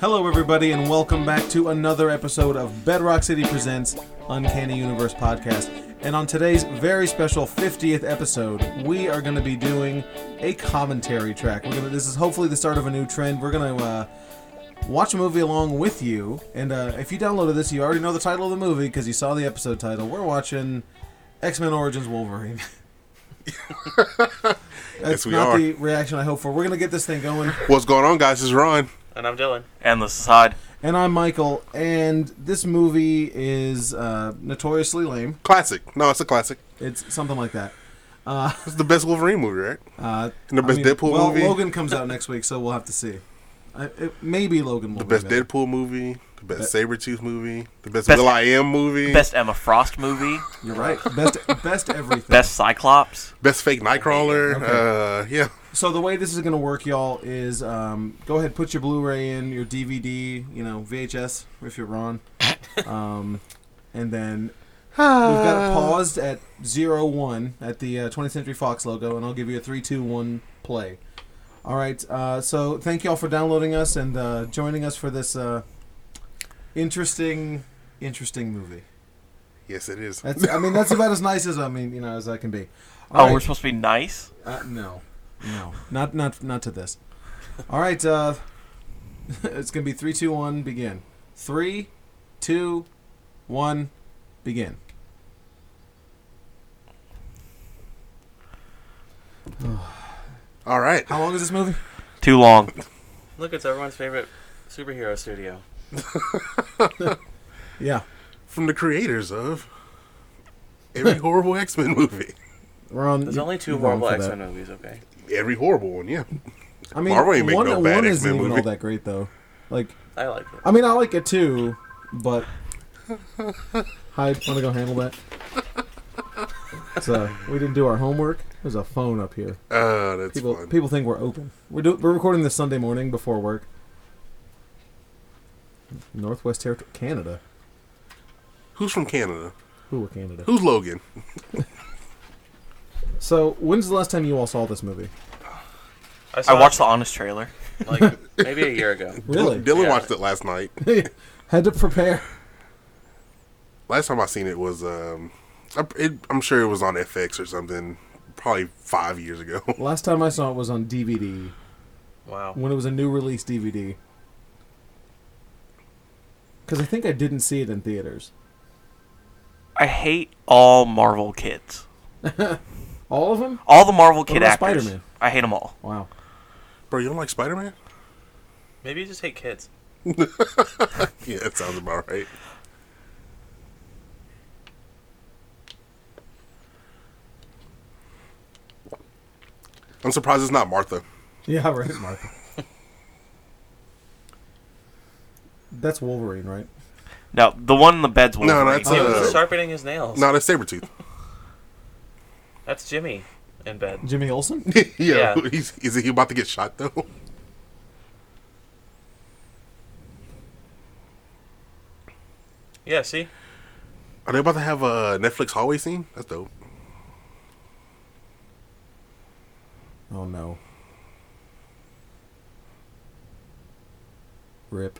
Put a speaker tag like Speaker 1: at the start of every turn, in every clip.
Speaker 1: Hello, everybody, and welcome back to another episode of Bedrock City Presents Uncanny Universe Podcast. And on today's very special 50th episode, we are going to be doing a commentary track. We're gonna, this is hopefully the start of a new trend. We're going to uh, watch a movie along with you. And uh, if you downloaded this, you already know the title of the movie because you saw the episode title. We're watching X Men Origins Wolverine. That's
Speaker 2: Yes, we
Speaker 1: not
Speaker 2: are.
Speaker 1: the reaction I hope for. We're going to get this thing going.
Speaker 2: What's going on, guys? It's Ron.
Speaker 3: And I'm Dylan.
Speaker 4: And this is Hyde.
Speaker 1: And I'm Michael, and this movie is uh, notoriously lame.
Speaker 2: Classic. No, it's a classic.
Speaker 1: It's something like that.
Speaker 2: It's the best Wolverine movie, right?
Speaker 1: Uh,
Speaker 2: And the
Speaker 1: I
Speaker 2: best
Speaker 1: mean,
Speaker 2: Deadpool
Speaker 1: well,
Speaker 2: movie.
Speaker 1: Logan comes out next week, so we'll have to see. I, it, maybe Logan will.
Speaker 2: the best
Speaker 1: be better.
Speaker 2: Deadpool movie. The best Sabretooth movie. The best,
Speaker 4: Best-
Speaker 2: Will I Am movie. Best,
Speaker 4: Best Emma Frost movie.
Speaker 1: You're right. Best, best everything.
Speaker 4: Best Cyclops.
Speaker 2: fake Nightcrawler. Uh, yeah.
Speaker 1: So the way this is gonna work, y'all, is um, go ahead, put your Blu-ray in, your DVD, you know, VHS if you're Ron, um, and then we've got it paused at zero one at the uh, 20th Century Fox logo, and I'll give you a three, two, one, play. All right. Uh, so thank y'all for downloading us and uh, joining us for this uh, interesting, interesting movie.
Speaker 2: Yes, it is.
Speaker 1: That's, I mean, that's about as nice as I mean, you know, as I can be.
Speaker 4: Oh,
Speaker 1: All right.
Speaker 4: we're supposed to be nice.
Speaker 1: Uh, no, no, not not not to this. All right, uh, it's gonna be three, two, one, begin. Three, two, one, begin.
Speaker 2: All right.
Speaker 1: How long is this movie?
Speaker 4: Too long.
Speaker 3: Look, it's everyone's favorite superhero studio.
Speaker 1: Yeah,
Speaker 2: From the creators of every horrible X Men movie.
Speaker 1: we're on.
Speaker 3: There's only two
Speaker 1: you're wrong
Speaker 3: Marvel
Speaker 1: for
Speaker 3: X
Speaker 1: that.
Speaker 3: Men movies, okay?
Speaker 2: Every horrible one, yeah.
Speaker 1: I mean,
Speaker 2: Marvel ain't make
Speaker 1: one,
Speaker 2: no
Speaker 1: one
Speaker 2: bad
Speaker 1: isn't
Speaker 2: X-Men
Speaker 1: even all
Speaker 2: movie.
Speaker 1: that great though. Like,
Speaker 3: I like it.
Speaker 1: I mean, I like it too, but Hyde, want to go handle that? So we didn't do our homework. There's a phone up here.
Speaker 2: Uh, that's
Speaker 1: People
Speaker 2: fun.
Speaker 1: people think we're open. We're do, we're recording this Sunday morning before work. Northwest Territory, Canada.
Speaker 2: Who's from Canada?
Speaker 1: Who were Canada?
Speaker 2: Who's Logan?
Speaker 1: So, when's the last time you all saw this movie?
Speaker 4: I
Speaker 3: saw
Speaker 4: watched the Honest trailer.
Speaker 3: it, like maybe a year ago.
Speaker 1: Really?
Speaker 2: Dylan
Speaker 3: Yeah.
Speaker 2: watched it last night.
Speaker 1: Had to prepare.
Speaker 2: Last time I seen it was, um, I, it, I'm sure it was on FX or something, probably five years ago.
Speaker 1: Last time I saw it was on DVD
Speaker 3: Wow.
Speaker 1: when it was a new release DVD. Because I think I didn't see it in theaters.
Speaker 4: I hate all Marvel kids.
Speaker 1: All of them?
Speaker 4: All the Marvel kid
Speaker 1: about
Speaker 4: actors.
Speaker 1: Spider-Man?
Speaker 4: I hate them all.
Speaker 1: Wow.
Speaker 2: Bro, you don't like Spider Man?
Speaker 3: Maybe you just hate kids.
Speaker 2: Yeah, that sounds about right. I'm surprised it's not Martha.
Speaker 1: Yeah, right, Mark. That's Wolverine, right?
Speaker 4: No, the one in the bed's
Speaker 2: No,
Speaker 4: Wolverine.
Speaker 2: that's
Speaker 3: He was
Speaker 2: uh,
Speaker 3: sharpening his nails.
Speaker 2: not a saber tooth.
Speaker 3: That's Jimmy in bed.
Speaker 1: Jimmy Olsen?
Speaker 2: yeah,
Speaker 3: Yeah.
Speaker 2: He's, is he about to get shot though?
Speaker 3: Yeah, see?
Speaker 2: Are they about to have a Netflix hallway scene? That's dope.
Speaker 1: Oh no. Rip.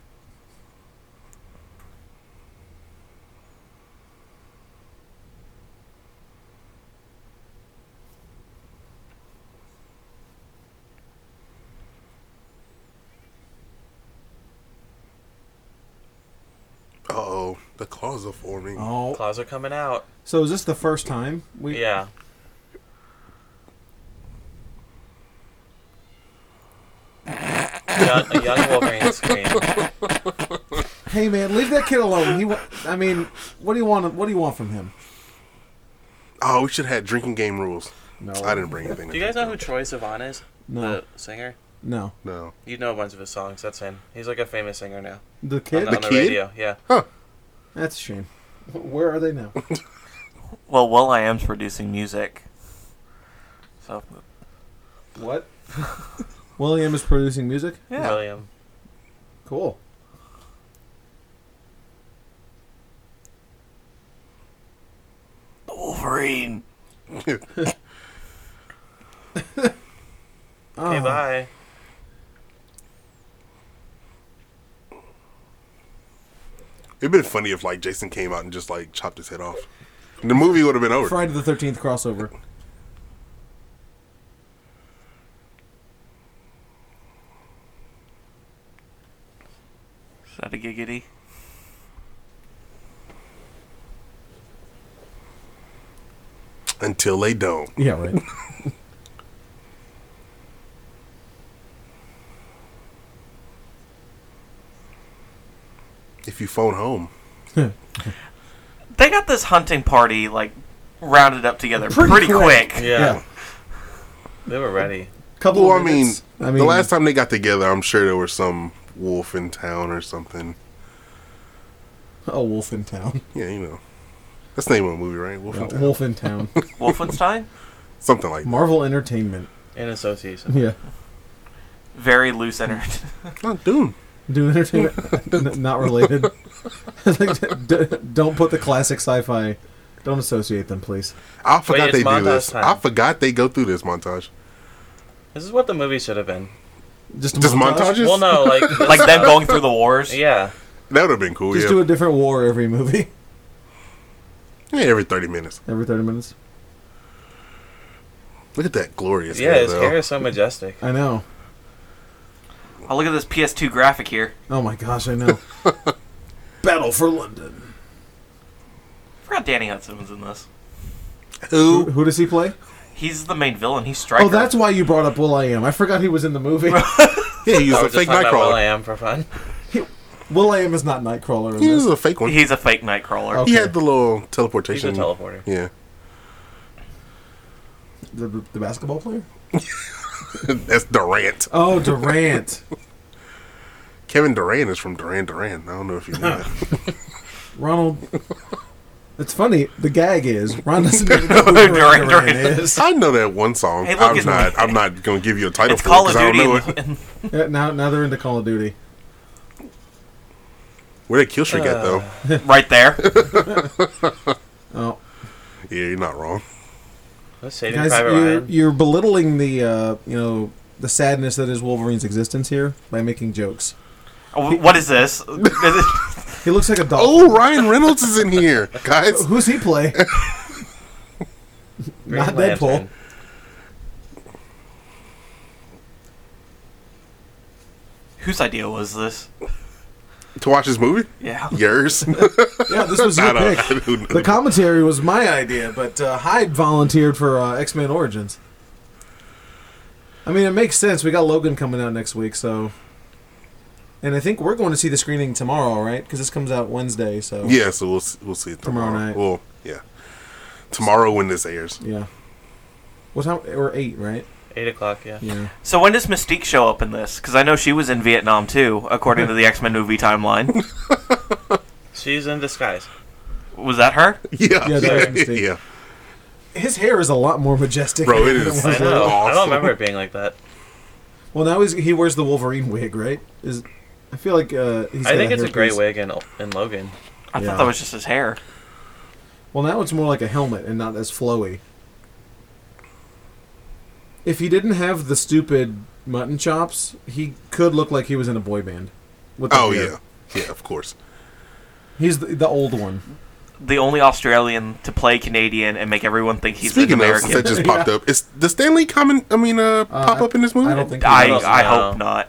Speaker 2: Uh oh, the claws are forming.
Speaker 1: Oh.
Speaker 3: Claws are coming out.
Speaker 1: So is this the first time we?
Speaker 3: Yeah. A young, a young Wolverine scream.
Speaker 1: Hey man, leave that kid alone. He. Wa- I mean, what do you want? What do you want from him?
Speaker 2: Oh, we should have had drinking game rules.
Speaker 1: No.
Speaker 2: I didn't bring anything. to
Speaker 3: Do you guys know
Speaker 2: drink
Speaker 3: who Troy Sivan is?
Speaker 1: No.
Speaker 3: The singer?
Speaker 1: No.
Speaker 2: game. No.
Speaker 3: You know a bunch of his songs. That's him. He's like a famous singer now.
Speaker 1: The
Speaker 3: On
Speaker 1: kid.
Speaker 3: the, on the
Speaker 2: kid?
Speaker 3: radio, yeah.
Speaker 1: That's a shame. Where are they now?
Speaker 4: well, Will I Am's producing music. So,
Speaker 1: what? William is producing music.
Speaker 4: yeah.
Speaker 3: William.
Speaker 1: Cool.
Speaker 4: Wolverine.
Speaker 1: Oh,
Speaker 3: Okay, bye.
Speaker 2: It'd been funny if like Jason came out and just like chopped his head off. The movie would have been over.
Speaker 1: Friday the Thirteenth crossover.
Speaker 4: Is that a giggity?
Speaker 2: Until they don't.
Speaker 1: Yeah, right.
Speaker 2: If you phone home.
Speaker 4: They got this hunting party like rounded up together
Speaker 1: Pretty
Speaker 4: pretty,
Speaker 1: quick.
Speaker 4: quick.
Speaker 3: Yeah.
Speaker 1: Yeah.
Speaker 3: They were ready.
Speaker 1: Couple.
Speaker 2: Well, I
Speaker 1: of
Speaker 2: mean,
Speaker 1: minutes. I mean,
Speaker 2: the last time they got together, I'm sure there was some wolf in town or something.
Speaker 1: a wolf in town.
Speaker 2: Yeah, you know. That's the name of the movie, right? Wolf
Speaker 1: Yeah,
Speaker 2: in town.
Speaker 1: Wolf in town.
Speaker 4: Wolfenstein?
Speaker 2: Something like that.
Speaker 1: Marvel Entertainment.
Speaker 3: In association.
Speaker 1: Yeah,
Speaker 4: Very loose entered.
Speaker 2: Not Doom.
Speaker 1: do entertainment. N- not related. D- don't put the classic sci-fi. Don't associate them, please.
Speaker 2: I forgot
Speaker 3: it's
Speaker 2: they do
Speaker 3: montage
Speaker 2: this.
Speaker 3: time.
Speaker 2: I forgot they go through this montage.
Speaker 3: This is what the movie should have been.
Speaker 1: Just
Speaker 2: Just
Speaker 1: montage?
Speaker 2: montages?
Speaker 3: Well, no, like
Speaker 4: like them going through the wars.
Speaker 3: Yeah.
Speaker 2: That would have been cool.
Speaker 1: Just
Speaker 2: yeah.
Speaker 1: do a different war every movie,
Speaker 2: yeah, every 30 minutes.
Speaker 1: every thirty minutes.
Speaker 2: Look at that glorious
Speaker 3: Yeah,
Speaker 2: hair,
Speaker 3: his
Speaker 2: though.
Speaker 3: hair is so majestic.
Speaker 1: I know.
Speaker 4: Oh, look at this PS2 graphic here.
Speaker 1: Oh my gosh, I know. Battle for London.
Speaker 4: I forgot Danny Hudson was in this.
Speaker 1: Who,
Speaker 2: Who?
Speaker 1: who does he play?
Speaker 4: He's the main villain. He's Striker.
Speaker 1: Oh, that's why you brought up Will I Am. I forgot he was in the movie.
Speaker 2: Yeah, he was
Speaker 3: I
Speaker 2: a
Speaker 3: was just
Speaker 2: fake
Speaker 3: talking about Will
Speaker 2: Nightcrawler.
Speaker 3: I am for fun.
Speaker 1: Will I Am is not Nightcrawler. In
Speaker 2: He was
Speaker 1: this.
Speaker 2: a fake one.
Speaker 4: He's a fake Nightcrawler.
Speaker 1: Okay.
Speaker 2: He had the little
Speaker 3: He's a
Speaker 2: teleportation.
Speaker 3: teleporter.
Speaker 2: yeah.
Speaker 1: The, the basketball player?
Speaker 2: That's Durant.
Speaker 1: Oh, Durant.
Speaker 2: Kevin Durant is from Duran Duran. I don't know if you know that.
Speaker 1: Ronald. It's funny. The gag is Ron doesn't even know who Durant,
Speaker 4: Durant
Speaker 1: Durant
Speaker 4: Durant.
Speaker 1: is.
Speaker 2: I know that one song.
Speaker 4: Hey, look,
Speaker 2: I'm
Speaker 4: it's-
Speaker 2: not. I'm not going to give you a title
Speaker 4: It's
Speaker 2: for it
Speaker 4: Call of
Speaker 2: because I
Speaker 4: Duty.
Speaker 2: don't know.
Speaker 4: And,
Speaker 2: it.
Speaker 4: and
Speaker 1: Yeah, now, now they're into Call of Duty.
Speaker 2: Where did Killstreak at though?
Speaker 4: right there.
Speaker 1: Oh,
Speaker 2: Yeah, you're not wrong.
Speaker 3: Let's say
Speaker 1: guys,
Speaker 3: Private
Speaker 1: you're,
Speaker 3: Ryan.
Speaker 1: you're belittling the uh, you know the sadness that is Wolverine's existence here by making jokes.
Speaker 4: Oh, what is this? Is
Speaker 1: He looks like a dolphin.
Speaker 2: Oh, Ryan Reynolds is in here, guys.
Speaker 1: Who's he play?
Speaker 3: Green
Speaker 1: Not Deadpool.
Speaker 3: Lantern.
Speaker 4: it- whose idea was this?
Speaker 2: to watch this movie?
Speaker 4: Yeah.
Speaker 2: Yours?
Speaker 1: Yeah, this was your
Speaker 2: I don't.
Speaker 1: pick.
Speaker 2: Who knows?
Speaker 1: The commentary was my idea, but uh, Hyde volunteered for uh, X Men Origins. I mean, it makes sense. We got Logan coming out next week, so. And I think we're going to see the screening tomorrow, right? Because this comes out Wednesday, so.
Speaker 2: yeah, so we'll s- we'll see it
Speaker 1: Tomorrow
Speaker 2: tomorrow.
Speaker 1: night.
Speaker 2: Well, yeah, tomorrow when this airs.
Speaker 1: Yeah. What time? Or 8, right?
Speaker 3: Eight o'clock. Yeah.
Speaker 1: Yeah.
Speaker 4: So when does Mystique show up in this? Because I know she was in Vietnam too, according to the X Men movie timeline.
Speaker 3: She's in disguise.
Speaker 4: Was that her?
Speaker 2: Yeah,
Speaker 1: Yeah, that was a
Speaker 2: yeah,
Speaker 1: mistake. His hair is a lot more majestic.
Speaker 2: Bro, it
Speaker 1: than
Speaker 2: is.
Speaker 1: was
Speaker 3: I know. I
Speaker 2: Awesome.
Speaker 3: don't remember it being like that.
Speaker 1: Well, now he's, he wears the Wolverine wig, right? Is I feel like uh, he's
Speaker 3: I
Speaker 1: got
Speaker 3: think it's a great
Speaker 1: hairpiece.
Speaker 3: wig in, in Logan.
Speaker 4: I
Speaker 1: Yeah.
Speaker 4: thought that was just his hair.
Speaker 1: Well, now it's more like a helmet and not as flowy. If he didn't have the stupid mutton chops, he could look like he was in a boy band. With the
Speaker 2: Oh
Speaker 1: hair.
Speaker 2: yeah, yeah, of course.
Speaker 1: he's the, the old one.
Speaker 4: The only Australian to play Canadian and make everyone think he's
Speaker 2: Speaking
Speaker 4: an
Speaker 2: of, since
Speaker 4: American.
Speaker 2: that just popped up, is does Stanley comment? I mean, uh, pop
Speaker 1: I-
Speaker 2: up in this movie?
Speaker 1: I don't think. He
Speaker 4: I
Speaker 1: does.
Speaker 4: I
Speaker 3: No.
Speaker 4: hope not.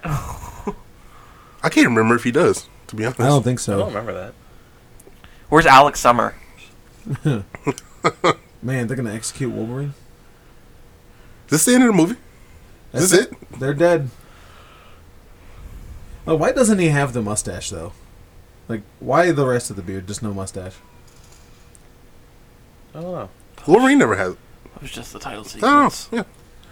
Speaker 2: I can't remember if he does. To be honest,
Speaker 1: I don't think
Speaker 3: I don't
Speaker 1: so.
Speaker 3: remember that.
Speaker 4: Where's Alex Summer?
Speaker 1: Man, they're gonna execute Wolverine.
Speaker 2: Is this the end of the movie? Is this it?
Speaker 1: They're dead. Oh, why doesn't he have the mustache though? Like, why the rest of the beard, just no mustache?
Speaker 3: I don't know.
Speaker 2: Wolverine never has.
Speaker 4: That was just the title
Speaker 2: Oh,
Speaker 4: sequence.
Speaker 2: yeah,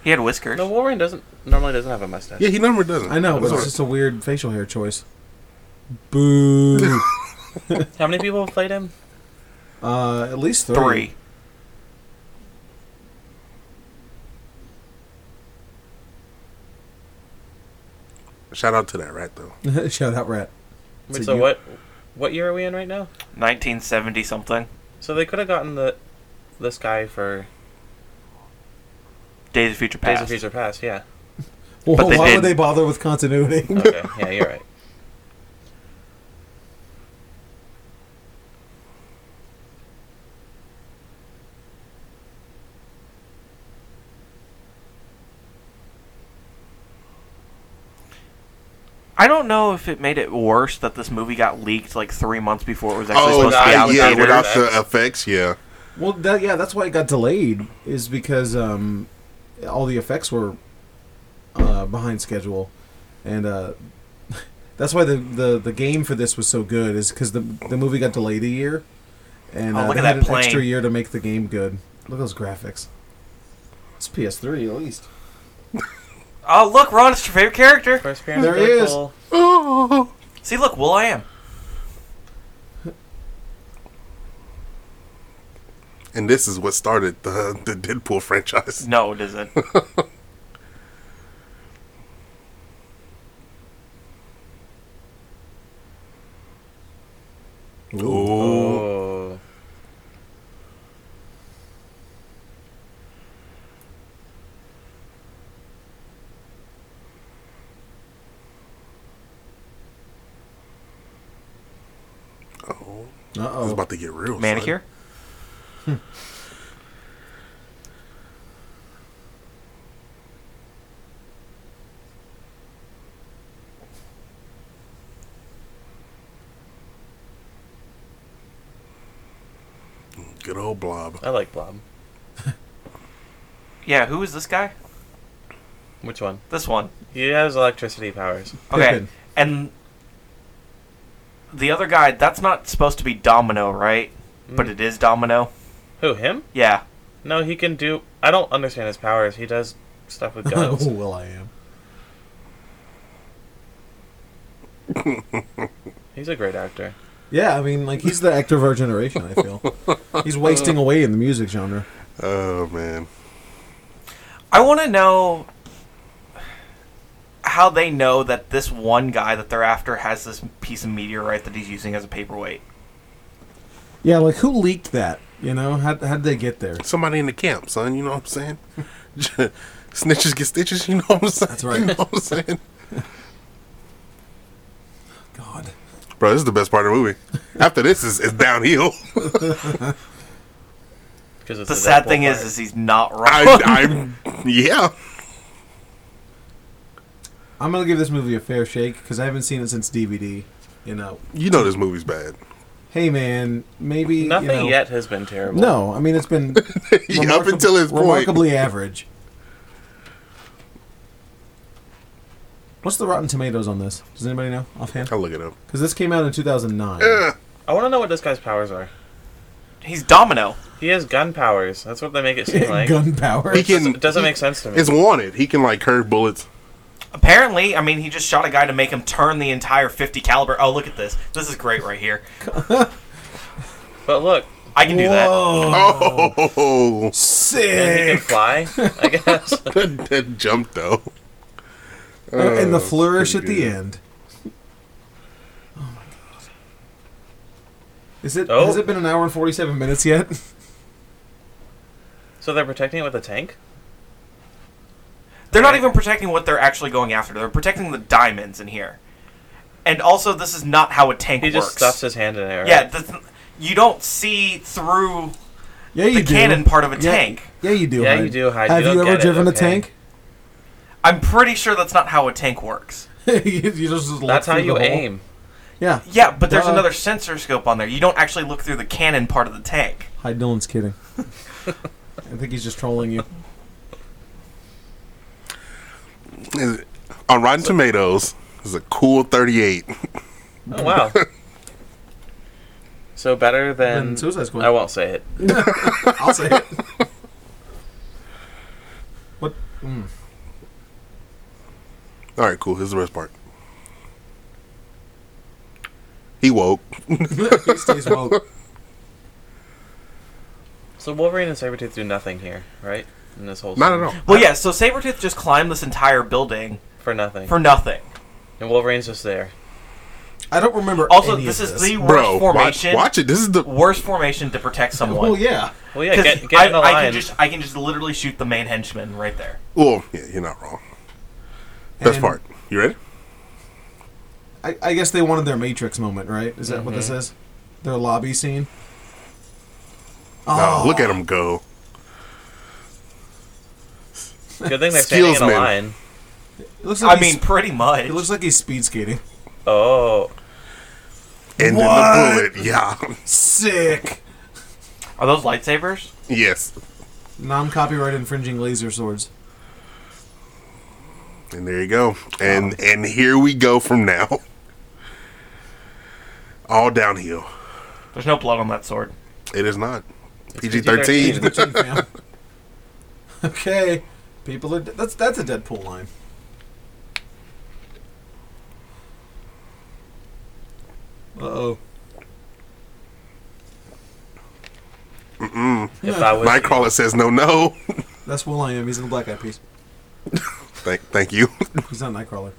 Speaker 4: He had whiskers.
Speaker 3: No, Wolverine doesn't normally doesn't have a mustache.
Speaker 2: yeah, he never doesn't.
Speaker 1: I know, but it's
Speaker 2: That's what-
Speaker 1: just a weird facial hair choice. Boo.
Speaker 3: How many people have played him?
Speaker 1: uh, at least three.
Speaker 4: Three.
Speaker 2: shout out to that rat though.
Speaker 1: Shout out, Rat.
Speaker 3: Wait,
Speaker 1: So
Speaker 3: so
Speaker 1: you-
Speaker 3: what? What year are we in right now?
Speaker 4: 1970 something.
Speaker 3: So they could have gotten the this guy for
Speaker 4: Days of Future
Speaker 3: Days
Speaker 4: Past.
Speaker 3: of Future Past. Yeah.
Speaker 1: Well,
Speaker 4: But they
Speaker 1: why
Speaker 4: didn't.
Speaker 1: would they bother with continuity?
Speaker 3: Okay. yeah, you're right.
Speaker 4: I don't know if it made it worse that this movie got leaked like three months before it was actually supposed to be
Speaker 2: yeah,
Speaker 4: out. in
Speaker 2: Oh, yeah,
Speaker 4: theaters.
Speaker 2: without the effects, yeah.
Speaker 1: Well, that, yeah, that's why it got delayed. Is because um, all the effects were uh, behind schedule, and uh, that's why the, the, the game for this was so good. Is because the the movie got delayed a year, and
Speaker 4: Oh,
Speaker 1: uh,
Speaker 4: look
Speaker 1: they
Speaker 4: at
Speaker 1: had
Speaker 4: that
Speaker 1: an
Speaker 4: plane.
Speaker 1: extra year to make the game good. Look at those graphics. It's PS3 at least.
Speaker 4: Oh look, Ron, it's your favorite character.
Speaker 3: First
Speaker 1: There is.
Speaker 3: Cool.
Speaker 2: Oh,
Speaker 4: See, look, Will I am.
Speaker 2: and this is what started the the Deadpool franchise.
Speaker 4: No, it isn't.
Speaker 2: Ooh.
Speaker 3: Oh.
Speaker 2: Oh,
Speaker 1: Uh
Speaker 2: it's
Speaker 1: oh.
Speaker 2: about to get real. son.
Speaker 4: Manicure.
Speaker 2: Good old blob.
Speaker 3: I like Blob.
Speaker 4: Yeah, who is this guy?
Speaker 3: Which one?
Speaker 4: This one.
Speaker 3: He has electricity powers.
Speaker 4: Okay,
Speaker 1: Pippin.
Speaker 4: and the other guy. That's not supposed to be Domino, right?
Speaker 1: Hmm.
Speaker 4: But it is Domino.
Speaker 3: Who, him?
Speaker 4: Yeah.
Speaker 3: No, he can do. I don't understand his powers. He does stuff with
Speaker 1: oh,
Speaker 3: guns.
Speaker 1: well, I am.
Speaker 3: He's a great actor.
Speaker 1: Yeah, I mean, like he's the actor of our generation. I feel he's wasting away in the music genre.
Speaker 2: Oh man.
Speaker 4: I want to know how they know that this one guy that they're after has this piece of meteorite that he's using as a paperweight.
Speaker 1: Yeah, like who leaked that? You know, how how would they get there?
Speaker 2: Somebody in the camp, son. You know what I'm saying? Snitches get stitches. You know what I'm saying?
Speaker 1: That's right.
Speaker 2: You know what I'm saying?
Speaker 1: God.
Speaker 2: Bro, this is the best part of the movie. After this is it's downhill.
Speaker 3: Because
Speaker 4: The sad thing is, is he's not wrong.
Speaker 2: I, I, yeah.
Speaker 1: I'm gonna give this movie a fair shake because I haven't seen it since DVD. You know,
Speaker 2: You know this movie's bad.
Speaker 1: hey man, maybe you
Speaker 3: nothing
Speaker 1: know-
Speaker 3: yet has been terrible.
Speaker 1: No, I mean it's been
Speaker 2: Yeah, up until this point.
Speaker 1: remarkably average. What's the Rotten Tomatoes on this? Does anybody know offhand?
Speaker 2: I'll look it up.
Speaker 1: Because this came out in 2009.
Speaker 2: Eh,
Speaker 3: I want to know what this guy's powers are.
Speaker 4: he's Domino.
Speaker 3: He has gun powers. That's what they make it seem like.
Speaker 1: Gun power.
Speaker 2: He can-
Speaker 3: It doesn't make sense to me.
Speaker 2: it's wanted. He can like curve bullets.
Speaker 4: Apparently, I mean, he just shot a guy to make him turn the entire 50 caliber. Oh, look at this. This is great right here.
Speaker 3: But look,
Speaker 4: I can do that.
Speaker 1: Whoa,
Speaker 2: Oh,
Speaker 3: and he can
Speaker 1: sick!
Speaker 3: fly. I guess.
Speaker 2: that, that jump though.
Speaker 1: and the flourish at
Speaker 2: Oh, pretty
Speaker 1: the
Speaker 2: good.
Speaker 1: end. Oh my God. Is it?
Speaker 3: Oh.
Speaker 1: Has it been an hour and forty-seven minutes yet?
Speaker 3: So they're protecting it with a tank.
Speaker 4: They're not even protecting what they're actually going after. They're protecting the diamonds in here. And also, this is not how a tank
Speaker 3: He
Speaker 4: works.
Speaker 3: just stuffs his hand in there.
Speaker 4: yeah, this, you don't see through
Speaker 1: Yeah, you
Speaker 4: the
Speaker 1: do.
Speaker 4: cannon part of a
Speaker 1: Yeah,
Speaker 4: tank.
Speaker 1: Yeah, you do.
Speaker 3: Yeah,
Speaker 1: Hyde.
Speaker 3: you do, Hyde. You
Speaker 1: Have you,
Speaker 3: don't
Speaker 1: ever
Speaker 3: get it,
Speaker 1: driven
Speaker 3: okay?
Speaker 1: a tank?
Speaker 4: I'm pretty sure that's not how a tank works.
Speaker 1: you you just look
Speaker 3: That's how
Speaker 1: through the
Speaker 3: you
Speaker 1: hole.
Speaker 3: aim.
Speaker 1: Yeah.
Speaker 4: Yeah, but there's
Speaker 1: Duh.
Speaker 4: another sensor scope on there. You don't actually look through the cannon part of the tank.
Speaker 1: Hyde Dylan's kidding. I think he's just trolling you.
Speaker 2: Is- On Rotten Tomatoes, is a cool 38.
Speaker 3: Oh wow. so better than
Speaker 1: Than Suicide Squad.
Speaker 3: I won't say it. Oh,
Speaker 1: I'll say it. What? Mm.
Speaker 2: All right, cool. Here's the best part. He woke.
Speaker 1: he stays woke.
Speaker 3: So Wolverine and Sabretooth do nothing here, right? In this whole
Speaker 2: Not
Speaker 3: scene.
Speaker 2: at all.
Speaker 4: Well, yeah, so Sabretooth just climbed this entire building
Speaker 3: for nothing.
Speaker 4: for nothing.
Speaker 3: and Wolverine's just there.
Speaker 1: I don't remember.
Speaker 4: Also,
Speaker 1: any
Speaker 4: this
Speaker 1: of
Speaker 4: is
Speaker 1: this
Speaker 4: the worst
Speaker 2: Bro, watch,
Speaker 4: formation.
Speaker 2: watch it. This is the
Speaker 4: Worst formation to protect someone.
Speaker 1: Well, yeah.
Speaker 3: Well, yeah,
Speaker 4: 'Cause
Speaker 3: get, get
Speaker 4: I,
Speaker 3: in the
Speaker 4: I
Speaker 3: line.
Speaker 4: can just I can just literally shoot the main henchman right there.
Speaker 2: Well, yeah, you're not wrong. Best
Speaker 1: And-
Speaker 2: part. You ready?
Speaker 1: I, I guess they wanted their Matrix moment, right? Is that what this
Speaker 4: Mm-hmm.
Speaker 1: is? Their lobby scene.
Speaker 2: Oh, look at him go.
Speaker 3: Good thing they're standing in
Speaker 2: Skills
Speaker 3: a
Speaker 2: man.
Speaker 3: line.
Speaker 1: It looks like
Speaker 4: I
Speaker 1: he's-
Speaker 4: mean, pretty much.
Speaker 1: it looks like he's speed skating.
Speaker 3: Oh,
Speaker 1: What?
Speaker 2: And then the bullet. Yeah.
Speaker 1: Sick.
Speaker 4: Are those lightsabers?
Speaker 2: yes.
Speaker 1: Non-copyright infringing laser swords.
Speaker 2: And there you go. And and here we go from now. All downhill.
Speaker 4: There's no blood on that sword.
Speaker 2: It is not. PG
Speaker 3: PG-13.
Speaker 2: thirteen.
Speaker 1: Gee, fam. okay, people are. That's that's a Deadpool line. Uh oh.
Speaker 3: if I was
Speaker 2: Nightcrawler says no no.
Speaker 1: That's Will I Am. He's in the Black Eyed Peas.
Speaker 2: thank thank you.
Speaker 1: He's not Nightcrawler.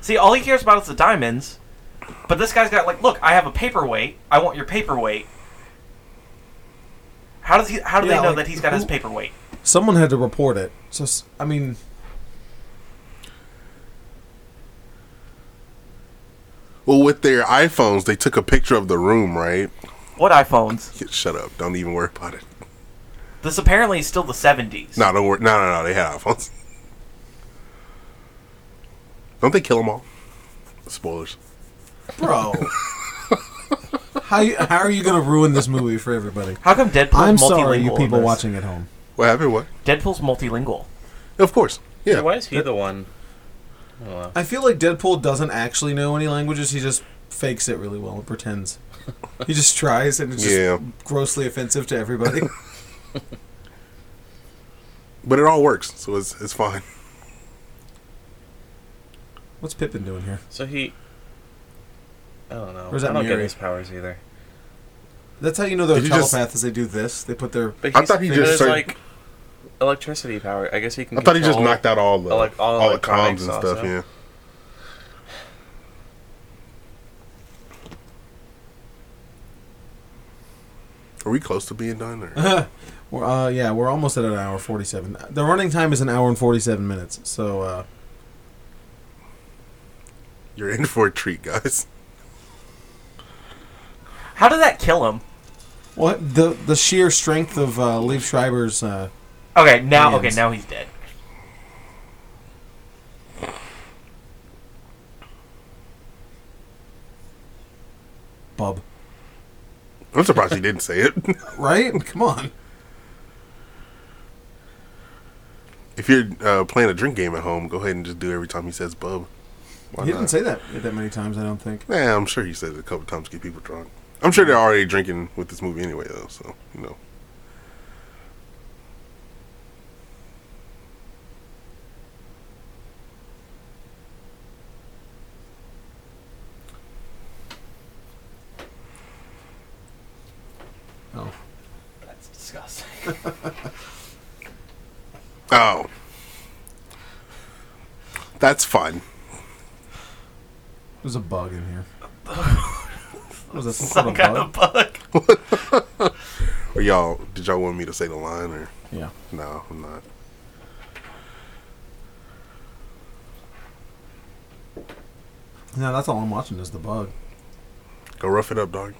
Speaker 4: See, all he cares about is the diamonds. But this guy's got like, look, I have a paperweight. I want your paperweight. How does he? How do
Speaker 1: Yeah,
Speaker 4: they know
Speaker 1: like,
Speaker 4: that he's got his
Speaker 1: who-
Speaker 4: paperweight?
Speaker 1: Someone had to report it. So s- I mean,
Speaker 2: Well with their iPhones they took a picture of the room, right?
Speaker 4: What iPhones?
Speaker 2: Yeah, Shut up. Don't even worry about it.
Speaker 4: This apparently is still the '70s.
Speaker 2: No, don't worry. No, no, no. They had iPhones. Don't they kill them all? Spoilers.
Speaker 1: bro. How, you- how are you gonna ruin this movie for everybody?
Speaker 4: How come Deadpool's
Speaker 1: I'm
Speaker 4: multilingual?
Speaker 1: sorry, you
Speaker 4: in
Speaker 1: people
Speaker 4: this?
Speaker 1: watching at home.
Speaker 2: What happened? What?
Speaker 4: Deadpool's multilingual.
Speaker 2: Of course. Yeah.
Speaker 3: Why is he the one? Oh, well.
Speaker 1: I feel like Deadpool doesn't actually know any languages. He just fakes it really well and pretends. he just tries, and it's just
Speaker 2: Yeah.
Speaker 1: grossly offensive to everybody.
Speaker 2: But it all works, so it's it's fine.
Speaker 1: What's Pippin doing here?
Speaker 3: So he. I don't know.
Speaker 1: Or is that
Speaker 3: I don't get
Speaker 1: Miri?
Speaker 3: his powers either.
Speaker 1: That's how you know they're
Speaker 2: Did you just-
Speaker 1: telepath is they do this. They put their
Speaker 3: But
Speaker 2: I
Speaker 3: he's-
Speaker 2: thought he
Speaker 3: but
Speaker 2: just
Speaker 3: there's,
Speaker 2: started-
Speaker 3: like electricity power. I guess he can.
Speaker 2: I thought he just
Speaker 3: control-
Speaker 2: knocked out all the
Speaker 3: elec- all
Speaker 2: all, the comms
Speaker 3: electronics
Speaker 2: and
Speaker 3: also.
Speaker 2: stuff. Yeah. Are we close to being done? Or?
Speaker 1: We're, uh, yeah, we're almost at an hour forty-seven. The running time is an hour and forty-seven minutes. So uh,
Speaker 2: You're in for a treat, guys.
Speaker 4: How did that kill him?
Speaker 1: what the the sheer strength of uh, Leif Schreiber's uh,
Speaker 4: Okay, now
Speaker 1: Hands.
Speaker 4: okay, now he's dead.
Speaker 1: bub,
Speaker 2: I'm surprised he didn't say it.
Speaker 1: right? Come on,
Speaker 2: If you're uh, playing a drink game at home, go ahead and just do every time he says "bub." Why
Speaker 1: he
Speaker 2: not?
Speaker 1: didn't say that that many times. I don't think.
Speaker 2: Nah, I'm sure he said it a couple times to get people drunk. I'm sure they're already drinking with this movie anyway, though. So you know,
Speaker 1: Oh,
Speaker 4: That's disgusting.
Speaker 2: oh, that's fun.
Speaker 1: there's a bug in here. was that some
Speaker 4: Some
Speaker 1: sort of
Speaker 4: kind
Speaker 1: bug?
Speaker 4: of bug.
Speaker 2: Or y'all, did y'all want me to say the line or
Speaker 1: Yeah.
Speaker 2: no? I'm not.
Speaker 1: No, that's all I'm watching is the bug.
Speaker 2: Go rough it up, dog.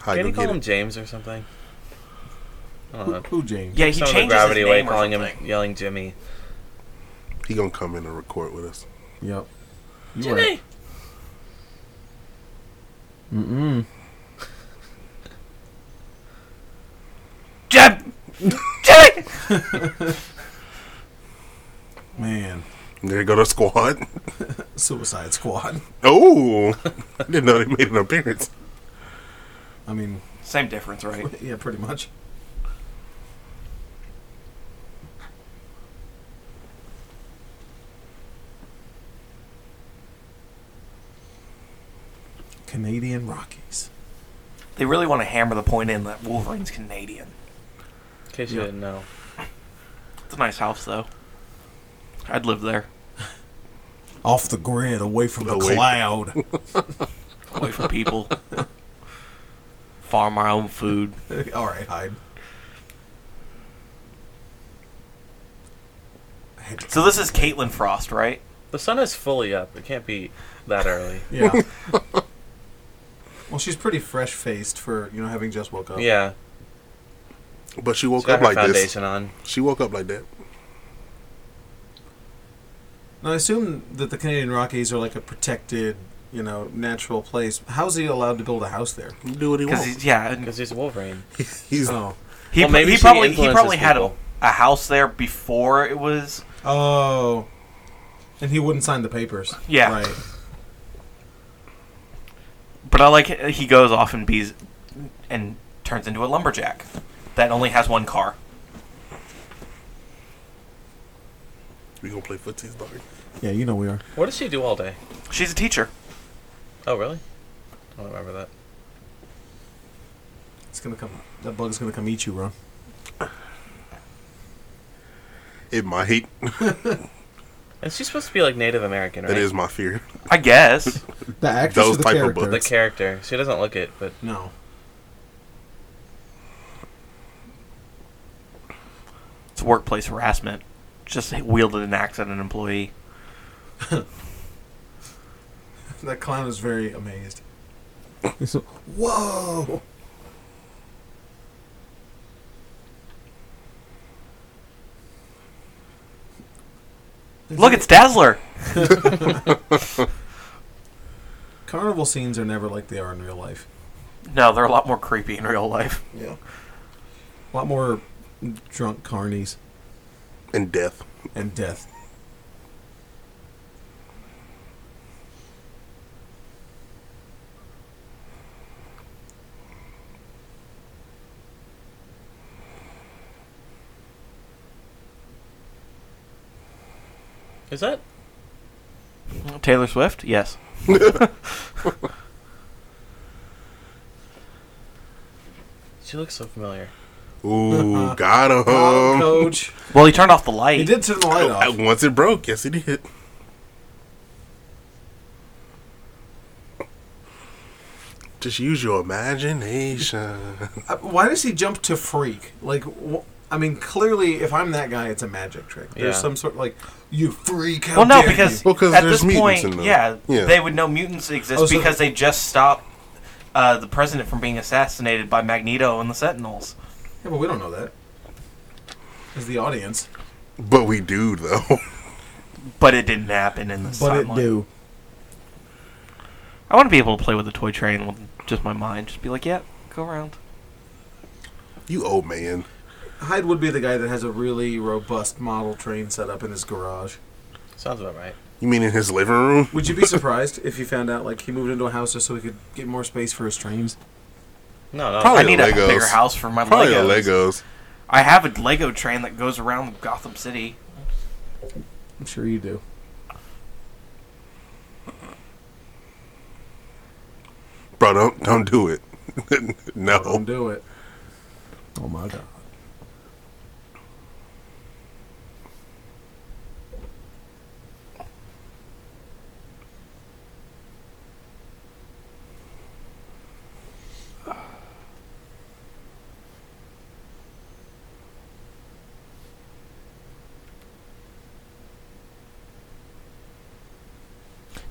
Speaker 2: Hi,
Speaker 3: Can
Speaker 2: go
Speaker 3: he
Speaker 2: get
Speaker 3: call
Speaker 2: it.
Speaker 3: him James or something? I don't
Speaker 1: Who,
Speaker 3: know.
Speaker 1: who James?
Speaker 4: Yeah, he
Speaker 3: Some of the
Speaker 4: changes
Speaker 3: gravity
Speaker 4: his
Speaker 3: way,
Speaker 4: name or
Speaker 3: calling
Speaker 4: something.
Speaker 3: him yelling Jimmy.
Speaker 2: He gonna come in and record with us.
Speaker 1: Yep. You
Speaker 3: Jimmy.
Speaker 1: Mm-mm.
Speaker 4: Jeb. Jimmy.
Speaker 1: Man,
Speaker 2: There you go, the squad.
Speaker 1: Suicide Squad.
Speaker 2: Oh, I didn't know they made an appearance.
Speaker 1: I mean,
Speaker 4: Same difference, right?
Speaker 1: yeah, pretty much. Canadian Rockies.
Speaker 4: They really want to hammer the point in that Wolverine's Canadian.
Speaker 3: In case you
Speaker 1: Yeah.
Speaker 3: didn't know.
Speaker 4: It's a nice house, though. I'd live there,
Speaker 1: Off the grid, away from the
Speaker 2: Away.
Speaker 1: cloud.
Speaker 4: away from people. Farm our own food.
Speaker 1: All right, Hyde. I had to-
Speaker 4: So this is Caitlin Frost, right?
Speaker 3: The sun is fully up. It can't be that early.
Speaker 1: Yeah. well, she's pretty fresh faced for you know having just woke up.
Speaker 3: Yeah.
Speaker 2: But she
Speaker 3: She's
Speaker 2: woke
Speaker 3: got
Speaker 2: up
Speaker 3: her
Speaker 2: like
Speaker 3: foundation on.
Speaker 2: this. She woke up like that.
Speaker 1: Now, I assume that the Canadian Rockies are like a protected, you know, natural place. How's he allowed to build a house there?
Speaker 2: He can do what he
Speaker 4: Because
Speaker 2: wants.
Speaker 4: he's yeah, and
Speaker 3: because he's Wolverine.
Speaker 2: He's
Speaker 1: Oh,
Speaker 4: he,
Speaker 3: Well,
Speaker 4: well,
Speaker 3: maybe
Speaker 4: he
Speaker 3: she
Speaker 4: probably he
Speaker 3: influences
Speaker 4: probably had a,
Speaker 3: people.
Speaker 4: a house there before it was
Speaker 1: oh, and he wouldn't sign the papers.
Speaker 4: Yeah.
Speaker 1: right.
Speaker 4: But I like he goes off and bees and turns into a lumberjack that only has one car.
Speaker 2: we gonna play footsies, dog.
Speaker 1: Yeah, you know we are.
Speaker 3: What does she do all day?
Speaker 4: She's a teacher.
Speaker 3: Oh, really? I don't remember that.
Speaker 1: It's gonna come. That bug's gonna come eat you, Ron.
Speaker 2: It might.
Speaker 3: And she's supposed to be like Native American, right?
Speaker 2: That is my fear.
Speaker 4: I guess.
Speaker 1: The actress
Speaker 2: Those
Speaker 1: or the
Speaker 2: type of
Speaker 1: character?
Speaker 3: the
Speaker 2: books.
Speaker 3: character. She doesn't look it, but
Speaker 1: no.
Speaker 4: It's workplace harassment. Just wielded an axe at an employee.
Speaker 1: That clown is very amazed. He's so, Whoa!
Speaker 4: Look, it's Dazzler.
Speaker 1: Carnival scenes are never like they are in real life.
Speaker 4: No, they're a lot more creepy in real life.
Speaker 1: Yeah. A lot more drunk carnies
Speaker 2: And death.
Speaker 1: and death.
Speaker 3: is that?
Speaker 4: Taylor Swift? Yes.
Speaker 3: She looks so familiar.
Speaker 2: Ooh, got him.
Speaker 1: Oh, coach.
Speaker 4: Well, he turned off the light.
Speaker 1: He did turn the light
Speaker 2: Uh,
Speaker 1: off.
Speaker 2: Once it broke, yes, it did. Just use your imagination.
Speaker 1: Uh, Why does he jump to freak? Like, wh- I mean, clearly, if I'm that guy, it's a magic trick. There's
Speaker 3: Yeah.
Speaker 1: some sort like, you freak out.
Speaker 4: well, no, because
Speaker 2: Well, 'cause
Speaker 4: at
Speaker 2: there's
Speaker 4: this
Speaker 2: mutants
Speaker 4: point,
Speaker 2: in the-
Speaker 4: yeah,
Speaker 2: yeah.
Speaker 4: they would know mutants exist
Speaker 1: Oh, so-
Speaker 4: because they just stopped uh, the president from being assassinated by Magneto and the Sentinels.
Speaker 1: Yeah, but we don't know that. As the audience.
Speaker 2: But we do, though.
Speaker 4: But it didn't happen in the timeline. I want to be able to play with the toy train with just my mind. Just be like, yeah, go around.
Speaker 2: You old man.
Speaker 1: Hyde would be the guy that has a really robust model train set up in his garage.
Speaker 3: Sounds about right.
Speaker 2: You mean in his living room?
Speaker 1: Would you be surprised if you found out like he moved into a house just so he could get more space for his trains?
Speaker 3: No, no.
Speaker 2: Probably
Speaker 4: I need
Speaker 2: the
Speaker 4: a
Speaker 2: Legos.
Speaker 4: bigger house for my
Speaker 2: Probably the
Speaker 4: Legos.
Speaker 2: Legos.
Speaker 4: I have a Lego train that goes around Gotham City.
Speaker 1: I'm sure you do.
Speaker 2: Bro, don't don't do it.
Speaker 1: Don't
Speaker 2: no.
Speaker 1: do it. Oh my god.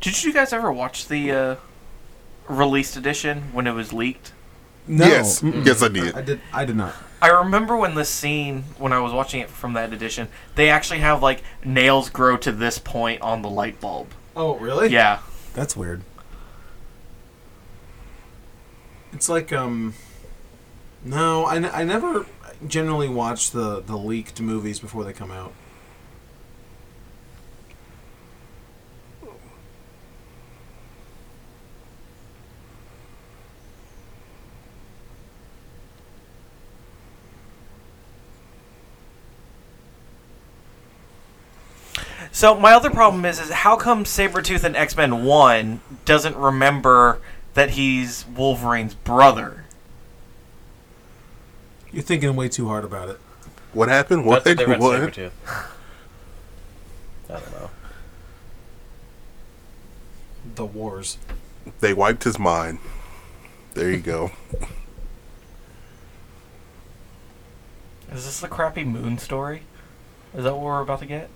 Speaker 4: Did you guys ever watch the uh, released edition when it was leaked?
Speaker 1: No.
Speaker 2: Yes.
Speaker 1: Mm-mm.
Speaker 2: Yes, I did.
Speaker 1: I did. I did not.
Speaker 4: I remember when this scene, when I was watching it from that edition, they actually have like nails grow to this point on the light bulb.
Speaker 1: Oh really?
Speaker 4: Yeah.
Speaker 1: That's weird. It's like um. No, I, n- I never generally watch the the leaked movies before they come out.
Speaker 4: So my other problem is, is how come Sabretooth in X Men One doesn't remember that he's Wolverine's brother?
Speaker 1: You're thinking way too hard about it.
Speaker 2: What happened? What?
Speaker 3: What's the difference?
Speaker 2: what?
Speaker 3: Sabretooth. I don't know.
Speaker 1: The wars.
Speaker 2: They wiped his mind. There you go.
Speaker 4: Is this the crappy Moon story? Is that what we're about to get?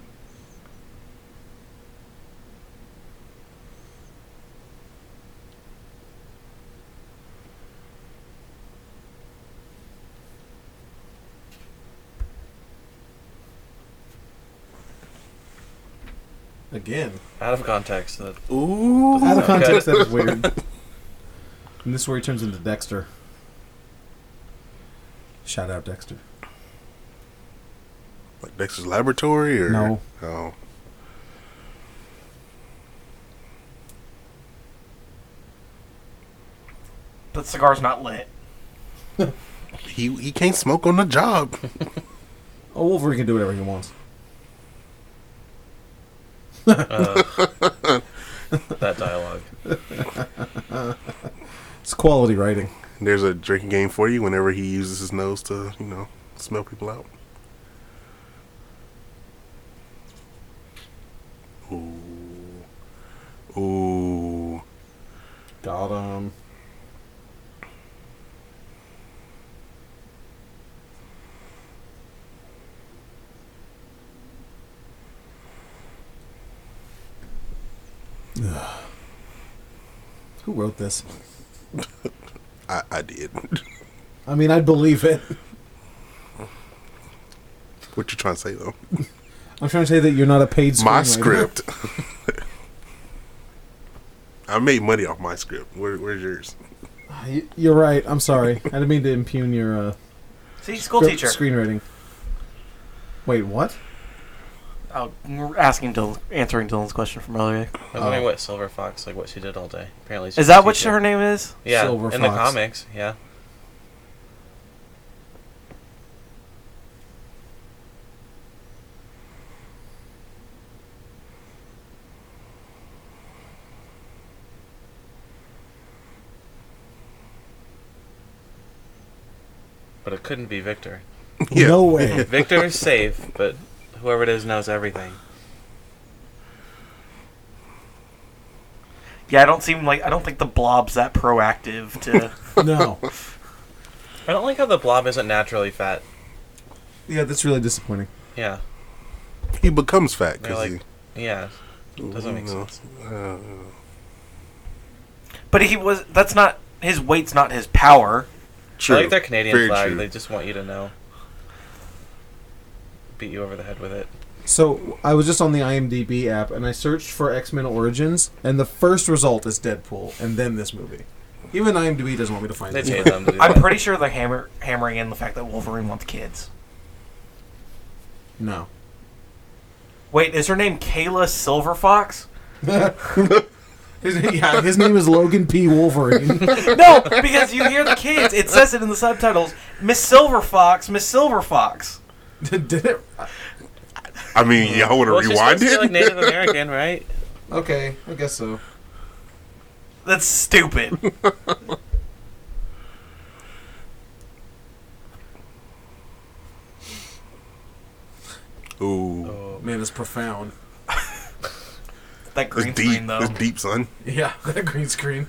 Speaker 1: Again.
Speaker 3: Out of context. That,
Speaker 2: Ooh.
Speaker 1: Out of
Speaker 3: Okay.
Speaker 1: context, that is weird. And this is where he turns into Dexter. Shout out Dexter.
Speaker 2: Like Dexter's Laboratory or
Speaker 1: No.
Speaker 2: Oh.
Speaker 4: But the cigar's not lit.
Speaker 2: He he can't smoke on the job.
Speaker 1: Oh, Wolverine can do whatever he wants.
Speaker 3: uh, that dialogue.
Speaker 1: It's quality writing.
Speaker 2: There's a drinking game for you whenever he uses his nose to, you know, smell people out. Ooh. Ooh.
Speaker 1: Got him. Who wrote this?
Speaker 2: I, I did.
Speaker 1: I mean, I believe it.
Speaker 2: what you trying to say though?
Speaker 1: I'm trying to say that you're not a paid
Speaker 2: my
Speaker 1: screenwriter.
Speaker 2: script. I made money off my script. Where, where's yours?
Speaker 1: Y- You're right. I'm sorry. I didn't mean to impugn your uh,
Speaker 4: See, school
Speaker 1: script-
Speaker 4: teacher.
Speaker 1: screenwriting. Wait, what?
Speaker 4: Oh, we're asking Dylan, answering Dylan's question from earlier.
Speaker 3: I was
Speaker 1: Oh.
Speaker 3: wondering what Silver Fox, like what she did all day. Apparently, she's
Speaker 4: Is
Speaker 3: a
Speaker 4: that what
Speaker 3: teacher.
Speaker 4: her name is?
Speaker 3: Yeah,
Speaker 1: Silver
Speaker 3: in the
Speaker 1: Fox.
Speaker 3: comics. Yeah. But it couldn't be Victor.
Speaker 2: Yeah.
Speaker 1: No way.
Speaker 3: Victor is safe, but whoever it is knows everything.
Speaker 4: Yeah, I don't seem like I don't think the blob's that proactive to.
Speaker 1: no.
Speaker 3: I don't like how the blob isn't naturally fat.
Speaker 1: Yeah, that's really disappointing.
Speaker 3: Yeah.
Speaker 2: He becomes fat
Speaker 3: They're
Speaker 2: because
Speaker 3: like, yeah.
Speaker 2: he
Speaker 3: Doesn't make
Speaker 2: you know,
Speaker 3: sense.
Speaker 2: uh,
Speaker 4: but he was. That's not his weight's not his power.
Speaker 2: true.
Speaker 3: I like their Canadian
Speaker 2: Very
Speaker 3: flag.
Speaker 2: true.
Speaker 3: They just want you to know. Beat you over the head with it.
Speaker 1: So I was just on the IMDb app and I searched for X Men Origins, and the first result is Deadpool, and then this movie. Even IMDb doesn't want me to find
Speaker 3: They
Speaker 1: it.
Speaker 3: paid them to do
Speaker 4: I'm
Speaker 3: that.
Speaker 4: pretty sure they're hammer, hammering in the fact that Wolverine wants kids.
Speaker 1: No.
Speaker 4: Wait, is her name Kayla Silver Fox?
Speaker 1: His, yeah, his name is Logan P. Wolverine.
Speaker 4: No, because you hear the kids. It says it in the subtitles. Miss Silver Fox, Miss Silver Fox.
Speaker 1: Did it?
Speaker 2: I mean, y'all want to
Speaker 3: Well, she's
Speaker 2: rewind
Speaker 3: supposed to be,
Speaker 2: it?
Speaker 3: like Native American, right?
Speaker 1: Okay, I guess so.
Speaker 4: That's stupid.
Speaker 2: Ooh,
Speaker 3: Oh.
Speaker 1: Man, it's profound.
Speaker 4: That
Speaker 2: it's
Speaker 4: green
Speaker 2: deep.
Speaker 4: screen though.
Speaker 2: It's deep, son.
Speaker 1: Yeah, that green screen.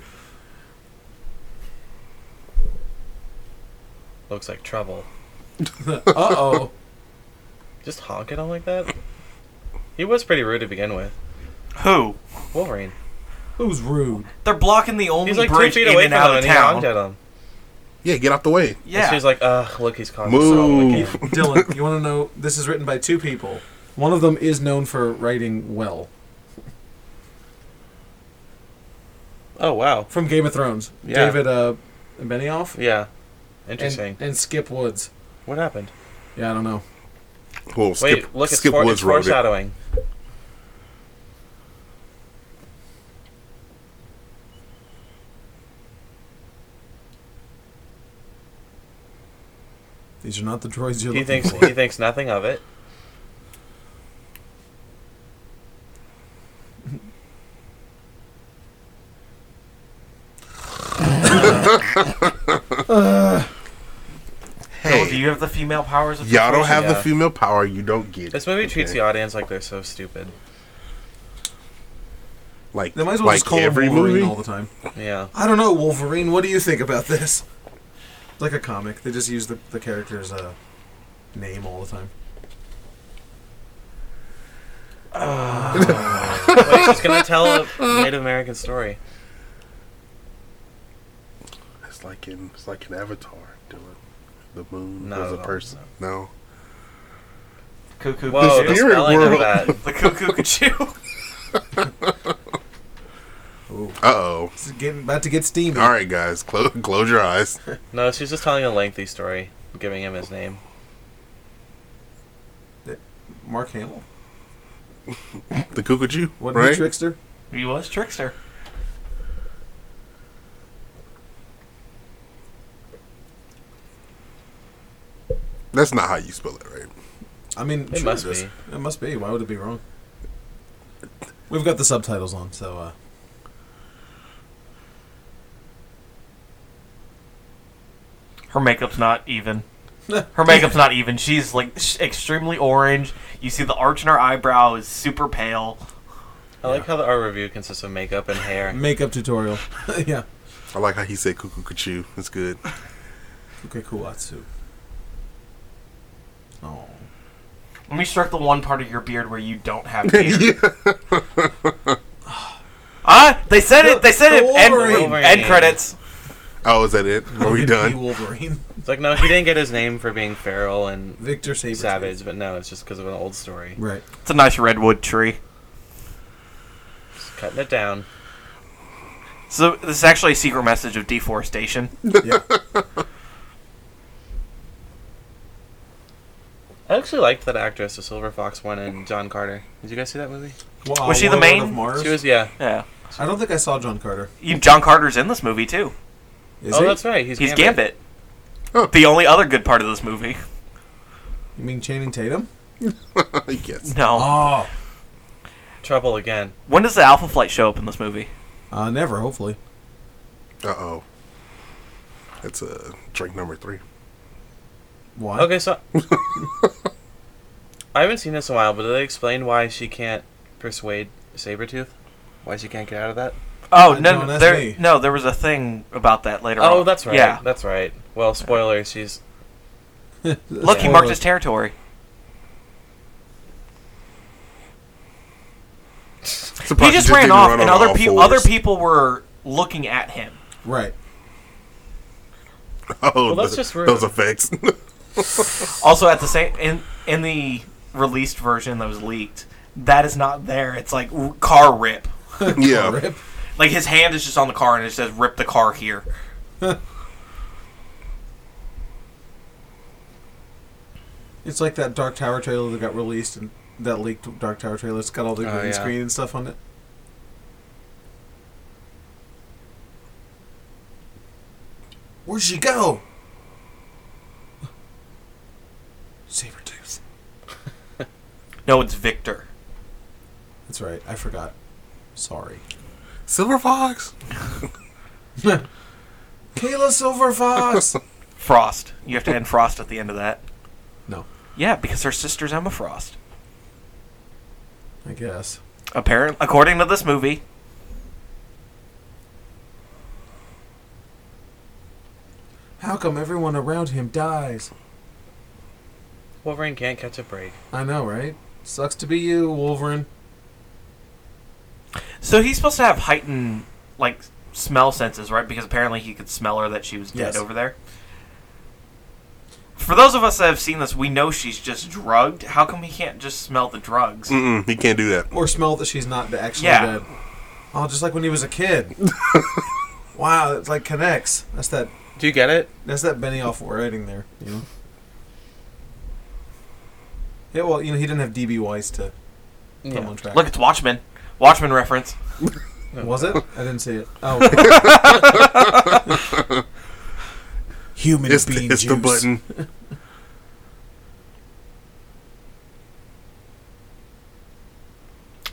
Speaker 3: Looks like trouble.
Speaker 1: uh oh.
Speaker 3: Just honking on like that? He was pretty rude to begin with.
Speaker 4: Who?
Speaker 3: Wolverine.
Speaker 1: Who's rude?
Speaker 4: They're blocking the only
Speaker 3: He's like two
Speaker 4: bridge
Speaker 3: feet
Speaker 4: in
Speaker 3: away
Speaker 4: and
Speaker 3: from
Speaker 4: out
Speaker 3: him and
Speaker 4: of
Speaker 3: he honked
Speaker 4: town.
Speaker 3: at him.
Speaker 2: Yeah, get out the way.
Speaker 3: And
Speaker 4: Yeah.
Speaker 3: she's like, ugh, look, he's caught
Speaker 2: Move.
Speaker 3: again.
Speaker 1: Dylan, you want to know? This is written by two people. One of them is known for writing well
Speaker 3: Oh, wow.
Speaker 1: from Game of Thrones.
Speaker 3: Yeah.
Speaker 1: David uh, Benioff.
Speaker 3: Yeah.
Speaker 1: and,
Speaker 3: Interesting.
Speaker 1: and Skip Woods.
Speaker 3: what happened?
Speaker 1: Yeah, I don't know.
Speaker 2: Well, skip,
Speaker 3: Wait, look, it's,
Speaker 2: skip
Speaker 3: for-
Speaker 2: Woods
Speaker 3: it's
Speaker 2: wrote it.
Speaker 3: foreshadowing.
Speaker 1: These are not the droids you're
Speaker 3: He
Speaker 1: looking
Speaker 3: thinks,
Speaker 1: for.
Speaker 3: he thinks nothing of it.
Speaker 4: Well, do
Speaker 2: Hey,
Speaker 4: you have the female powers of
Speaker 2: y'all don't have the
Speaker 3: Yeah.
Speaker 2: female power. You don't get.
Speaker 3: This movie treats
Speaker 2: Okay.
Speaker 3: the audience like they're so stupid.
Speaker 2: like
Speaker 1: They might as well
Speaker 2: like
Speaker 1: just call
Speaker 2: every
Speaker 1: him Wolverine
Speaker 2: movie.
Speaker 1: all the time.
Speaker 3: Yeah.
Speaker 1: I don't know, Wolverine. What do you think about this? It's like a comic. They just use the, the character's uh, name all the time.
Speaker 3: Wait, she's gonna tell a Native American story.
Speaker 2: It's like in it's like an Avatar, Dylan. The moon
Speaker 3: Not
Speaker 2: was a
Speaker 3: at all,
Speaker 2: person. No.
Speaker 4: Cuckoo
Speaker 3: Whoa, the
Speaker 4: Cuckoo.
Speaker 2: spirit
Speaker 3: spelling of
Speaker 2: world.
Speaker 3: that.
Speaker 4: The Cuckoo Cuckoo.
Speaker 2: Uh oh.
Speaker 1: This is getting about to get steamy.
Speaker 2: All right, guys, close close your eyes.
Speaker 3: No, she's just telling a lengthy story, giving him his name.
Speaker 1: Mark Hamill.
Speaker 2: The Cuckoo
Speaker 1: What
Speaker 2: right?
Speaker 1: trickster?
Speaker 4: He was trickster.
Speaker 2: That's not how you spell it, right?
Speaker 1: I mean,
Speaker 3: It
Speaker 1: sure
Speaker 3: must
Speaker 1: is. It must be. Why would it be wrong? We've got the subtitles on, so uh,
Speaker 4: Her makeup's not even.
Speaker 1: uh,
Speaker 4: Her makeup's not even. She's like sh- extremely orange. You see the arch in her eyebrow is super pale.
Speaker 3: I like how the, our review consists of makeup and hair.
Speaker 1: makeup tutorial. yeah.
Speaker 2: I like how he said Cuckoo Cuckoo. That's good.
Speaker 1: Okay, cool. Atsu. Oh.
Speaker 4: Let me stroke the one part of your beard where you don't have beard.
Speaker 2: yeah.
Speaker 4: ah, they said it. They said
Speaker 1: The
Speaker 4: it. End,
Speaker 1: Wolverine.
Speaker 4: end credits.
Speaker 2: Oh, is that it? Are we
Speaker 1: Look at me,
Speaker 2: done?
Speaker 1: Wolverine.
Speaker 3: It's like no, he didn't get his name for being feral and
Speaker 1: Victor Saber.
Speaker 3: savage, but no, it's just because of an old story.
Speaker 1: Right.
Speaker 4: It's a nice redwood tree.
Speaker 3: Just cutting it down.
Speaker 4: So this is actually a secret message of deforestation.
Speaker 1: Yeah.
Speaker 3: I actually liked that actress, the Silver Fox one, and John Carter. Did you guys see that movie?
Speaker 1: Well,
Speaker 4: Was she the
Speaker 1: Warlord
Speaker 4: main?
Speaker 1: Of Mars?
Speaker 3: She was, yeah.
Speaker 4: Yeah.
Speaker 1: I don't think I saw John Carter.
Speaker 4: You- John Carter's in this movie too.
Speaker 1: Is
Speaker 3: oh,
Speaker 1: he?
Speaker 3: that's right. He's,
Speaker 4: He's
Speaker 3: Gambit.
Speaker 4: Gambit.
Speaker 2: Oh.
Speaker 4: The only other good part of this movie.
Speaker 1: You mean Channing Tatum?
Speaker 2: yes.
Speaker 4: No.
Speaker 1: Oh.
Speaker 3: Trouble again.
Speaker 4: When does the Alpha Flight show up in this movie?
Speaker 1: Uh, never, hopefully.
Speaker 2: Uh oh. That's uh, drink number three.
Speaker 1: Why?
Speaker 3: Okay, so I haven't seen this in a while, but did they explain why she can't persuade Sabretooth? Why she can't get out of that?
Speaker 4: Oh
Speaker 1: Uh,
Speaker 4: no,
Speaker 1: no,
Speaker 4: no,
Speaker 1: that's
Speaker 4: there,
Speaker 1: me.
Speaker 4: no, there was a thing about that later.
Speaker 3: Oh,
Speaker 4: on.
Speaker 3: that's right.
Speaker 4: Yeah,
Speaker 3: That's right. Well, spoilers, she's
Speaker 4: look, he
Speaker 1: Spoiler.
Speaker 4: marked his territory. He
Speaker 2: Surprised
Speaker 4: just
Speaker 2: you
Speaker 4: ran
Speaker 2: didn't
Speaker 4: off,
Speaker 2: run
Speaker 4: and
Speaker 2: on
Speaker 4: other
Speaker 2: all
Speaker 4: people,
Speaker 2: fours.
Speaker 4: other people were looking at him.
Speaker 1: Right.
Speaker 2: Oh,
Speaker 3: Well, that's
Speaker 2: th-
Speaker 3: just rude.
Speaker 2: Oh, those effects.
Speaker 4: Also, at the same in in the released version that was leaked, that is not there. It's like r- car rip.
Speaker 2: yeah.
Speaker 1: Rip.
Speaker 4: Like his hand is just on the car, and it says "rip the car here."
Speaker 1: It's like that Dark Tower trailer that got released and that leaked Dark Tower trailer. It's got all the
Speaker 3: Oh,
Speaker 1: green
Speaker 3: yeah.
Speaker 1: screen and stuff on it. Where'd she go? Sabretooth.
Speaker 4: No, it's Victor.
Speaker 1: That's right. I forgot. Sorry.
Speaker 2: Silver Fox.
Speaker 1: Kayla Silver Fox.
Speaker 4: Frost. You have to end Frost at the end of that.
Speaker 1: no,
Speaker 4: Yeah, because her sister's Emma Frost.
Speaker 1: I guess.
Speaker 4: Apparently, according to this movie,
Speaker 1: How come everyone around him dies?
Speaker 3: Wolverine can't catch a break.
Speaker 1: I know, right? Sucks to be you, Wolverine.
Speaker 4: So he's supposed to have heightened like smell senses, right? Because apparently he could smell her that she was dead
Speaker 1: Yes.
Speaker 4: over there. For those of us that have seen this, we know she's just drugged. How come he can't just smell the drugs?
Speaker 2: Mm-mm, he can't do that.
Speaker 1: Or smell that she's not actually
Speaker 4: Yeah.
Speaker 1: dead. Oh, just like when he was a kid. wow, it's like connects. That's that.
Speaker 3: Do you get it?
Speaker 1: That's that Benioff writing there. You know. Yeah, well, you know, he didn't have DB Weiss to put him on track.
Speaker 4: Look, it's Watchmen. Watchmen reference.
Speaker 1: was it? I didn't see it. Oh. Human
Speaker 2: It's,
Speaker 1: being
Speaker 2: the, it's the
Speaker 1: juice.
Speaker 2: button.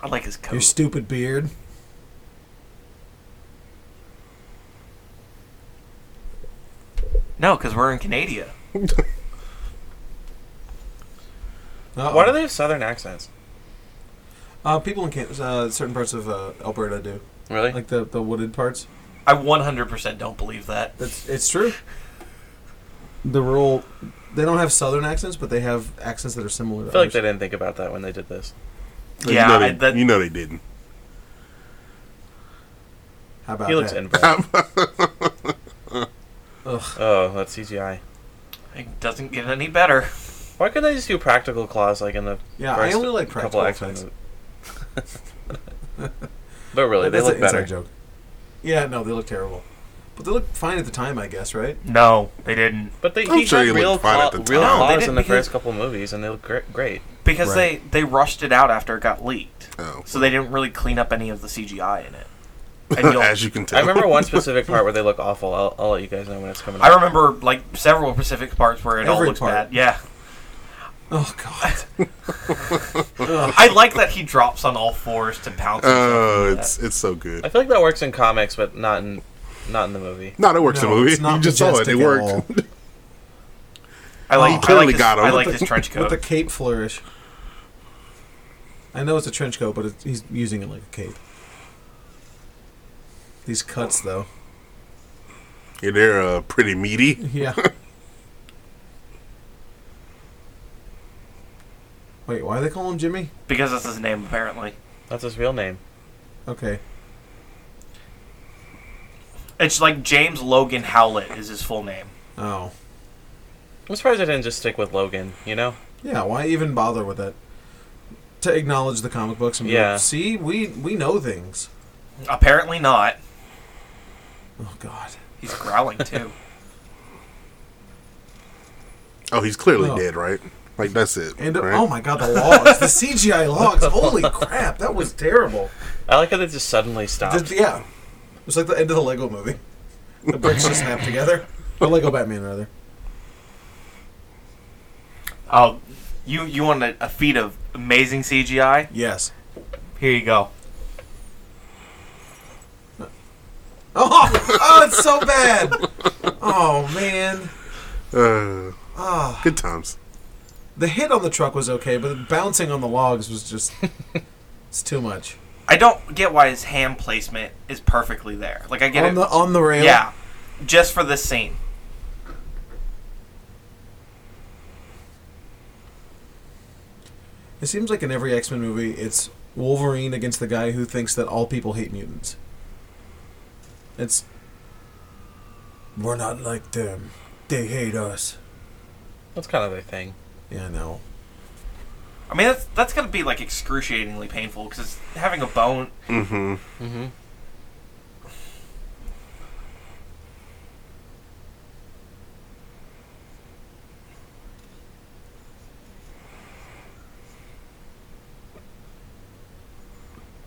Speaker 4: I like his coat.
Speaker 1: Your stupid beard.
Speaker 4: no, because we're in Canada.
Speaker 1: Uh-oh.
Speaker 3: Why do they have southern accents?
Speaker 1: Uh, people in Can- uh, certain parts of uh, Alberta do,
Speaker 3: Really?
Speaker 1: like the, the wooded parts.
Speaker 4: I 100% don't believe that.
Speaker 1: That's it's true. The rural, they don't have southern accents, but they have accents that are similar. To
Speaker 3: I feel like they
Speaker 1: ours.
Speaker 3: didn't think about that when they did this.
Speaker 4: Yeah,
Speaker 2: you know
Speaker 4: I-
Speaker 2: they,
Speaker 4: that-
Speaker 2: you know they didn't.
Speaker 1: How about
Speaker 3: He looks
Speaker 1: that?
Speaker 3: inbred.
Speaker 1: Ugh.
Speaker 3: Oh, that's CGI.
Speaker 4: It doesn't get any better.
Speaker 3: Why couldn't they just do practical claws like in the
Speaker 1: Yeah, I
Speaker 3: first
Speaker 1: only like
Speaker 3: couple
Speaker 1: practical
Speaker 3: X Men?
Speaker 1: effects.
Speaker 3: But really, they
Speaker 1: That's
Speaker 3: look
Speaker 1: an inside
Speaker 3: better.
Speaker 1: joke. Yeah, no, they look terrible, but they look fine at the time, I guess, right?
Speaker 4: No, they didn't.
Speaker 3: But they
Speaker 2: I'm
Speaker 3: he
Speaker 2: sure
Speaker 3: had
Speaker 2: he looked
Speaker 3: real,
Speaker 2: fine
Speaker 3: claw,
Speaker 2: at the
Speaker 3: real
Speaker 2: time.
Speaker 4: No, they
Speaker 3: claws
Speaker 4: didn't
Speaker 3: in the
Speaker 4: because-
Speaker 3: first couple movies, and they look gre- great.
Speaker 4: Because
Speaker 1: Right.
Speaker 4: they, they rushed it out after it got leaked.
Speaker 2: Oh.
Speaker 4: So they didn't really clean up any of the CGI in it. And you'll,
Speaker 2: As you can tell.
Speaker 3: I remember one specific part where they look awful. I'll, I'll let you guys know when it's coming.
Speaker 4: I
Speaker 3: up.
Speaker 4: remember like several Pacific parts where it all
Speaker 1: Every
Speaker 4: looks
Speaker 1: part.
Speaker 4: bad. Yeah.
Speaker 1: Oh God.
Speaker 4: I like that he drops on all fours to pounce. himself
Speaker 2: Oh,
Speaker 4: into
Speaker 2: it's it's so good.
Speaker 3: I feel like that works in comics, but not in not in the movie.
Speaker 2: No, it works in
Speaker 1: No,
Speaker 2: the movie.
Speaker 1: it's not
Speaker 2: You just saw it.
Speaker 1: majestic
Speaker 2: It
Speaker 1: at
Speaker 2: worked.
Speaker 4: that. I like.
Speaker 2: he
Speaker 4: I
Speaker 2: clearly
Speaker 4: like his,
Speaker 2: got him.
Speaker 4: I like
Speaker 1: With
Speaker 4: his
Speaker 1: the-
Speaker 4: trench
Speaker 1: with
Speaker 4: coat.
Speaker 1: the cape flourish. I know it's a trench coat, but it's, he's using it like a cape. These cuts, though.
Speaker 2: yeah, they're uh, pretty meaty.
Speaker 1: Yeah. Wait, why they call him Jimmy?
Speaker 4: because that's his name apparently.
Speaker 3: That's his real name.
Speaker 1: Okay.
Speaker 4: It's like James Logan Howlett is his full name.
Speaker 1: Oh.
Speaker 3: I'm surprised I didn't just stick with Logan. You know,
Speaker 1: Yeah, why even bother with it? To acknowledge the comic books and be
Speaker 3: Yeah.
Speaker 1: like, see, we we know things.
Speaker 4: Apparently not.
Speaker 1: Oh God.
Speaker 4: He's growling too.
Speaker 2: Oh, he's clearly
Speaker 1: Oh.
Speaker 2: dead, right? Like that's it.
Speaker 1: And
Speaker 2: right?
Speaker 1: oh my God, the logs, the CGI logs. Holy crap, that was terrible.
Speaker 3: I like how they just suddenly stopped.
Speaker 1: Just- yeah, it was like the end of the Lego movie. The bricks just snap together. Or Lego Batman, rather.
Speaker 4: Oh, you you want a, a feat of amazing CGI?
Speaker 1: Yes.
Speaker 4: Here you go.
Speaker 1: Oh, oh, it's so bad. Oh man.
Speaker 2: Uh,
Speaker 1: Ah,
Speaker 2: good times.
Speaker 1: the hit on the truck was okay, but the bouncing on the logs was just—it's too much.
Speaker 4: I don't get why his hand placement is perfectly there. Like I get
Speaker 1: on
Speaker 4: it.
Speaker 1: the on the rail.
Speaker 4: yeah, just for this scene.
Speaker 1: It seems like in every X Men movie, it's Wolverine against the guy who thinks that all people hate mutants. It's. We're not like them. They hate us.
Speaker 3: That's kind of their thing.
Speaker 1: Yeah, I know.
Speaker 4: I mean, that's that's gonna be like excruciatingly painful because having a bone.
Speaker 2: Mm-hmm.
Speaker 3: Mm-hmm.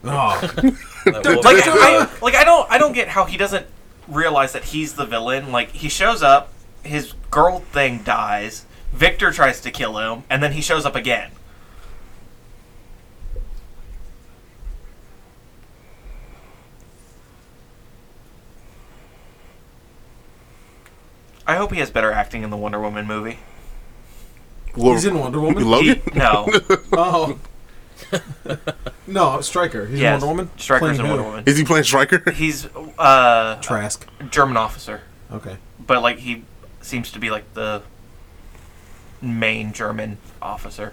Speaker 1: Oh,
Speaker 4: Like I, like I don't I don't get how he doesn't realize that he's the villain. Like he shows up, his girl thing dies. Victor tries to kill him, and then he shows up again. I hope he has better acting in the Wonder Woman movie.
Speaker 1: he's in Wonder Woman.
Speaker 2: Logan.
Speaker 4: He- no,
Speaker 1: Oh. no, Striker. He's
Speaker 4: yes,
Speaker 1: Wonder Woman.
Speaker 4: Striker's
Speaker 1: Playing
Speaker 4: in
Speaker 1: who?
Speaker 4: Wonder Woman.
Speaker 2: Is he playing Striker?
Speaker 4: He's uh,
Speaker 1: Trask.
Speaker 4: German officer.
Speaker 1: Okay.
Speaker 4: but like he seems to be like the main German officer.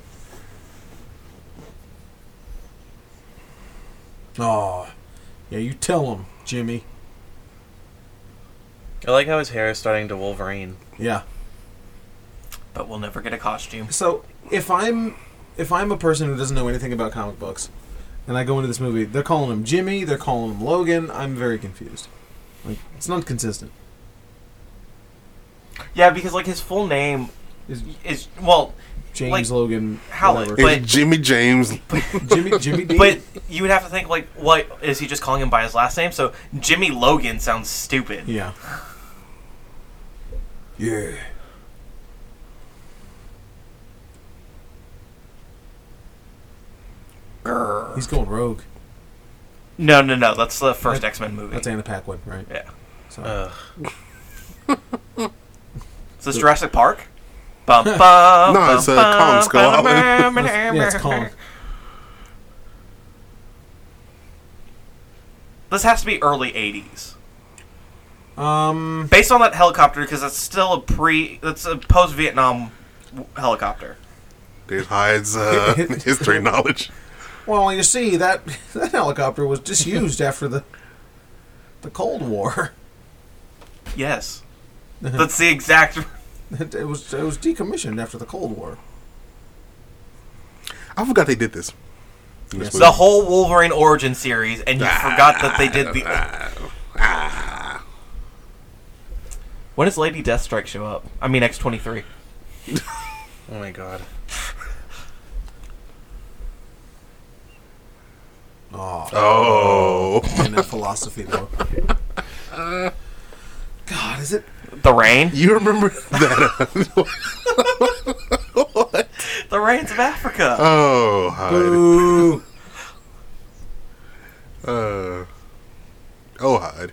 Speaker 1: Oh, yeah. You tell him, Jimmy.
Speaker 3: I like how his hair is starting to Wolverine.
Speaker 1: Yeah.
Speaker 4: But we'll never get a costume.
Speaker 1: So if I'm if I'm a person who doesn't know anything about comic books, and I go into this movie, they're calling him Jimmy. They're calling him Logan. I'm very confused. Like it's not consistent.
Speaker 4: Yeah, because like his full name
Speaker 1: Is
Speaker 4: is well,
Speaker 1: James
Speaker 4: Like,
Speaker 1: Logan
Speaker 4: Howlett,
Speaker 1: whatever.
Speaker 2: It's
Speaker 4: But-
Speaker 2: Jimmy James.
Speaker 1: Jimmy Jimmy D.
Speaker 4: but you would have to think like, what is he just calling him by his last name? So Jimmy Logan sounds stupid.
Speaker 1: yeah. Yeah.
Speaker 4: Grr.
Speaker 1: He's going rogue.
Speaker 4: No, no, no. That's the first
Speaker 1: That-
Speaker 4: X Men movie.
Speaker 1: That's Anna Paquin, right?
Speaker 4: Yeah.
Speaker 1: So.
Speaker 3: Ugh.
Speaker 4: Is this Jurassic Park? Bum, bum,
Speaker 2: No, it's, uh,
Speaker 4: bum,
Speaker 2: Kong Skull
Speaker 4: bum,
Speaker 2: Island.
Speaker 4: bum,
Speaker 1: yeah, it's Kong.
Speaker 4: This has to be early '80s.
Speaker 1: Um.
Speaker 4: based on that helicopter because that's still a pre that's a post Vietnam helicopter.
Speaker 2: There's Hyde's uh, history knowledge.
Speaker 1: Well, you see that that helicopter was disused after the the Cold War.
Speaker 4: Yes,
Speaker 2: Uh-huh.
Speaker 4: that's the exact.
Speaker 1: It, it was it was decommissioned after the Cold War.
Speaker 2: I forgot they did this. in this
Speaker 1: Yes.
Speaker 2: movie.
Speaker 4: The whole Wolverine origin series, and you forgot that they did the.
Speaker 2: Ah, ah.
Speaker 4: When does Lady Deathstrike show up? I mean X twenty three.
Speaker 3: Oh my god.
Speaker 1: Oh,
Speaker 2: Oh.
Speaker 1: in that philosophy book. God, is it?
Speaker 4: The rain.
Speaker 2: You remember that? uh,
Speaker 4: The rains of Africa.
Speaker 2: oh, Hyde.
Speaker 1: Ooh.
Speaker 2: Uh, oh, Hyde.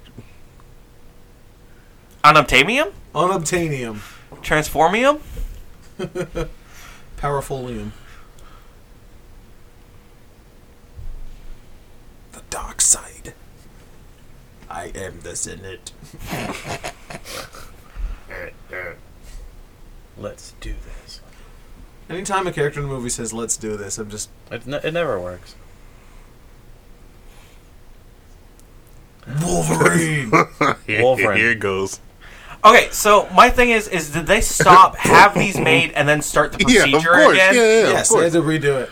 Speaker 4: Unobtainium.
Speaker 1: Unobtainium.
Speaker 4: Transformium.
Speaker 1: Powerfulium. The dark side. I am the Senate.
Speaker 3: Let's do this.
Speaker 1: Anytime a character in a movie says, let's do this, I'm just.
Speaker 3: It, ne- it never works.
Speaker 1: Wolverine!
Speaker 3: Wolverine.
Speaker 2: Here it goes.
Speaker 4: Okay, so my thing is, is did they stop, have these made, and then start the
Speaker 2: Yeah,
Speaker 4: procedure
Speaker 2: of course. Yeah,
Speaker 4: again?
Speaker 2: yeah, of
Speaker 1: yes, they had
Speaker 2: course.
Speaker 1: to redo it.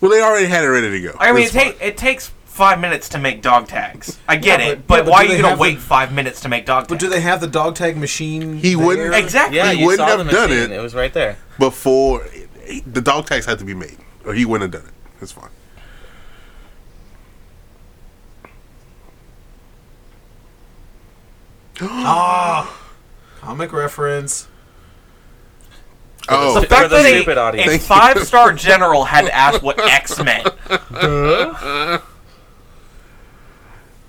Speaker 2: Well, they already had it ready to go.
Speaker 4: I mean, it,
Speaker 2: That's fine.
Speaker 4: take, it takes five minutes to make dog tags. I get
Speaker 1: Yeah, but-
Speaker 4: it, but,
Speaker 1: yeah, but
Speaker 4: why
Speaker 1: do
Speaker 4: are
Speaker 1: they
Speaker 4: you going
Speaker 1: have
Speaker 4: to wait
Speaker 1: the-
Speaker 4: five minutes to make dog tags?
Speaker 1: But do they have the dog tag machine?
Speaker 2: He wouldn't-
Speaker 1: there?
Speaker 4: exactly?
Speaker 3: Yeah,
Speaker 2: He
Speaker 3: you
Speaker 2: wouldn't
Speaker 3: saw
Speaker 2: have
Speaker 3: the
Speaker 2: done
Speaker 3: machine.
Speaker 2: it.
Speaker 3: It was right there.
Speaker 2: before the dog tags had to be made, or he wouldn't have done it. That's fine.
Speaker 1: Comic reference.
Speaker 2: Oh,
Speaker 4: The fact
Speaker 3: the
Speaker 4: that a-
Speaker 3: stupid audience.
Speaker 4: a
Speaker 2: Thank you.
Speaker 4: five-star general had to ask what X meant.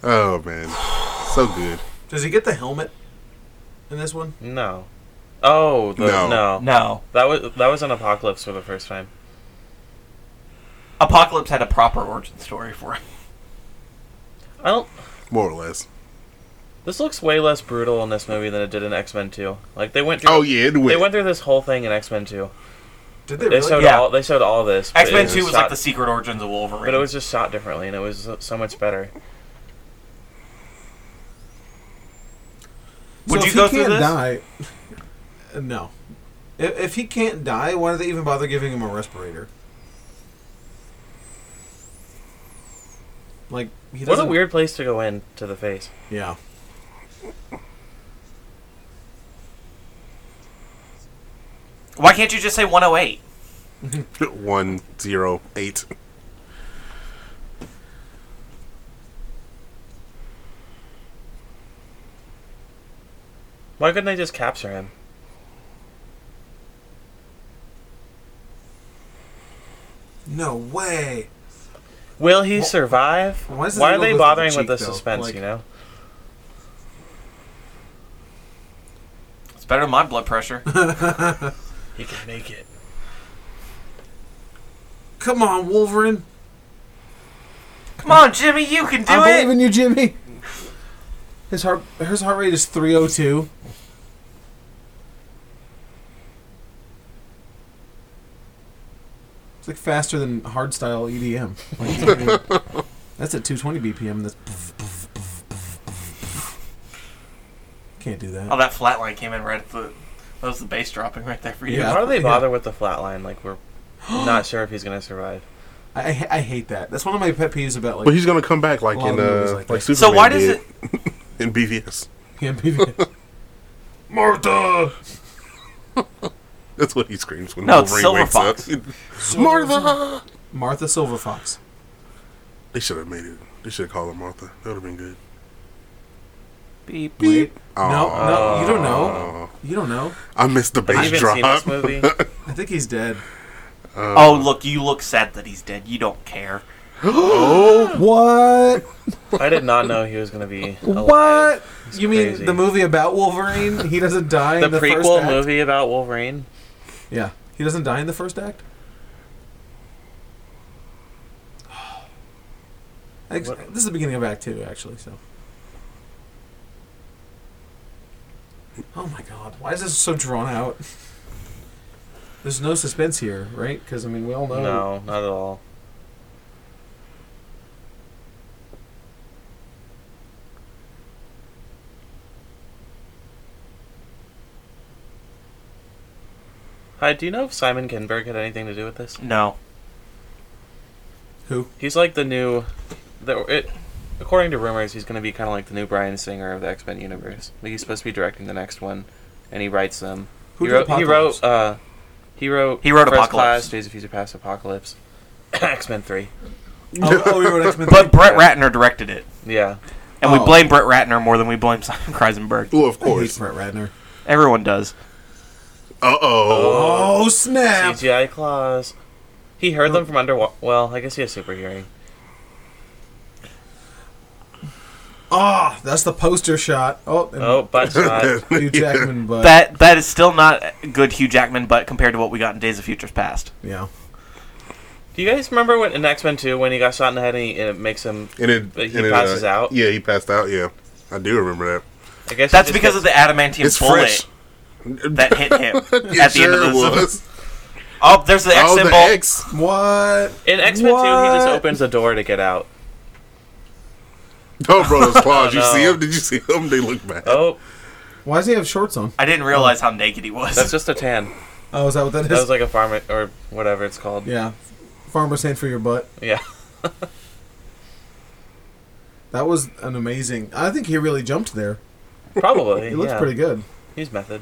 Speaker 2: oh man, so good.
Speaker 1: Does he get the helmet in this one?
Speaker 3: No. Oh, the,
Speaker 2: No.
Speaker 3: no.
Speaker 4: No,
Speaker 3: That was that was an apocalypse for the first time.
Speaker 4: Apocalypse had a proper origin story for him.
Speaker 3: I don't.
Speaker 2: More or less.
Speaker 3: This looks way less brutal in this movie than it did in X Men Two. Like they went through.
Speaker 2: Oh yeah, it
Speaker 3: They
Speaker 2: went.
Speaker 3: went through this whole thing in X Men Two.
Speaker 1: Did they
Speaker 3: They
Speaker 1: really?
Speaker 3: showed
Speaker 4: Yeah.
Speaker 3: all. They showed all this. but
Speaker 4: X Men
Speaker 3: it
Speaker 4: Two was
Speaker 3: shot-
Speaker 4: like the secret origins of Wolverine.
Speaker 3: But it was just shot differently, and it was so- so much better.
Speaker 4: Would
Speaker 1: so
Speaker 4: you
Speaker 1: if
Speaker 4: go
Speaker 1: he
Speaker 4: through
Speaker 1: can't
Speaker 4: this?
Speaker 1: die, Uh, no. If, if he can't die, why do they even bother giving him a respirator? Like he
Speaker 3: What
Speaker 1: doesn't.
Speaker 3: a weird place to go in to the face.
Speaker 1: Yeah.
Speaker 4: why can't you just say 108?
Speaker 2: One zero eight.
Speaker 3: Why couldn't they just capture him?
Speaker 1: No way.
Speaker 3: Will he survive?
Speaker 1: why
Speaker 3: Why,
Speaker 1: does his
Speaker 3: are
Speaker 1: ego go
Speaker 3: they
Speaker 1: through
Speaker 3: bothering
Speaker 1: the
Speaker 3: with the
Speaker 1: cheek, though?
Speaker 3: suspense?
Speaker 1: Like-
Speaker 3: you know,
Speaker 4: It's better than my blood pressure.
Speaker 3: he can make it.
Speaker 1: Come on, Wolverine.
Speaker 4: Come on, Jimmy, you can do
Speaker 1: I
Speaker 4: it.
Speaker 1: believe in you, Jimmy. His heart, his heart rate is three hundred two. It's like faster than hardstyle EDM. Like, it's not even- that's at two twenty BPM. That's can't do
Speaker 4: Oh,
Speaker 1: that.
Speaker 4: that flat line came in right at the. That was the bass dropping right there for you.
Speaker 1: Yeah.
Speaker 3: Why do they
Speaker 1: Yeah.
Speaker 3: bother with the flatline? Like we're not sure if he's gonna survive.
Speaker 1: I, I, I hate that. That's one of my pet peeves about like
Speaker 2: But he's gonna come back like
Speaker 1: A lot
Speaker 2: in
Speaker 1: of movies
Speaker 2: uh,
Speaker 1: like
Speaker 2: like,
Speaker 1: that.
Speaker 2: Superman.
Speaker 4: So why does
Speaker 2: did in BVS?
Speaker 1: yeah, BPM.
Speaker 2: Martha. That's what he screams when
Speaker 4: No, it's
Speaker 2: Wolverine
Speaker 4: Silver
Speaker 2: wakes
Speaker 4: Fox.
Speaker 2: up. Martha.
Speaker 1: Martha Silver Fox.
Speaker 2: They should have made it. They should have called her Martha. That would have been good.
Speaker 4: Beep.
Speaker 1: Wait,
Speaker 2: Aw.
Speaker 1: no, no, you don't
Speaker 2: Oh.
Speaker 1: know. You don't know.
Speaker 2: I missed the
Speaker 3: Have
Speaker 2: bass
Speaker 3: you even
Speaker 2: drop.
Speaker 3: seen this movie?
Speaker 1: I think he's dead.
Speaker 4: Oh, look, you look sad that he's dead. You don't care.
Speaker 1: What?
Speaker 3: I did not know he was gonna be. Alive.
Speaker 1: What? you
Speaker 3: crazy.
Speaker 1: mean the movie about Wolverine? He doesn't die
Speaker 3: The,
Speaker 1: in the first
Speaker 3: prequel
Speaker 1: act.
Speaker 3: movie about Wolverine.
Speaker 1: Yeah, he doesn't die in the first act. Ex-
Speaker 3: What?
Speaker 1: This is the beginning of Act Two, actually. So. Oh my God! Why is this so drawn out? There's no suspense here, right? Because I mean, we all know.
Speaker 3: No, not at all. Hi, do you know if Simon Kinberg had anything to do with this?
Speaker 4: No.
Speaker 1: Who?
Speaker 3: He's like the new. The, it, according to rumors, he's going to be kind of like the new Brian Singer of the X Men universe. Like he's supposed to be directing the next one, and he writes them.
Speaker 1: Who
Speaker 3: he,
Speaker 1: did
Speaker 3: wrote, he
Speaker 1: Apocalypse?
Speaker 3: wrote. Uh, he wrote.
Speaker 4: He wrote
Speaker 3: First
Speaker 4: Apocalypse.
Speaker 3: Class, Days of Future Past, Apocalypse, X Men Three.
Speaker 1: Oh, oh, we wrote X-Men.
Speaker 4: But Brett
Speaker 3: Yeah.
Speaker 4: Ratner directed it,
Speaker 3: Yeah,
Speaker 4: and
Speaker 1: Oh.
Speaker 4: we blame Brett Ratner more than we blame Simon Kreisenberg.
Speaker 2: Well, of
Speaker 1: I hate
Speaker 2: course. Uh
Speaker 1: Brett Ratner.
Speaker 4: Everyone does.
Speaker 2: oh.
Speaker 1: Oh snap!
Speaker 3: CGI claws. He heard them from underwater. Well, I guess he has super hearing.
Speaker 1: Ah, that's the poster shot. Oh, and
Speaker 3: Oh, butt shot.
Speaker 1: Hugh Jackman, but
Speaker 4: That that is still not a good Hugh Jackman, but compared to what we got in Days of Futures Past.
Speaker 1: yeah.
Speaker 3: Do you guys remember when in X Men Two when he got shot in the head and, he, and it makes him?
Speaker 2: And it,
Speaker 3: But he
Speaker 2: and it, uh,
Speaker 3: passes out?
Speaker 2: Yeah, he passed out. Yeah, I do remember that.
Speaker 3: I guess he
Speaker 4: That's
Speaker 3: just
Speaker 4: because
Speaker 3: gets-
Speaker 4: of the adamantium
Speaker 2: It's
Speaker 4: bullet
Speaker 2: fresh.
Speaker 4: that hit him
Speaker 2: It
Speaker 4: at the
Speaker 2: sure
Speaker 4: end of the
Speaker 2: was.
Speaker 4: Oh, there's the X
Speaker 2: Oh,
Speaker 4: symbol.
Speaker 2: the X.
Speaker 1: What?
Speaker 3: in X Men Two he just
Speaker 1: What?
Speaker 3: opens a door to get out.
Speaker 2: Oh, bro, those claws.
Speaker 3: Oh,
Speaker 2: You see
Speaker 3: no.
Speaker 2: him? Did you see him? They look bad.
Speaker 3: Oh,
Speaker 1: Why does he have shorts on?
Speaker 4: I didn't realize how naked he was.
Speaker 3: that's just a tan.
Speaker 1: Oh, is that what that is?
Speaker 3: That was like a farm or whatever it's called.
Speaker 1: yeah, farmer's hand for your butt.
Speaker 3: Yeah.
Speaker 1: That was an amazing. I think he really jumped there.
Speaker 3: Probably.
Speaker 1: He looks
Speaker 3: yeah.
Speaker 1: pretty good.
Speaker 3: He's method.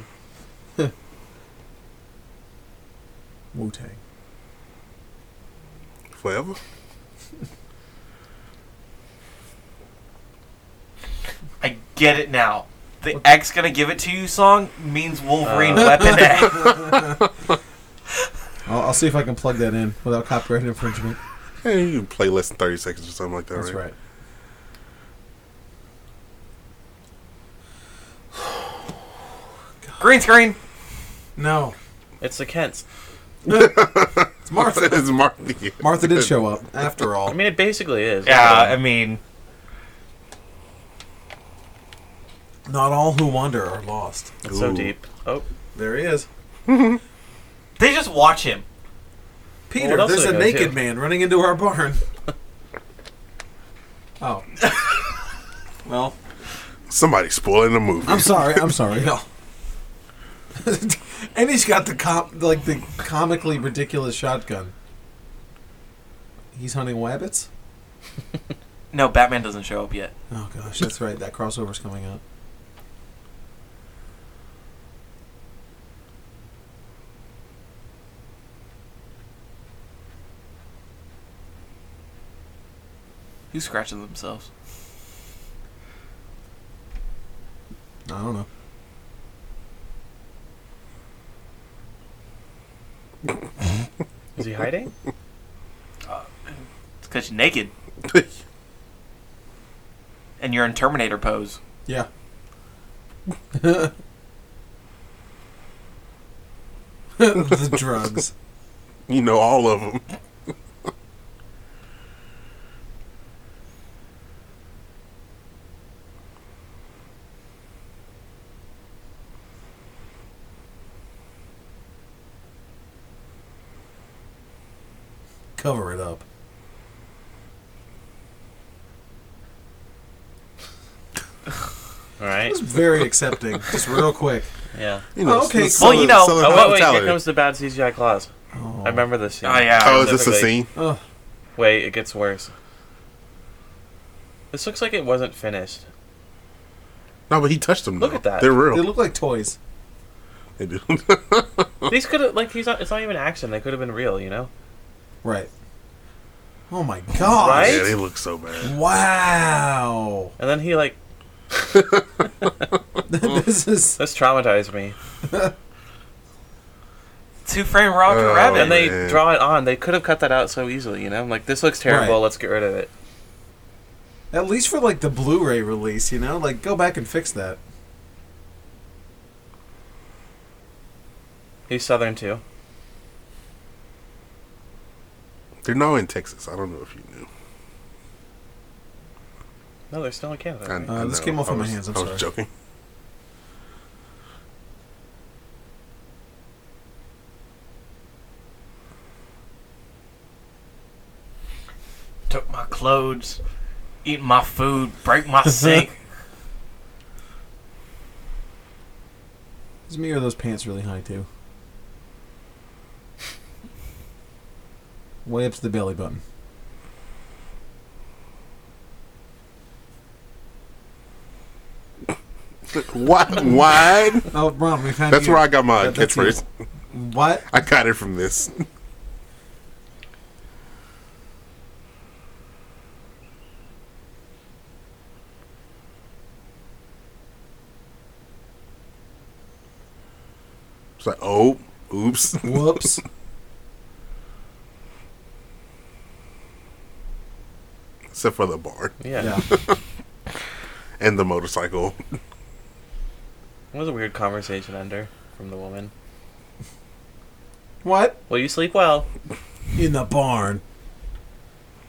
Speaker 1: Wu Tang.
Speaker 2: Forever.
Speaker 4: I get it now. The X gonna give it to you song means Wolverine
Speaker 3: Uh.
Speaker 4: Weapon X.
Speaker 1: I'll, I'll see if I can plug that in without copyright infringement.
Speaker 2: Hey, you can play less than thirty seconds or something like that,
Speaker 1: That's
Speaker 2: right?
Speaker 1: right.
Speaker 4: Green screen.
Speaker 1: No,
Speaker 3: It's the Kents.
Speaker 1: it's Martha.
Speaker 2: it's Martha.
Speaker 1: Martha did show up after all.
Speaker 3: I mean, it basically is.
Speaker 4: Yeah, I mean,
Speaker 1: Not all who wander are lost.
Speaker 3: It's so
Speaker 2: Ooh.
Speaker 3: deep. Oh,
Speaker 1: There he is.
Speaker 4: they just watch him.
Speaker 1: Peter,
Speaker 3: Well, what else
Speaker 1: there's
Speaker 3: do
Speaker 1: a
Speaker 3: they go
Speaker 1: naked
Speaker 3: to?
Speaker 1: man running into our barn. oh. well,
Speaker 2: Somebody spoiling the movie.
Speaker 1: I'm sorry. I'm sorry. No. and he's got the com- like the comically ridiculous shotgun. He's hunting wabbits.
Speaker 4: No, Batman doesn't show up yet.
Speaker 1: Oh gosh, that's right. That crossover's coming up.
Speaker 4: Who's scratching themselves?
Speaker 1: I don't know.
Speaker 3: is he hiding?
Speaker 4: It's because you're naked and you're in Terminator pose.
Speaker 1: Yeah. the drugs.
Speaker 2: you know all of them.
Speaker 1: Cover it up.
Speaker 3: All
Speaker 1: It
Speaker 3: right.
Speaker 1: was very accepting. Just real quick.
Speaker 3: Yeah.
Speaker 2: You know,
Speaker 1: Oh, okay,
Speaker 2: it's
Speaker 4: cool. Well, you know-
Speaker 2: Southern
Speaker 3: Oh wait, wait. Here
Speaker 2: hospitality.
Speaker 3: comes the bad CGI claws.
Speaker 1: Oh.
Speaker 3: I remember this scene.
Speaker 4: Oh yeah.
Speaker 2: Oh, is this the
Speaker 3: Specifically.
Speaker 2: scene?
Speaker 1: Ugh.
Speaker 3: Wait, it gets worse. This looks like it wasn't finished.
Speaker 2: No, but he touched them.
Speaker 3: Look
Speaker 2: though.
Speaker 3: at that.
Speaker 2: They're
Speaker 1: They
Speaker 2: real.
Speaker 1: look like toys.
Speaker 2: They do.
Speaker 3: These could have like he's not. It's not even action. They could have been real. You know.
Speaker 1: Right. Oh my god.
Speaker 3: Right?
Speaker 2: Yeah, they look so bad.
Speaker 1: Wow.
Speaker 3: And then he like
Speaker 1: this is
Speaker 3: this traumatized me.
Speaker 4: Two frame Roger
Speaker 2: Oh,
Speaker 4: Rabbit.
Speaker 3: And they
Speaker 2: man.
Speaker 3: draw it on. They could have cut that out so easily. You know. I'm like, this looks terrible.
Speaker 1: Right.
Speaker 3: Let's get rid of it.
Speaker 1: at least for like the Blu-ray release, you know? Like go back and fix that.
Speaker 3: He's southern too.
Speaker 2: They're now in Texas. I don't know if you knew.
Speaker 3: No, they're still in Canada.
Speaker 2: I,
Speaker 3: right?
Speaker 2: I
Speaker 1: this
Speaker 2: know.
Speaker 1: came off
Speaker 2: I
Speaker 1: of my
Speaker 2: was-
Speaker 1: hands, I'm
Speaker 2: I was
Speaker 1: sorry.
Speaker 2: joking.
Speaker 4: Took my clothes, eat my food, break my sink.
Speaker 1: Is me or those pants really high too? Way up to the belly button.
Speaker 2: What? Wine?
Speaker 1: Oh, Ron, we found
Speaker 2: That's
Speaker 1: you.
Speaker 2: where I got my
Speaker 1: That- that's
Speaker 2: catchphrase.
Speaker 1: you. What?
Speaker 2: I got it from this. It's like, oh, oops.
Speaker 1: Whoops.
Speaker 2: Except for the barn
Speaker 3: Yeah.
Speaker 1: yeah.
Speaker 2: and the motorcycle.
Speaker 3: It was a weird conversation under from the woman.
Speaker 1: What?
Speaker 3: Well, you sleep well.
Speaker 1: In the barn.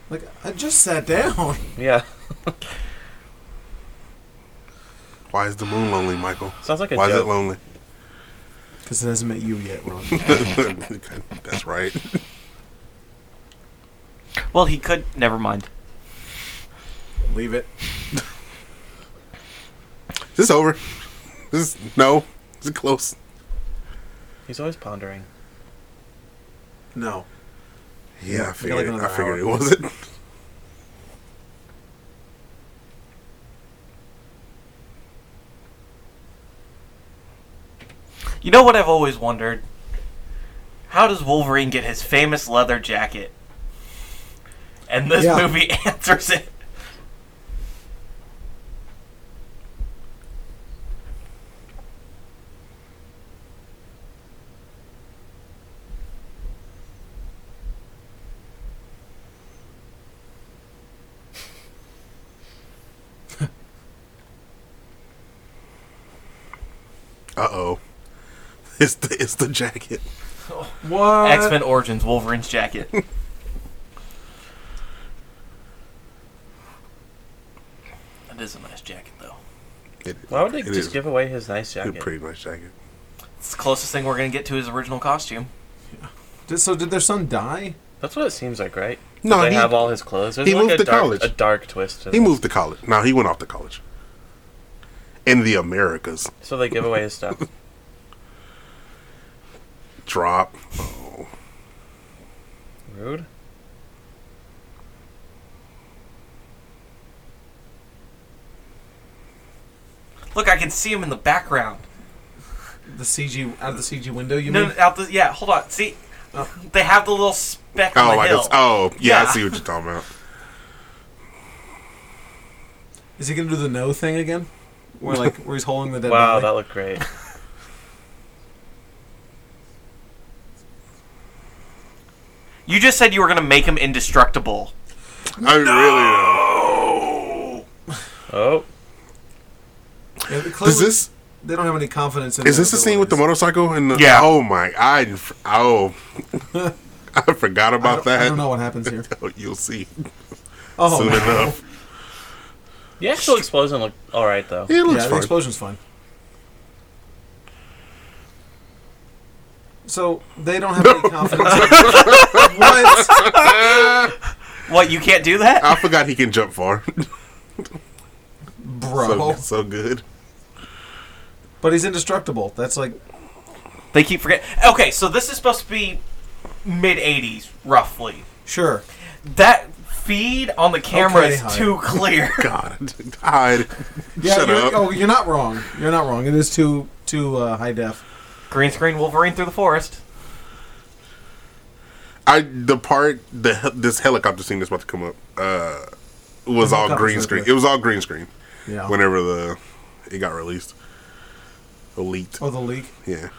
Speaker 1: Like, I just sat down.
Speaker 3: Yeah.
Speaker 2: Why is the moon lonely, Michael?
Speaker 3: Sounds like a
Speaker 2: Why is it
Speaker 3: joke.
Speaker 2: lonely?
Speaker 1: Because it hasn't met you yet, Ron.
Speaker 2: That's right.
Speaker 4: Well, he could. Never mind.
Speaker 1: Leave it.
Speaker 2: Is this over? Is this no? Is it close?
Speaker 3: He's always pondering.
Speaker 1: No.
Speaker 2: Yeah, I
Speaker 1: We gotta
Speaker 2: figured.
Speaker 1: go
Speaker 2: It, I
Speaker 1: another
Speaker 2: figured it
Speaker 1: hour.
Speaker 2: wasn't.
Speaker 4: You know what I've always wondered? How does Wolverine get his famous leather jacket? And this
Speaker 1: Yeah.
Speaker 4: movie answers it.
Speaker 2: Uh oh. It's the it's the jacket.
Speaker 1: What?
Speaker 4: X Men Origins Wolverine's jacket. that is a nice jacket, though.
Speaker 2: It,
Speaker 3: Why would they
Speaker 2: it
Speaker 3: just
Speaker 2: is
Speaker 3: give away his nice
Speaker 2: a
Speaker 3: jacket?
Speaker 2: pretty nice jacket.
Speaker 4: It's the closest thing we're gonna get to his original costume.
Speaker 1: Did- So, did their son die?
Speaker 3: That's what it seems like, right?
Speaker 2: No,
Speaker 3: they
Speaker 2: he-
Speaker 3: have all his clothes. There's
Speaker 2: he
Speaker 3: like
Speaker 2: moved
Speaker 3: a
Speaker 2: to
Speaker 3: dark,
Speaker 2: college.
Speaker 3: A dark twist. To
Speaker 2: He
Speaker 3: this.
Speaker 2: moved to college. No, he went off to college. In the Americas,
Speaker 3: So they give away his stuff.
Speaker 2: drop. Oh,
Speaker 3: Rude.
Speaker 4: Look, I can see him in the background.
Speaker 1: The CG out of the CG window? You
Speaker 4: no,
Speaker 1: mean?
Speaker 4: no, out the yeah. Hold on. See, they have the little speck on
Speaker 2: oh,
Speaker 4: the
Speaker 2: like
Speaker 4: hill.
Speaker 2: it's, oh, yeah,
Speaker 4: Yeah.
Speaker 2: I see what you're talking about.
Speaker 1: Is he gonna do the no thing again? Where like where he's holding the dead
Speaker 3: Wow, that
Speaker 1: body?
Speaker 3: looked great.
Speaker 4: You just said you were gonna make him indestructible.
Speaker 2: I really
Speaker 3: Oh,
Speaker 1: Yeah,
Speaker 2: don't.
Speaker 1: clearly
Speaker 2: Is this
Speaker 1: They don't have any confidence in.
Speaker 2: is
Speaker 1: their
Speaker 2: this the scene with the
Speaker 1: abilities.
Speaker 2: motorcycle and the,
Speaker 4: Yeah.
Speaker 2: Oh my! I didn't f- oh, I forgot
Speaker 1: I
Speaker 2: about
Speaker 1: don't-
Speaker 2: that.
Speaker 1: I don't know what happens here.
Speaker 2: You'll see
Speaker 1: Oh,
Speaker 2: soon
Speaker 1: no.
Speaker 2: enough.
Speaker 3: the actual explosion looked all right though.
Speaker 2: It looks
Speaker 1: yeah, the
Speaker 2: fine.
Speaker 1: explosion's fine. So they don't have any confidence. what?
Speaker 4: What? You can't do that?
Speaker 2: I forgot he can jump far.
Speaker 1: Bro.
Speaker 2: so, so good.
Speaker 1: But he's indestructible. That's like
Speaker 4: They keep forgetting. Okay, so this is supposed to be mid '80s, roughly.
Speaker 1: sure.
Speaker 4: That feed on the camera
Speaker 1: Okay,
Speaker 4: is
Speaker 1: hi.
Speaker 4: too clear.
Speaker 2: God, God.
Speaker 1: Yeah,
Speaker 2: Shut
Speaker 1: you're,
Speaker 2: up.
Speaker 1: oh, you're not wrong. You're not wrong. It is too too uh, high def.
Speaker 4: Green screen Wolverine through the forest.
Speaker 2: I the part the hel- this helicopter scene that's about to come up uh, was all
Speaker 1: Helicopter's
Speaker 2: green
Speaker 1: right
Speaker 2: screen.
Speaker 1: there.
Speaker 2: It was all green screen.
Speaker 1: Yeah.
Speaker 2: Whenever the it got released, elite.
Speaker 1: Oh, the leak.
Speaker 2: Yeah.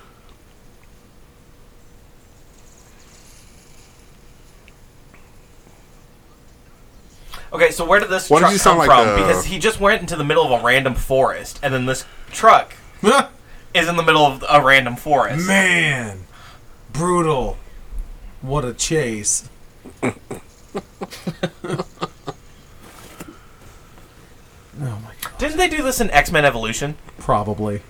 Speaker 4: Okay, so where did this
Speaker 2: Why does
Speaker 4: truck
Speaker 2: he sound
Speaker 4: come from?
Speaker 2: like the-
Speaker 4: Because he just went into the middle of a random forest, and then this truck is in the middle of a random forest.
Speaker 1: Man, brutal. What a chase. oh my god.
Speaker 4: Didn't they do this in X Men Evolution
Speaker 1: Probably.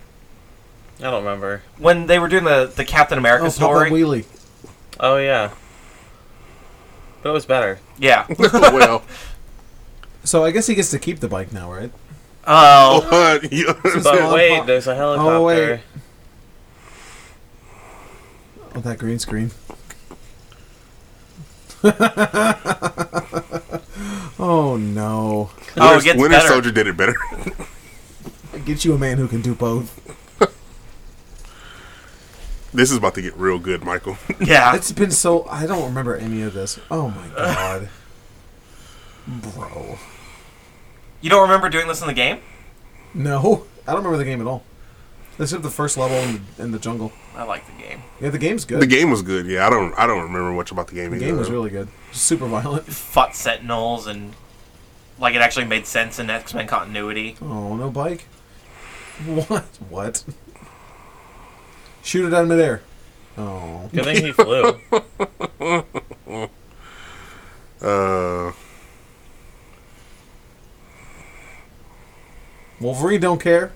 Speaker 3: I don't remember.
Speaker 4: when they were doing the, the Captain America
Speaker 1: Oh,
Speaker 4: story?
Speaker 1: Papa Wheelie.
Speaker 3: Oh yeah, but it was better.
Speaker 4: yeah.
Speaker 2: well,
Speaker 1: So I guess he gets to keep the bike now, right?
Speaker 4: Oh,
Speaker 2: uh, you understand?
Speaker 3: But wait,
Speaker 1: pop-
Speaker 3: there's a helicopter.
Speaker 1: wait. Oh, that green screen. oh no.
Speaker 4: oh, it
Speaker 2: Winter,
Speaker 4: gets
Speaker 2: Winter
Speaker 1: Oh,
Speaker 4: better. oh,
Speaker 2: Soldier did it better.
Speaker 1: Get you a man who can do both.
Speaker 2: This is about to get real good, Michael. Ah.
Speaker 4: Yeah.
Speaker 1: It's been so. I don't remember any of this. Oh my god, bro.
Speaker 4: You don't remember doing this in the game?
Speaker 1: No, I don't remember the game at all. Except the first level in the, in the jungle.
Speaker 4: I like the game.
Speaker 1: Yeah, the game's good.
Speaker 2: the game was good. Yeah, I don't. I don't remember much about the game.
Speaker 1: The
Speaker 2: either,
Speaker 1: game was
Speaker 2: though.
Speaker 1: really good. Super violent.
Speaker 4: Fought Sentinels and like it actually made sense in X Men continuity.
Speaker 1: Oh no, bike. What? What? Shoot it out of midair. Oh,
Speaker 3: Good thing he flew.
Speaker 2: Uh,
Speaker 1: Wolverine don't care.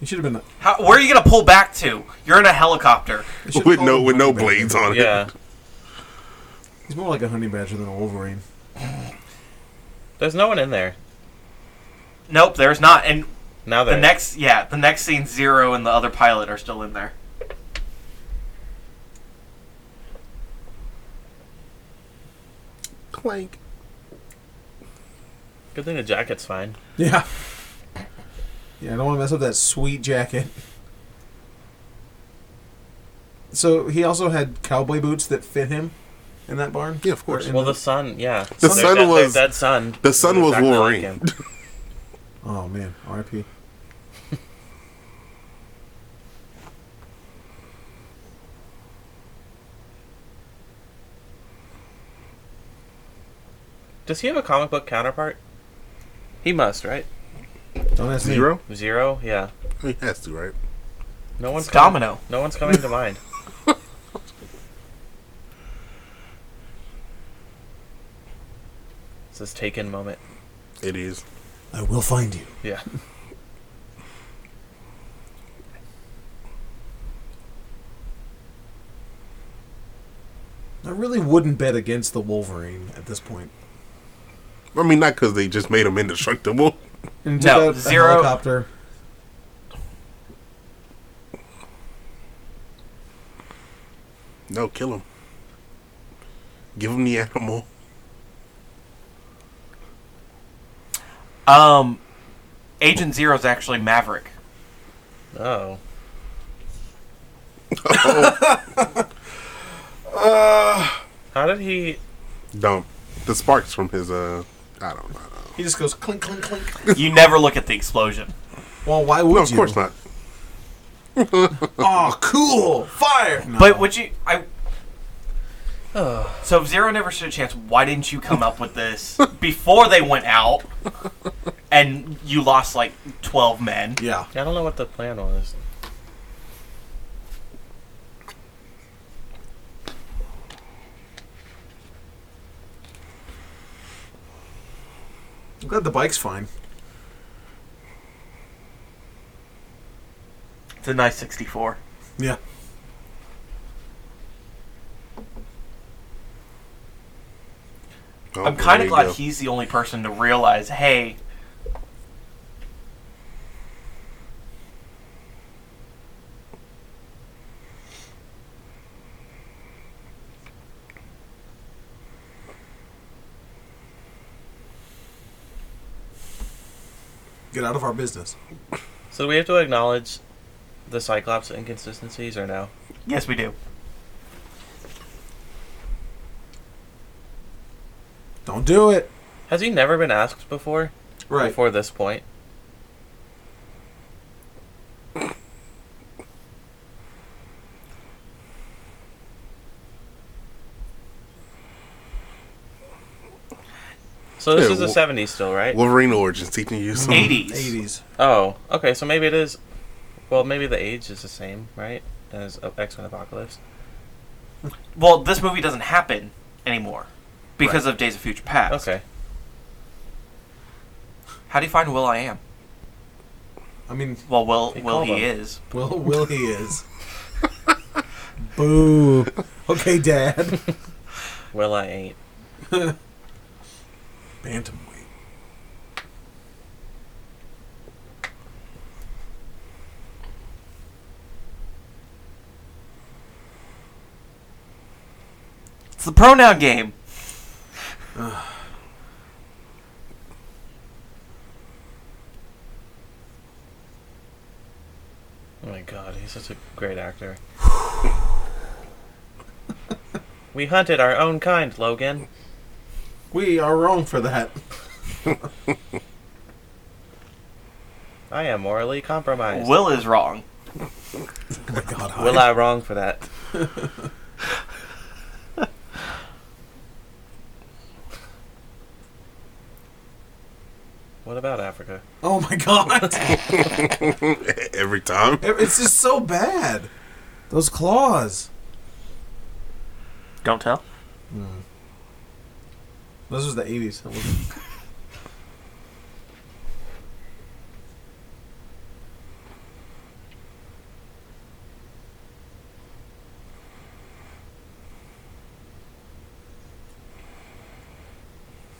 Speaker 1: He should have been.
Speaker 4: How, where are you gonna pull back to? You're in a helicopter.
Speaker 1: he should've
Speaker 2: with
Speaker 1: called
Speaker 2: no
Speaker 1: him
Speaker 2: with no
Speaker 1: Honey Badger.
Speaker 2: blades on it.
Speaker 3: Yeah.
Speaker 1: He's more like a honey badger than a Wolverine.
Speaker 3: There's no one in there.
Speaker 4: Nope, there's not. And
Speaker 3: Now
Speaker 4: the
Speaker 3: there.
Speaker 4: next, yeah, the next scene, Zero and the other pilot are still in there.
Speaker 2: Clank.
Speaker 3: Good thing the jacket's fine.
Speaker 1: Yeah. Yeah, I don't want to mess up that sweet jacket. So he also had cowboy boots that fit him in that barn.
Speaker 2: Yeah, of course.
Speaker 1: Or in
Speaker 3: Well, the sun, yeah.
Speaker 2: The
Speaker 3: There's
Speaker 2: sun
Speaker 3: that,
Speaker 2: was-
Speaker 3: there's that sun.
Speaker 2: the sun
Speaker 3: It
Speaker 2: was
Speaker 3: exactly like
Speaker 2: Wolverine.
Speaker 3: him.
Speaker 1: Oh man, RIP.
Speaker 3: Does he have a comic book counterpart? He must, right?
Speaker 1: Don't ask me.
Speaker 2: Zero.
Speaker 3: Zero, yeah.
Speaker 2: He has to, right?
Speaker 3: No one's
Speaker 4: It's
Speaker 3: coming-
Speaker 4: Domino.
Speaker 3: No one's coming to mind. It's this taken moment.
Speaker 2: It is.
Speaker 1: I will find you.
Speaker 3: Yeah.
Speaker 1: I really wouldn't bet against the Wolverine at this point.
Speaker 2: I mean, not because they just made him indestructible.
Speaker 1: And
Speaker 4: No,
Speaker 1: took out a
Speaker 4: Zero-
Speaker 1: helicopter.
Speaker 2: No, kill him. Give him the animal.
Speaker 4: Um, Agent Zero is actually Maverick.
Speaker 3: Oh.
Speaker 2: Oh.
Speaker 3: How did he?
Speaker 2: Dump the sparks from his. Uh, I don't know.
Speaker 1: He just goes clink clink clink.
Speaker 4: You never look at the explosion.
Speaker 1: Well, why would
Speaker 2: No, of
Speaker 1: you?
Speaker 2: course not.
Speaker 1: Oh, cool! Fire! No.
Speaker 4: But would you? I. So if Zero never stood a chance, why didn't you come up with this before they went out, and you lost like twelve men?
Speaker 1: yeah,
Speaker 3: I don't know what the plan was.
Speaker 1: I'm glad the bike's fine.
Speaker 4: It's a nice sixty-four.
Speaker 1: Yeah.
Speaker 2: Oh,
Speaker 4: I'm
Speaker 2: there
Speaker 4: kind of
Speaker 2: you
Speaker 4: glad
Speaker 2: go.
Speaker 4: he's the only person to realize, hey,
Speaker 1: Get out of our business.
Speaker 3: So do we have to acknowledge the Cyclops inconsistencies or no?
Speaker 4: yes, we do.
Speaker 1: Don't do it.
Speaker 3: Has he never been asked before?
Speaker 1: Right.
Speaker 3: Before this point. So this
Speaker 2: Yeah,
Speaker 3: is the
Speaker 2: well-
Speaker 3: '70s still, right?
Speaker 2: Wolverine origins teaching you some.
Speaker 4: 80.
Speaker 1: 80s.
Speaker 3: Oh, okay. So maybe it is. Well, maybe the age is the same, right? As X Men Apocalypse.
Speaker 4: Well, this movie doesn't happen anymore because of Days of Future Past.
Speaker 3: Okay.
Speaker 4: How do you find Will I Am?
Speaker 1: I mean,
Speaker 4: Well, Will
Speaker 3: He
Speaker 4: Will
Speaker 3: called
Speaker 4: he
Speaker 3: him.
Speaker 4: is.
Speaker 1: Will Will he is. Boo. Okay, Dad.
Speaker 3: Well, I ain't.
Speaker 1: Bantamweight.
Speaker 4: It's the pronoun game.
Speaker 3: Oh He's such a great actor. we hunted our own kind, Logan.
Speaker 1: We are wrong for that.
Speaker 3: I am morally compromised.
Speaker 4: Will is wrong.
Speaker 1: Oh my god.
Speaker 3: Will I wrong for that? what about Africa?
Speaker 1: Oh my god.
Speaker 2: Every time.
Speaker 1: it's just so bad. Those claws.
Speaker 4: Don't tell.
Speaker 1: This was the 80s. That wasn't-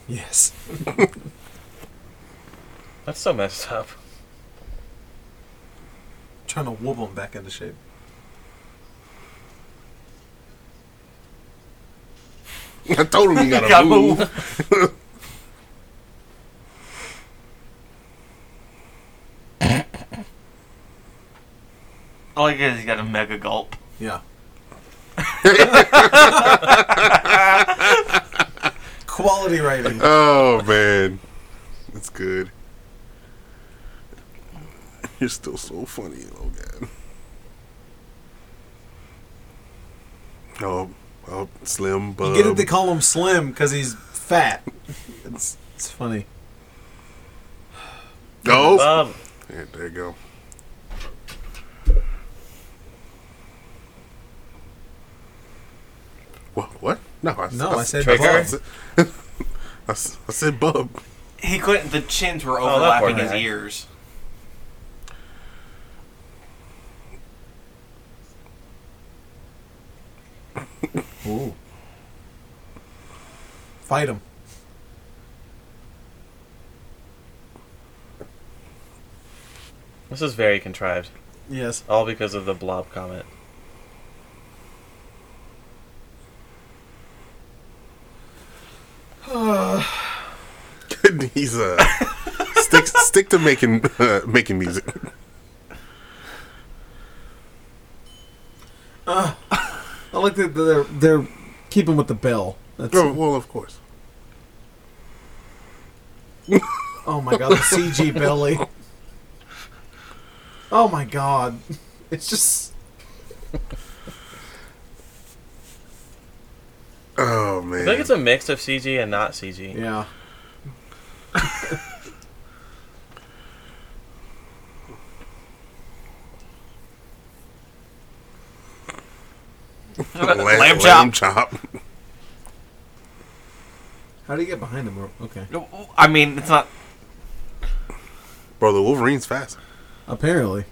Speaker 1: yes.
Speaker 3: That's so messed up.
Speaker 1: Trying to whoop them back into shape.
Speaker 2: I told him you gotta,
Speaker 4: Gotta
Speaker 2: move.
Speaker 4: All I get is he got a mega gulp.
Speaker 1: Yeah. Quality writing.
Speaker 2: Oh man, that's good. You're still so funny, Logan. Oh, oh, slim bub.
Speaker 1: You get it? They call him Slim because he's fat. It's it's funny.
Speaker 2: oh,
Speaker 3: Bob,
Speaker 2: yeah, there you go. What? What? No, I,
Speaker 1: No, I said
Speaker 3: Trigger?
Speaker 1: Bubs.
Speaker 2: I, s- I said bub.
Speaker 4: He couldn't. The chins were
Speaker 2: Oh,
Speaker 3: that
Speaker 4: overlapping
Speaker 3: poor
Speaker 4: his
Speaker 3: guy.
Speaker 4: ears.
Speaker 1: Ooh. Fight him.
Speaker 3: this is very contrived.
Speaker 1: Yes.
Speaker 3: All because of the blob comment.
Speaker 2: He's uh, stick stick to making uh, making music.
Speaker 1: I like that they're they're keeping with the bell. That's
Speaker 2: Oh,
Speaker 1: oh,
Speaker 2: well, of course.
Speaker 1: oh my god, the CG belly. Oh my god. It's just
Speaker 2: Oh
Speaker 3: I
Speaker 2: man.
Speaker 3: think it's a mix of CG and not CG.
Speaker 1: yeah.
Speaker 2: Lamb,
Speaker 4: Lamb
Speaker 2: lamb chop.
Speaker 1: How do you get behind him? Okay.
Speaker 4: I mean, it's not.
Speaker 2: Bro, the Wolverine's fast.
Speaker 1: Apparently.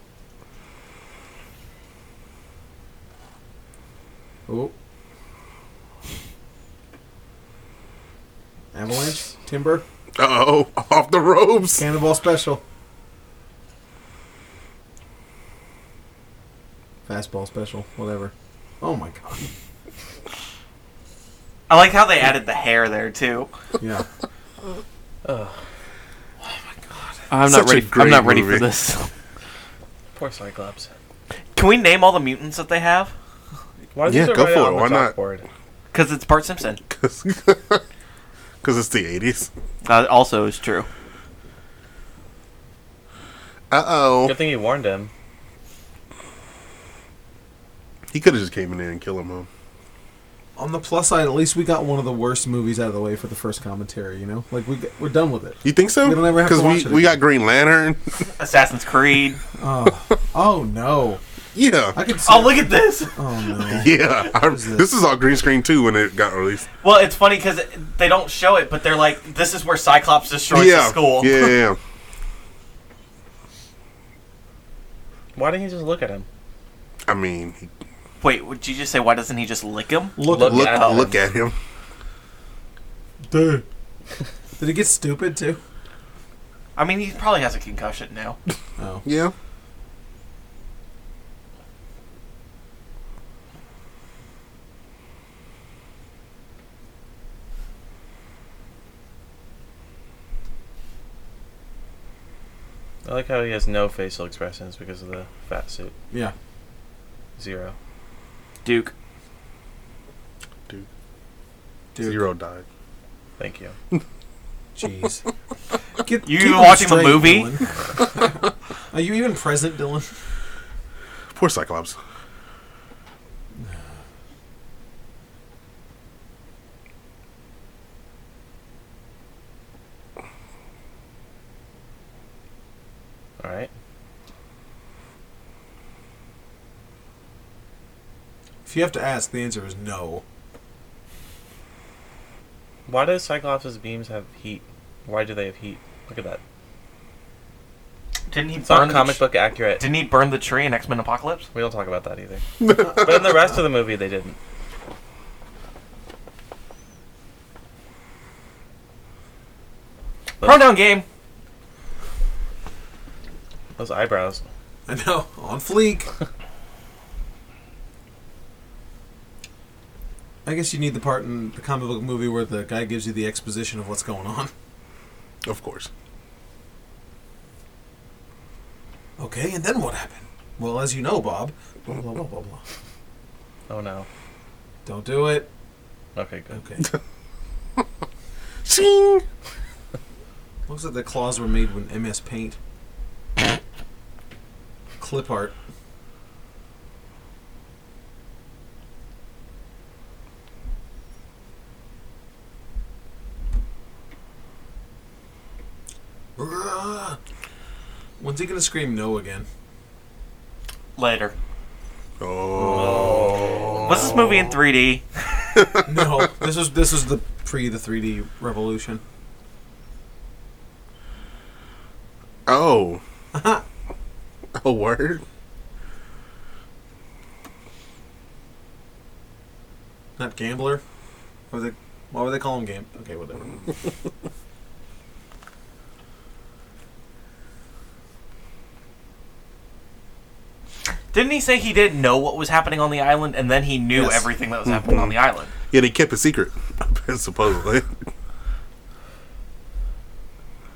Speaker 1: Oh. Avalanche, timber,
Speaker 2: Uh oh, off the ropes.
Speaker 1: cannonball special, fastball special, whatever. Oh my god!
Speaker 4: I like how they added the hair there too.
Speaker 1: Yeah,
Speaker 5: I'm not
Speaker 2: Such a
Speaker 5: ready. I'm
Speaker 2: great
Speaker 5: not ready
Speaker 2: movie.
Speaker 5: for this.
Speaker 3: Poor Cyclops.
Speaker 4: Can we name all the mutants that they have?
Speaker 3: Why is
Speaker 2: Yeah,
Speaker 3: there
Speaker 2: go
Speaker 3: right
Speaker 2: for
Speaker 3: on
Speaker 2: it,
Speaker 3: the
Speaker 2: why not?
Speaker 3: chalkboard?
Speaker 4: Because it's Bart Simpson.
Speaker 2: Because it's the 80s.
Speaker 4: That also is true.
Speaker 2: Uh oh.
Speaker 3: Good thing he warned him.
Speaker 2: He could have just came in there and killed him, huh?
Speaker 1: on the plus side, at least we got one of the worst movies out of the way for the first commentary. You know, like we g- we're done with it.
Speaker 2: You think so?
Speaker 1: We don't ever have to watch
Speaker 2: we,
Speaker 1: it
Speaker 2: we
Speaker 1: again.
Speaker 2: got Green Lantern.
Speaker 4: Assassin's Creed.
Speaker 1: Oh, oh no!
Speaker 2: yeah.
Speaker 1: I could. See
Speaker 4: Oh, look at this.
Speaker 1: Oh no!
Speaker 2: Yeah. I-
Speaker 1: is
Speaker 2: this is all green screen too when it got released.
Speaker 4: Well, it's funny because they don't show it, but they're like, "This is where Cyclops destroys the
Speaker 2: Yeah.
Speaker 4: school."
Speaker 2: Yeah, yeah, yeah.
Speaker 3: Why didn't he just look at him?
Speaker 2: I mean, he-
Speaker 4: Wait, would you just say why doesn't he just lick him?
Speaker 1: Look, look
Speaker 3: Look
Speaker 2: look
Speaker 3: at him.
Speaker 2: look at him.
Speaker 1: Dude. Did it get stupid too?
Speaker 4: I mean, he probably has a concussion now.
Speaker 1: Oh.
Speaker 2: Yeah.
Speaker 3: I like how he has no facial expressions because of the fat suit.
Speaker 1: Yeah.
Speaker 3: Zero.
Speaker 5: Duke.
Speaker 2: Dude,
Speaker 1: Dude,
Speaker 2: Zero died.
Speaker 3: Thank you.
Speaker 1: Jeez. Get,
Speaker 4: You
Speaker 1: keep
Speaker 4: even
Speaker 1: him
Speaker 4: watching the
Speaker 1: straight,
Speaker 4: movie?
Speaker 1: Dylan. Are you even present, Dylan?
Speaker 2: Poor Cyclops.
Speaker 3: All right.
Speaker 1: If you have to ask, the answer is no.
Speaker 3: Why does Cyclops' beams have heat? Why do they have heat? Look at that.
Speaker 4: Didn't he
Speaker 3: It's not
Speaker 4: burn
Speaker 3: comic
Speaker 4: the,
Speaker 3: book accurate.
Speaker 4: Didn't he burn the tree in X Men Apocalypse?
Speaker 3: We don't talk about that either. but in the rest of the movie, they didn't. Those-
Speaker 4: Pronoun game.
Speaker 3: Those eyebrows.
Speaker 1: I know. On fleek. I guess you need the part in the comic book movie where the guy gives you the exposition of what's going on.
Speaker 2: Of course.
Speaker 1: Okay, and then what happened? Well, as you know, Bob. Blah, blah, blah, blah, blah.
Speaker 3: Oh no.
Speaker 1: Don't do it.
Speaker 3: Okay, good.
Speaker 1: Okay.
Speaker 2: Ching!
Speaker 1: Looks like the claws were made with MS Paint. Clip art. Bruh. When's he gonna scream no again?
Speaker 4: Later.
Speaker 2: Oh.
Speaker 4: Was this movie in 3D?
Speaker 1: No, this was this was the pre the 3D revolution.
Speaker 2: Oh. oh, word?
Speaker 1: Not gambler. What were they, why would they call him game? Okay, whatever.
Speaker 4: Didn't he say he didn't know what was happening on the island, and then he knew
Speaker 1: Yes.
Speaker 4: everything that was happening on the island?
Speaker 2: Yet he kept it secret, supposedly.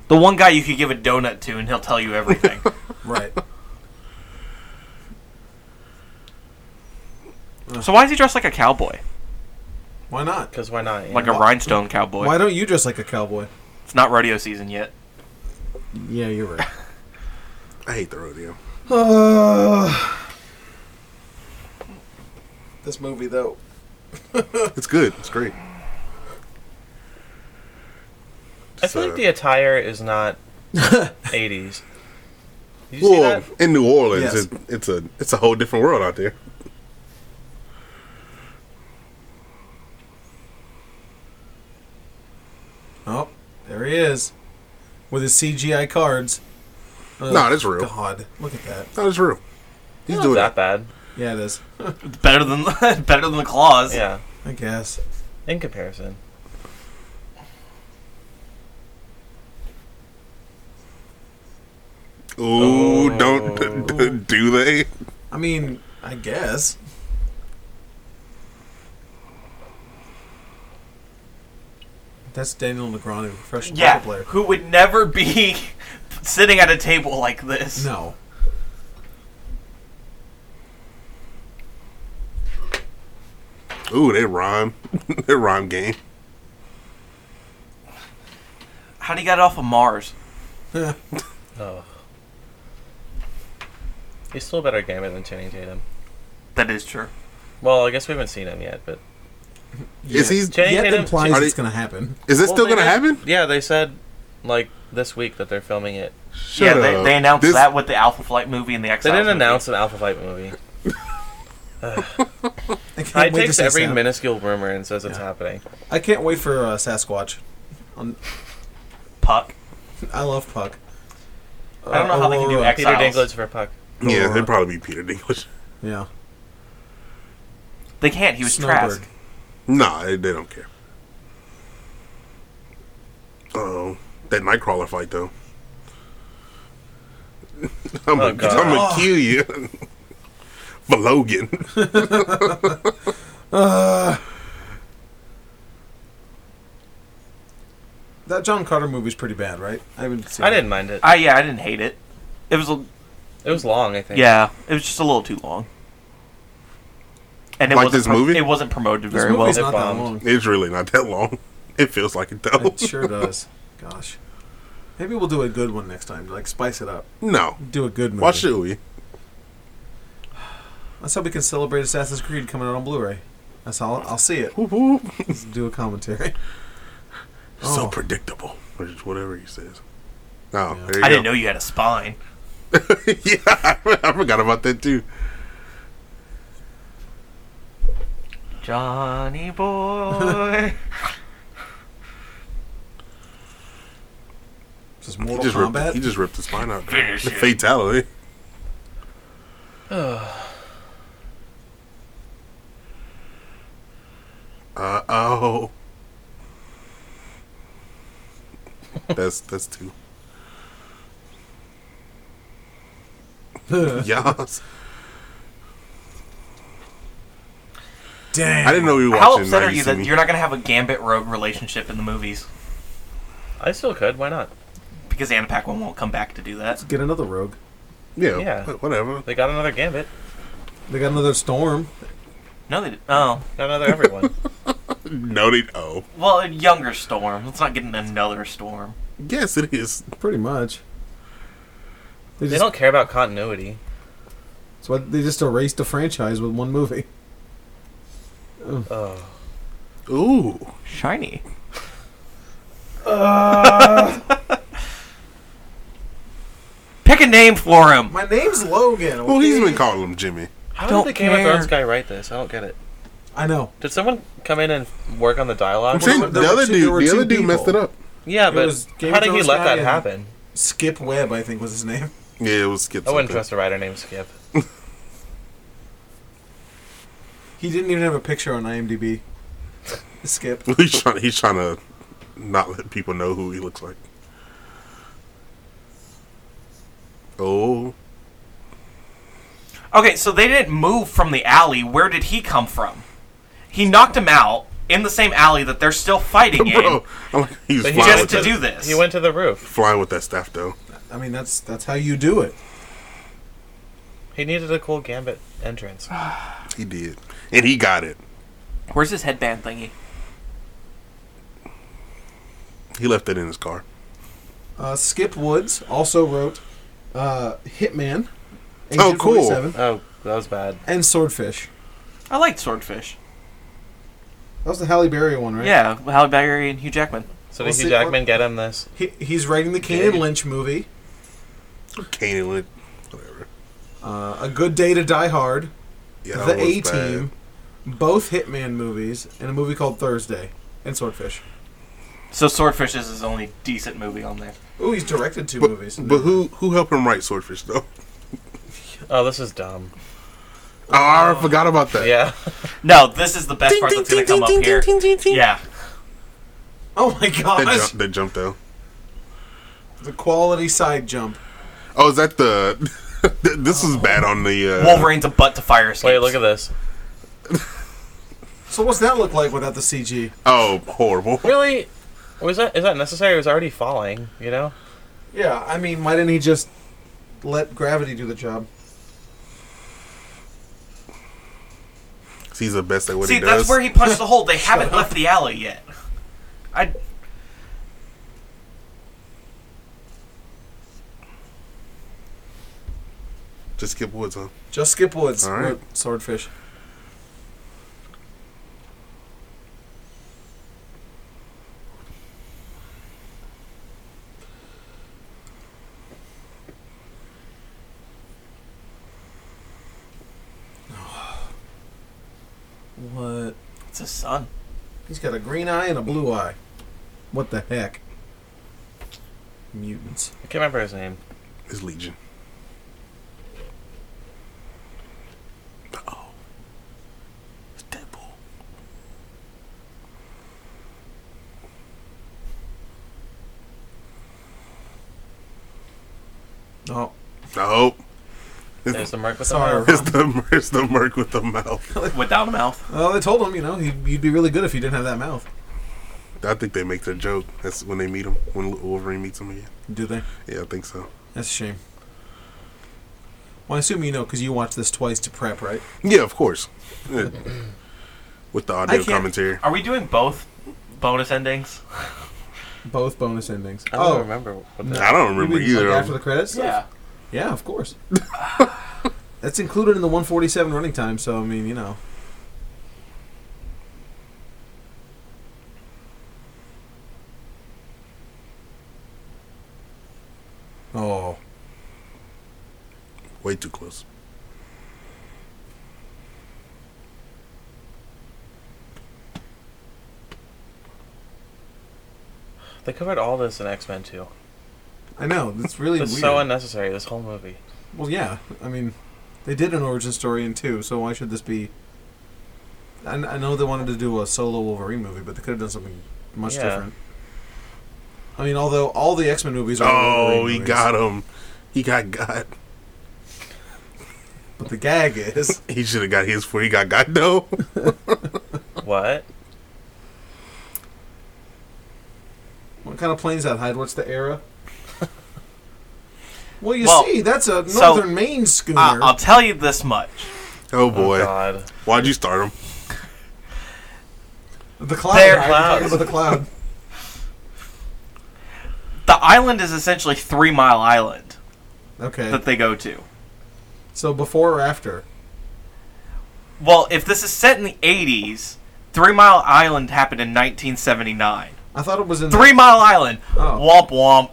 Speaker 4: The one guy you could give a donut to, and he'll tell you everything.
Speaker 1: Right.
Speaker 4: so why is he dressed like a cowboy,
Speaker 1: Why not?
Speaker 3: Because why not? you
Speaker 4: like
Speaker 3: know?
Speaker 4: a rhinestone cowboy?
Speaker 1: Why don't you dress like a cowboy?
Speaker 4: It's not rodeo season yet.
Speaker 1: Yeah, you're right.
Speaker 2: I hate the rodeo.
Speaker 1: this movie, though.
Speaker 2: It's good. It's great.
Speaker 3: I feel like the attire is not 80s. Did you see
Speaker 2: Well,
Speaker 3: that?
Speaker 2: in New Orleans,
Speaker 1: Yes.
Speaker 2: it, it's a it's a whole different world out there.
Speaker 1: Oh, there he is, with his CGI cards. Ugh,
Speaker 2: No, that's real.
Speaker 1: God, look at that.
Speaker 2: That is real. He's
Speaker 3: Not
Speaker 2: doing
Speaker 3: that
Speaker 2: that.
Speaker 3: bad.
Speaker 1: Yeah, it is.
Speaker 4: It's better than better than the claws.
Speaker 3: Yeah,
Speaker 1: I guess.
Speaker 3: in comparison.
Speaker 2: Ooh,
Speaker 3: Oh.
Speaker 2: don't do they?
Speaker 1: I mean, I guess. That's Daniel Negreanu, professional
Speaker 4: yeah.
Speaker 1: soccer player.
Speaker 4: Who would never be sitting at a table like this?
Speaker 1: No.
Speaker 2: Ooh, they rhyme. they rhyme game.
Speaker 4: How do you get it off of Mars?
Speaker 3: Oh. He's still a better gamer than Channing Tatum.
Speaker 4: That is true.
Speaker 3: Well, I guess we haven't seen him yet, but
Speaker 2: Is
Speaker 1: Yeah.
Speaker 2: he's
Speaker 3: Channing
Speaker 1: Yet
Speaker 3: Tatum.
Speaker 1: implies
Speaker 2: Are they-
Speaker 1: it's gonna happen.
Speaker 2: is this
Speaker 3: Well,
Speaker 2: still
Speaker 3: they
Speaker 2: gonna
Speaker 3: did-
Speaker 2: happen?
Speaker 3: Yeah, they said like this week that they're filming it.
Speaker 2: Shut
Speaker 4: yeah, they,
Speaker 2: up.
Speaker 4: they announced
Speaker 2: This-
Speaker 4: that with the Alpha Flight movie and the X.
Speaker 3: They didn't announce an Alpha Flight movie.
Speaker 1: I can't
Speaker 3: Ty
Speaker 1: wait to
Speaker 3: takes
Speaker 1: see
Speaker 3: every
Speaker 1: Sam.
Speaker 3: minuscule rumor and says it's
Speaker 1: Yeah.
Speaker 3: happening.
Speaker 1: I can't wait for uh, Sasquatch. On,
Speaker 4: Puck.
Speaker 1: I love Puck. Uh,
Speaker 4: I don't know how they can do
Speaker 1: Aurora.
Speaker 4: X-
Speaker 3: Peter
Speaker 4: Exiles.
Speaker 3: Dinklage for Puck.
Speaker 2: Yeah,
Speaker 1: Aurora.
Speaker 2: it'd probably be Peter Dinklage.
Speaker 1: Yeah.
Speaker 4: They can't. He was
Speaker 1: Snowbird.
Speaker 4: Trask.
Speaker 2: Nah, they, they don't care. Oh, that Nightcrawler fight though. I'm
Speaker 3: Oh,
Speaker 2: gonna
Speaker 3: God.
Speaker 2: I'm gonna kill you for Logan.
Speaker 1: That John Carter movie's pretty bad, right? I haven't seen.
Speaker 3: I
Speaker 1: it.
Speaker 3: didn't mind it.
Speaker 4: I yeah, I didn't hate it. It was a
Speaker 3: It was long, I think.
Speaker 4: yeah. It was just a little too long. and it
Speaker 2: Like
Speaker 4: wasn't
Speaker 2: this movie?
Speaker 4: It wasn't promoted
Speaker 1: This
Speaker 4: very well.
Speaker 1: movie's
Speaker 4: It
Speaker 1: not that
Speaker 4: bombed.
Speaker 1: long.
Speaker 2: It's really not that long. It feels like it though.
Speaker 1: It sure does. Gosh. Maybe we'll do a good one next time. Like spice it up.
Speaker 2: no,
Speaker 1: Do a good movie.
Speaker 2: why should we?
Speaker 1: That's how we can celebrate Assassin's Creed coming out on Blu-ray. That's all. I'll see it.
Speaker 2: Whoop, whoop.
Speaker 1: Let's do a commentary.
Speaker 2: So
Speaker 1: Oh.
Speaker 2: predictable, or just whatever he says.
Speaker 1: Yeah.
Speaker 2: Oh, there you
Speaker 4: I
Speaker 2: go.
Speaker 4: didn't know you had a spine.
Speaker 2: yeah, I forgot about that too.
Speaker 4: Johnny boy.
Speaker 1: Just
Speaker 2: He
Speaker 1: Mortal
Speaker 2: just ripped.
Speaker 1: Kombat.
Speaker 2: He just ripped his spine out.
Speaker 4: Finish
Speaker 2: The
Speaker 4: it.
Speaker 2: fatality. Uh oh. That's that's two. Yas.
Speaker 1: Dang.
Speaker 2: I didn't know we were watching.
Speaker 4: How upset
Speaker 2: Now
Speaker 4: are you
Speaker 2: See
Speaker 4: that
Speaker 2: Me.
Speaker 4: you're not going to have a Gambit Rogue relationship in the movies?
Speaker 3: I still could. Why not?
Speaker 4: Because Anna Paquin won't come back to do that.
Speaker 1: Get another rogue.
Speaker 2: Yeah.
Speaker 3: Yeah.
Speaker 2: wh- Whatever.
Speaker 3: They got another Gambit.
Speaker 1: They got another storm.
Speaker 4: No, they did. Oh.
Speaker 3: Got another everyone.
Speaker 2: No, they. Oh,
Speaker 4: Well, a younger Storm. Let's not get in another Storm.
Speaker 2: yes, it is.
Speaker 1: Pretty much. They
Speaker 3: they
Speaker 1: just
Speaker 3: don't care about continuity.
Speaker 1: so they just erased the franchise with one movie.
Speaker 3: Oh.
Speaker 2: Ooh.
Speaker 4: Shiny. Pick a name for him.
Speaker 1: My name's Logan.
Speaker 2: Well, he's been calling him Jimmy.
Speaker 3: How
Speaker 4: Don't
Speaker 3: did the Game of
Speaker 4: care.
Speaker 3: Thrones guy write this? I don't get it.
Speaker 1: I know.
Speaker 3: Did someone come in and work on the dialogue?
Speaker 2: I'm saying
Speaker 1: there
Speaker 2: the
Speaker 1: were
Speaker 2: other
Speaker 1: two- there were
Speaker 2: dude. The
Speaker 1: two
Speaker 2: other dude messed it
Speaker 1: people.
Speaker 2: up.
Speaker 3: yeah, but
Speaker 1: was Game
Speaker 3: how
Speaker 1: of
Speaker 3: did he
Speaker 1: Thrones
Speaker 3: let
Speaker 1: guy
Speaker 3: that
Speaker 1: and-
Speaker 3: happen?
Speaker 1: Skip Webb, I think was his name.
Speaker 2: Yeah, it was Skip.
Speaker 3: I wouldn't
Speaker 2: something.
Speaker 3: trust a writer named Skip.
Speaker 1: He didn't even have a picture on IMDb. Skip.
Speaker 2: he's trying. He's trying to not let people know who he looks like. Oh,
Speaker 4: Okay, so they didn't move from the alley. Where did he come from? He knocked him out in the same alley that they're still fighting in.
Speaker 2: bro! I'm like, he's
Speaker 3: But
Speaker 2: flying
Speaker 3: he
Speaker 4: just
Speaker 2: with
Speaker 4: to
Speaker 2: that,
Speaker 4: do this.
Speaker 3: He went to the roof.
Speaker 2: flying with that staff though.
Speaker 1: I mean, that's that's how you do it.
Speaker 3: He needed a cool Gambit entrance.
Speaker 1: Ah.
Speaker 2: He did, and he got it.
Speaker 4: Where's his headband thingy?
Speaker 2: He left it in his car.
Speaker 1: Uh, Skip Woods also wrote uh, Hitman.
Speaker 2: Oh,
Speaker 1: Agent
Speaker 2: cool.
Speaker 1: 47,
Speaker 3: Oh, that was bad.
Speaker 1: And Swordfish.
Speaker 4: I liked Swordfish.
Speaker 1: That was the Halle Berry one, right?
Speaker 4: Yeah, Halle Berry and Hugh Jackman.
Speaker 3: So
Speaker 1: Well,
Speaker 3: did
Speaker 1: see,
Speaker 3: Hugh Jackman get him this?
Speaker 1: He, he's writing the Kane
Speaker 3: Yeah.
Speaker 1: Lynch movie,
Speaker 2: Kane went, whatever.
Speaker 1: uh, A Good Day to Die Hard,
Speaker 2: Yeah, that
Speaker 1: The
Speaker 2: was
Speaker 1: A Team, both Hitman movies, and a movie called Thursday, and Swordfish.
Speaker 4: So Swordfish is his only decent movie on there.
Speaker 1: Oh, he's directed two
Speaker 2: bad.
Speaker 1: movies.
Speaker 2: But, but who who helped him write Swordfish though?
Speaker 3: Oh, this is dumb.
Speaker 2: Oh, I forgot about that.
Speaker 3: Yeah.
Speaker 4: No, this is the best part that's gonna come up here. Yeah.
Speaker 1: Oh my
Speaker 2: That
Speaker 1: gosh!
Speaker 2: jump, that jump though.
Speaker 1: The quality side jump.
Speaker 2: Oh, is that the? this is bad on the. Uh,
Speaker 4: Wolverine's a butt to fire escape.
Speaker 3: Wait, look at this.
Speaker 1: So what's that look like without the CG?
Speaker 2: Oh, horrible.
Speaker 3: Really? Was that is that necessary? It was already falling. You know.
Speaker 1: Yeah, I mean, why didn't he just let gravity do the job?
Speaker 2: He's the best at what
Speaker 4: See,
Speaker 2: he does.
Speaker 4: that's where he punched the hole. They haven't left the alley yet. I.
Speaker 2: Just Skip Woods, huh?
Speaker 1: Just Skip Woods
Speaker 2: All right.
Speaker 1: wrote Swordfish. What?
Speaker 4: It's his son.
Speaker 1: He's got a green eye and a blue eye. What the heck? Mutants.
Speaker 3: I can't remember his name.
Speaker 2: It's Legion. Uh-oh. It's Deadpool.
Speaker 1: Oh,
Speaker 2: No.
Speaker 3: There's the Merc with
Speaker 1: Sorry.
Speaker 3: the
Speaker 2: It's the, it's the Merc with the mouth.
Speaker 4: Without a mouth.
Speaker 1: well, they told him, you know, he'd, you'd be really good if you didn't have that mouth.
Speaker 2: I think they make that joke. That's when they meet him, when Wolverine meets him again.
Speaker 1: Do they?
Speaker 2: Yeah, I think so.
Speaker 1: That's a shame. Well, I assume you know because you watched this twice to prep, right?
Speaker 2: Yeah, of course. Yeah. With the audio
Speaker 1: can't-
Speaker 2: commentary.
Speaker 4: Are we doing both bonus endings?
Speaker 1: Both bonus endings.
Speaker 3: I don't
Speaker 1: oh,
Speaker 3: remember what the
Speaker 2: I don't
Speaker 1: you
Speaker 2: remember
Speaker 1: mean, Like
Speaker 2: either. of
Speaker 1: after
Speaker 2: them.
Speaker 1: the credits? stuff? Yeah, of course. That's included in the 147 running time, so I mean, you know. Oh,
Speaker 2: Way too close.
Speaker 3: They covered all this in X Men 2.
Speaker 1: I know. That's really
Speaker 3: It's
Speaker 1: weird.
Speaker 3: so unnecessary, this whole movie.
Speaker 1: well, yeah. I mean, they did an origin story in two, so why should this be? I, I know they wanted to do a solo Wolverine movie, but they could have done something much
Speaker 3: Yeah.
Speaker 1: different. I mean, although all the X Men movies are
Speaker 2: Oh,
Speaker 1: Wolverine
Speaker 2: he
Speaker 1: movies,
Speaker 2: got him. He got got.
Speaker 1: But the gag is
Speaker 2: He should have got his before he got got though.
Speaker 3: What?
Speaker 1: What kind of plane is that, Hyde? What's the era? well, you
Speaker 4: Well,
Speaker 1: see, that's a
Speaker 4: so-
Speaker 1: Northern Maine schooner.
Speaker 4: Uh, I'll tell you this much.
Speaker 2: Oh boy,
Speaker 3: Oh, God.
Speaker 2: why'd you start him?
Speaker 1: the cloud.
Speaker 4: They're
Speaker 1: Hyde, we're talking
Speaker 3: clouds.
Speaker 1: about The cloud.
Speaker 4: The island is essentially Three Mile Island
Speaker 1: Okay.
Speaker 4: that they go to.
Speaker 1: So before or after?
Speaker 4: Well, if this is set in the 80s, Three Mile Island happened in 1979.
Speaker 1: I thought it was in the-
Speaker 4: Three Mile Island.
Speaker 1: Oh.
Speaker 4: Womp womp.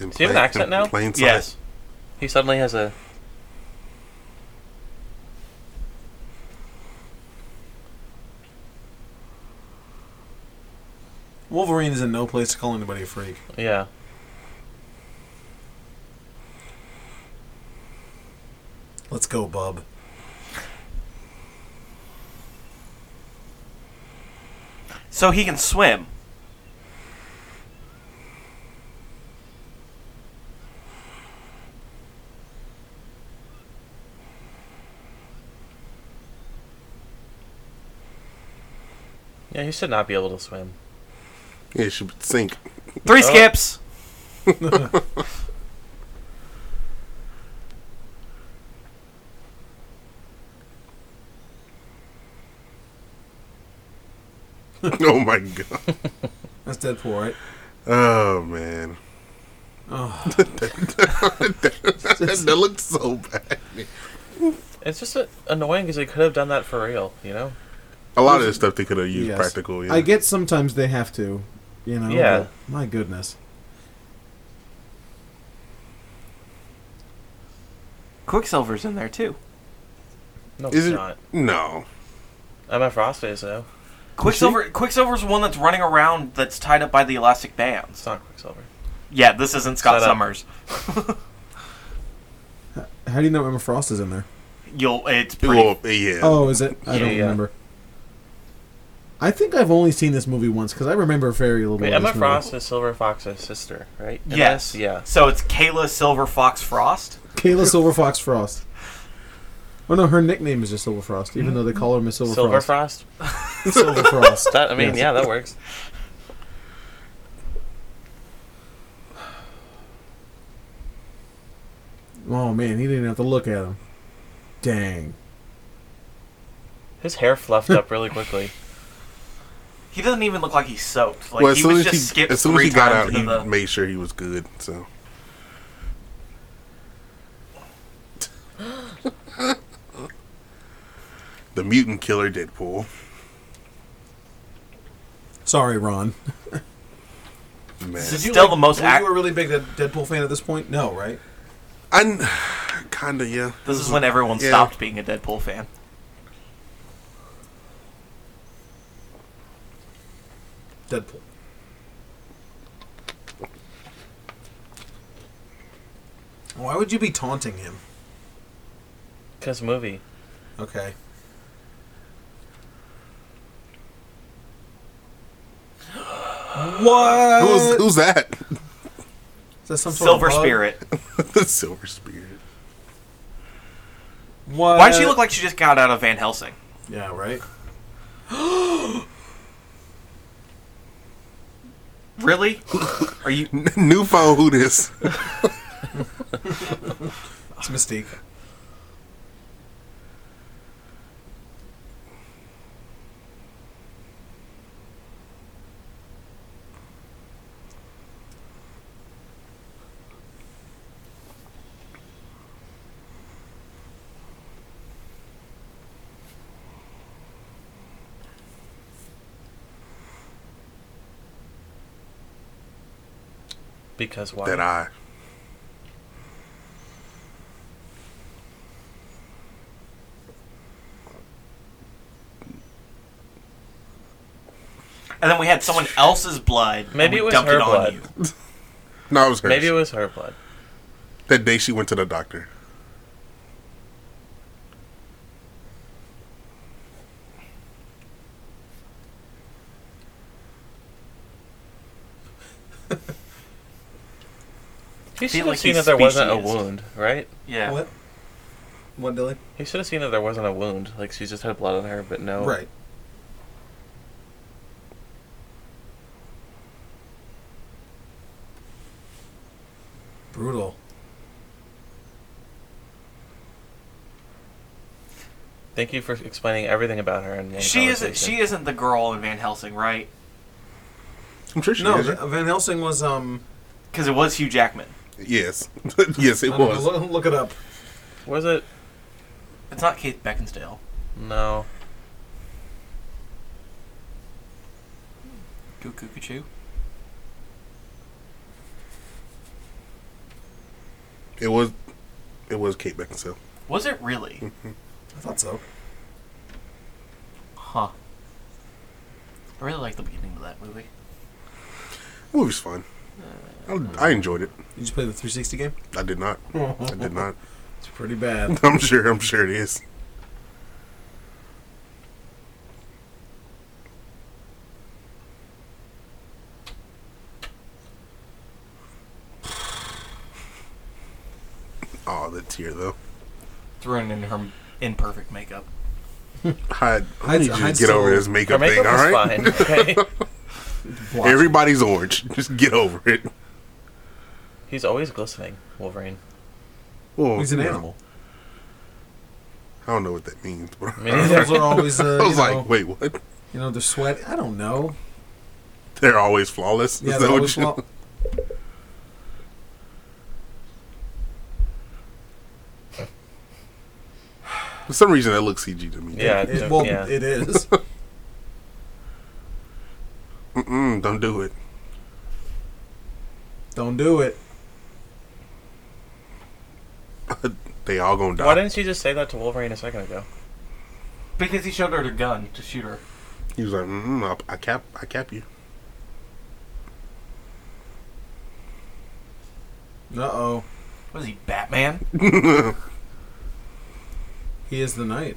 Speaker 2: In
Speaker 3: he have an
Speaker 2: plain-
Speaker 3: accent
Speaker 2: in
Speaker 3: now?
Speaker 2: Plain sight.
Speaker 4: Yes.
Speaker 3: He suddenly has a.
Speaker 1: Wolverine is in no place to call anybody a freak.
Speaker 3: Yeah.
Speaker 1: Let's go, bub.
Speaker 4: So he can swim.
Speaker 3: Yeah, he should not be able to swim.
Speaker 2: Yeah, it should sink. Oh.
Speaker 4: Three skips.
Speaker 2: oh my god.
Speaker 1: That's Deadpool, right?
Speaker 2: Oh man.
Speaker 1: Oh,
Speaker 2: that looked so bad.
Speaker 3: It's just uh, annoying because they could have done that for real, you know?
Speaker 2: A lot of this stuff they could have used
Speaker 1: yes.
Speaker 2: practical. Yeah.
Speaker 1: I get sometimes they have to, you know.
Speaker 3: Yeah.
Speaker 1: but My goodness.
Speaker 4: Quicksilver's in there too.
Speaker 3: No,
Speaker 2: Is
Speaker 3: it's
Speaker 2: it-
Speaker 3: not.
Speaker 2: no.
Speaker 3: Emma Frost is, though.
Speaker 4: Quicksilver. Quicksilver's the one that's running around that's tied up by the elastic bands.
Speaker 3: It's not Quicksilver.
Speaker 4: Yeah, this isn't Scott
Speaker 3: Set up.
Speaker 4: Summers.
Speaker 1: How do you know Emma Frost is in there?
Speaker 4: You'll. It's pretty.
Speaker 2: Well, yeah.
Speaker 1: Oh, is it? I
Speaker 3: Yeah,
Speaker 1: don't
Speaker 3: yeah.
Speaker 1: remember. I think I've only seen this movie once because I remember very little.
Speaker 3: Wait,
Speaker 1: of
Speaker 3: Emma
Speaker 1: this movie.
Speaker 3: Frost is Silver Fox's sister, right? In
Speaker 4: Yes.
Speaker 3: this? Yeah.
Speaker 4: So it's Kayla Silver Fox Frost.
Speaker 1: Kayla Silver Fox Frost. Oh no, her nickname is just Silver Frost, even though they call her Miss Silver,
Speaker 3: Silver
Speaker 1: Frost.
Speaker 3: Frost?
Speaker 1: Silver Frost.
Speaker 3: That, I mean,
Speaker 1: Yes.
Speaker 3: yeah, that works.
Speaker 1: Oh man, he didn't have to look at him. Dang.
Speaker 3: His hair fluffed up really quickly.
Speaker 4: He doesn't even look like he's soaked. Like
Speaker 2: well, as
Speaker 4: he
Speaker 2: soon
Speaker 4: was
Speaker 2: as
Speaker 4: just
Speaker 2: he,
Speaker 4: skipped
Speaker 2: as soon as
Speaker 4: three
Speaker 2: he got out,
Speaker 4: times
Speaker 2: he
Speaker 4: into the.
Speaker 2: made sure he was good. So the mutant killer Deadpool.
Speaker 1: Sorry, Ron.
Speaker 2: Man,
Speaker 4: Did you, Still like- the most
Speaker 1: Were
Speaker 4: ac-
Speaker 1: you a really big Deadpool fan at this point? No, right?
Speaker 2: I kinda yeah.
Speaker 4: This is when everyone
Speaker 2: Yeah.
Speaker 4: stopped being a Deadpool fan.
Speaker 1: Deadpool. Why would you be taunting him?
Speaker 3: Because movie.
Speaker 1: Okay. What?
Speaker 2: Who's who's that?
Speaker 1: Is that some sort of
Speaker 4: Silver
Speaker 1: bug?
Speaker 4: Spirit.
Speaker 2: the Silver Spirit.
Speaker 1: What?
Speaker 4: Why does she look like she just got out of Van Helsing?
Speaker 1: Yeah, right.
Speaker 4: Really? Are you?
Speaker 2: Newfound who this?
Speaker 1: It's a mistake.
Speaker 3: Because why?
Speaker 2: That eye.
Speaker 4: And then we had someone else's blood. and
Speaker 3: Maybe
Speaker 4: we
Speaker 3: it was
Speaker 4: dumped
Speaker 3: her
Speaker 4: it on
Speaker 3: blood.
Speaker 4: you.
Speaker 2: No, it was hers.
Speaker 3: Maybe it was her blood.
Speaker 2: that day she went to the doctor.
Speaker 3: He should
Speaker 4: like
Speaker 3: have seen
Speaker 4: he's
Speaker 3: that there wasn't a
Speaker 4: speciesist.
Speaker 3: wound, right?
Speaker 4: Yeah.
Speaker 1: What? What, Dilly?
Speaker 3: He should have seen that there wasn't a wound. Like she just had blood on her, but
Speaker 4: Oh.
Speaker 3: no.
Speaker 1: Right. Brutal.
Speaker 3: Thank you for explaining everything about her. In one
Speaker 4: She isn't.
Speaker 3: conversation.
Speaker 4: She isn't the girl in Van Helsing, right?
Speaker 2: I'm sure she
Speaker 1: No,
Speaker 2: is.
Speaker 1: Va- Van Helsing was um.
Speaker 4: Because it was Hugh Jackman.
Speaker 2: Yes. yes, it
Speaker 1: I don't know,
Speaker 2: was.
Speaker 1: look, look it up.
Speaker 3: Was it?
Speaker 4: It's not Kate Beckinsdale.
Speaker 3: No.
Speaker 4: Goo goo goo choo.
Speaker 2: It was it was Kate Beckinsale.
Speaker 4: Was it really?
Speaker 1: I thought so.
Speaker 4: huh. I really like the beginning of that movie.
Speaker 2: The movie's fun. I, I enjoyed it.
Speaker 1: Did you play the 360 game?
Speaker 2: I did not. I did not.
Speaker 1: It's pretty bad.
Speaker 2: I'm sure. I'm sure it is. Oh, the tear though.
Speaker 4: Thrown in her imperfect makeup.
Speaker 2: Hyde, I
Speaker 1: Hyde's-
Speaker 2: need you to get
Speaker 1: Hyde's
Speaker 2: over
Speaker 1: so-
Speaker 2: this
Speaker 3: Her
Speaker 2: makeup,
Speaker 3: makeup
Speaker 2: thing, all
Speaker 3: was
Speaker 2: right?
Speaker 3: fine. Okay.
Speaker 1: Watch.
Speaker 2: Everybody's orange. Just get over it.
Speaker 3: He's always glistening, Wolverine.
Speaker 2: Well,
Speaker 1: He's an
Speaker 2: you know,
Speaker 1: animal.
Speaker 2: I don't know what that means. But
Speaker 3: Me
Speaker 2: I
Speaker 3: neither.
Speaker 1: Those are always. Uh,
Speaker 2: was
Speaker 1: you
Speaker 2: like,
Speaker 1: know,
Speaker 2: wait, what?
Speaker 1: You know, they're sweat. I don't know.
Speaker 2: They're always flawless.
Speaker 1: Yeah,
Speaker 2: Is
Speaker 1: they're
Speaker 2: that what
Speaker 1: always
Speaker 2: you-
Speaker 1: lo-
Speaker 2: For some reason, that looks CG to me.
Speaker 3: Yeah.
Speaker 1: it, well,
Speaker 3: Yeah.
Speaker 1: it is.
Speaker 2: Mm-mm, don't do it.
Speaker 1: don't do it.
Speaker 2: They all gonna die.
Speaker 3: Why didn't she just say that to Wolverine a second ago?
Speaker 4: Because he showed her the gun to shoot her.
Speaker 2: He was like, mm, I'll- I cap, I cap you.
Speaker 1: Uh oh.
Speaker 4: Was he Batman?
Speaker 1: He is the knight.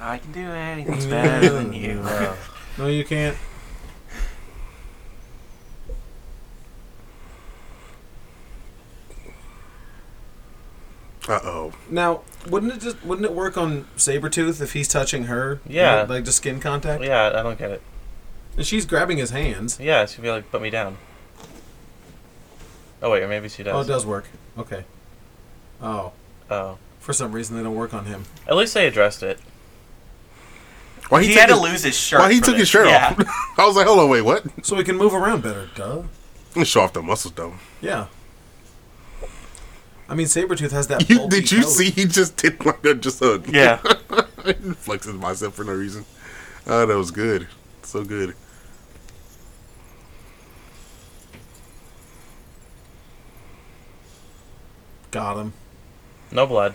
Speaker 4: I can do anything better than you.
Speaker 1: No, you can't.
Speaker 2: Uh oh.
Speaker 1: Now, wouldn't it just wouldn't it work on Sabretooth if he's touching her?
Speaker 3: Yeah.
Speaker 1: Like, like just skin contact?
Speaker 3: Yeah, I don't get it.
Speaker 1: And she's grabbing his hands.
Speaker 3: Yeah, she'd be like, "Put me down." Oh wait, or maybe she
Speaker 1: Oh, it
Speaker 3: does.
Speaker 1: does work. Okay. Oh.
Speaker 3: Oh.
Speaker 1: For some reason they don't work on him.
Speaker 3: At least they addressed it.
Speaker 2: Why
Speaker 4: He
Speaker 2: took
Speaker 4: had to
Speaker 2: his-
Speaker 4: lose his shirt.
Speaker 2: Why he
Speaker 4: for
Speaker 2: took
Speaker 4: this.
Speaker 2: his shirt
Speaker 4: Yeah.
Speaker 2: off? I was like, hold on, wait, what?
Speaker 1: So he can move around better, duh.
Speaker 2: Show off the muscles though.
Speaker 1: Yeah. I mean Sabretooth has that
Speaker 2: You,
Speaker 1: bulky
Speaker 2: did you
Speaker 1: coat.
Speaker 2: see? He just did like a, just a
Speaker 4: Yeah.
Speaker 2: flexes myself for no reason. Oh, that was good. So good.
Speaker 1: Got him.
Speaker 3: No blood.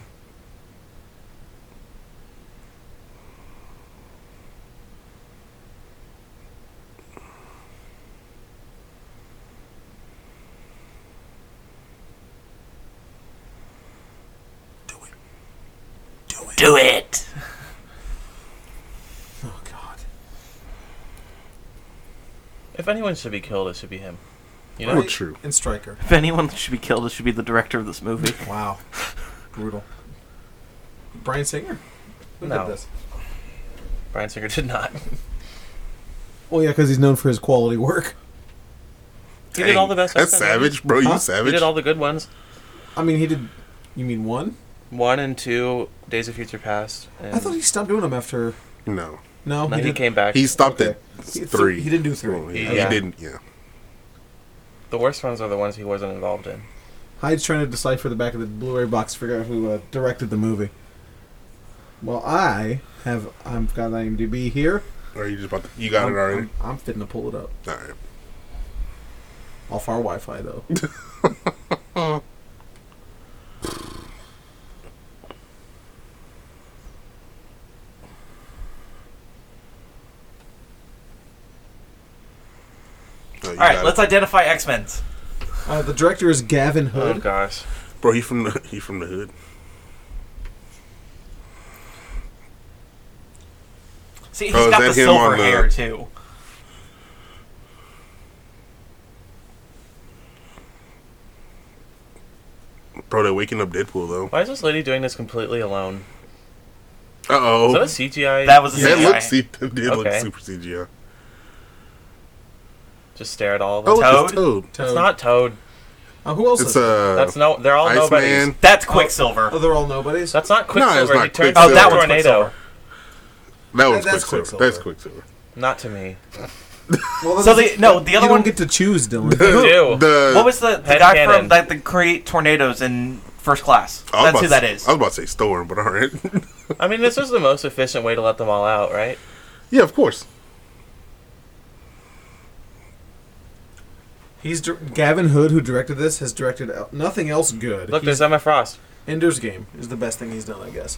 Speaker 4: Do it.
Speaker 1: Oh god.
Speaker 3: If anyone should be killed, it should be him. You know.
Speaker 2: Well, Oh, true.
Speaker 1: And Striker.
Speaker 4: If anyone should be killed, it should be the director of this movie.
Speaker 1: Wow. Brutal. Brian Singer? Look
Speaker 3: No.
Speaker 1: at this.
Speaker 3: Brian Singer did not.
Speaker 1: Well, yeah, because he's known for his quality work.
Speaker 3: He did all the best.
Speaker 2: That's
Speaker 3: X-Men movies.
Speaker 2: savage, bro. You
Speaker 1: Huh?
Speaker 3: He
Speaker 2: savage.
Speaker 3: did all the good ones.
Speaker 1: I mean, he did. You mean one?
Speaker 3: One and two, Days of Future Past. And
Speaker 1: I thought he stopped doing them after.
Speaker 2: no,
Speaker 1: No,
Speaker 3: and then he,
Speaker 1: did-
Speaker 3: came back.
Speaker 2: he stopped
Speaker 1: Okay.
Speaker 2: at
Speaker 1: He-
Speaker 2: three.
Speaker 1: he didn't do three.
Speaker 2: Well, yeah,
Speaker 3: Yeah.
Speaker 2: He didn't. Yeah.
Speaker 3: the worst ones are the ones he wasn't involved in.
Speaker 1: Hyde's trying to decipher the back of the Blu-ray box to figure out who uh, directed the movie. Well, I have. I've got IMDb here.
Speaker 2: Or you just about to, you got
Speaker 1: I'm,
Speaker 2: it already.
Speaker 1: I'm, I'm fitting to pull it up
Speaker 2: All right.
Speaker 1: off our Wi-Fi though.
Speaker 2: No, you
Speaker 4: All right,
Speaker 2: got
Speaker 4: let's
Speaker 2: it.
Speaker 4: identify X Men's.
Speaker 1: Uh, the director is Gavin
Speaker 3: Oh
Speaker 1: Hood.
Speaker 3: gosh.
Speaker 2: bro. He from the he from the hood.
Speaker 4: See, he's
Speaker 2: Oh, is
Speaker 4: got
Speaker 2: that
Speaker 4: the
Speaker 2: him on
Speaker 4: silver
Speaker 2: the-
Speaker 4: hair too.
Speaker 2: Bro, they're waking up Deadpool though.
Speaker 3: Why is this lady doing this completely alone?
Speaker 2: Uh
Speaker 3: Is
Speaker 2: oh.
Speaker 3: that a CGI?
Speaker 4: That was a
Speaker 2: Yeah, it
Speaker 4: CGI.
Speaker 2: looks. It did look
Speaker 3: Okay.
Speaker 2: super CGI.
Speaker 3: Just stare at all of them.
Speaker 2: Oh, look, it's
Speaker 4: Toad?
Speaker 2: Toad.
Speaker 3: It's not Toad.
Speaker 1: Uh, who else?
Speaker 2: It's
Speaker 1: is?
Speaker 2: uh.
Speaker 3: That's no. They're all nobodies.
Speaker 2: Iceman.
Speaker 4: That's Quicksilver.
Speaker 1: oh, they're all nobodies.
Speaker 3: That's not Quicksilver.
Speaker 2: it's not
Speaker 3: he turned
Speaker 2: Quicksilver.
Speaker 3: into
Speaker 2: Oh,
Speaker 3: a
Speaker 2: that one's
Speaker 3: tornado.
Speaker 4: Quicksilver.
Speaker 2: That was
Speaker 1: that's Quicksilver.
Speaker 2: Quicksilver. That's Quicksilver.
Speaker 3: Not to me.
Speaker 1: well,
Speaker 4: So
Speaker 1: this
Speaker 4: the- no, the
Speaker 1: you
Speaker 4: other
Speaker 1: don't
Speaker 4: one-
Speaker 1: get to choose, Dylan.
Speaker 3: You do.
Speaker 2: The
Speaker 4: What was the, the
Speaker 3: Head
Speaker 4: guy
Speaker 3: cannon.
Speaker 4: from that that create tornadoes in First Class?
Speaker 2: I was
Speaker 4: That's
Speaker 2: about
Speaker 4: who
Speaker 2: to-
Speaker 4: that is.
Speaker 2: I was about to say Storm, but all right.
Speaker 3: I mean, this was the most efficient way to let them all out, right?
Speaker 2: yeah, of course.
Speaker 1: He's dir- Gavin Hood, who directed this, has directed el- nothing else good.
Speaker 3: Look,
Speaker 1: He's-
Speaker 3: there's Emma Frost.
Speaker 1: Ender's Game is the best thing he's done, I guess.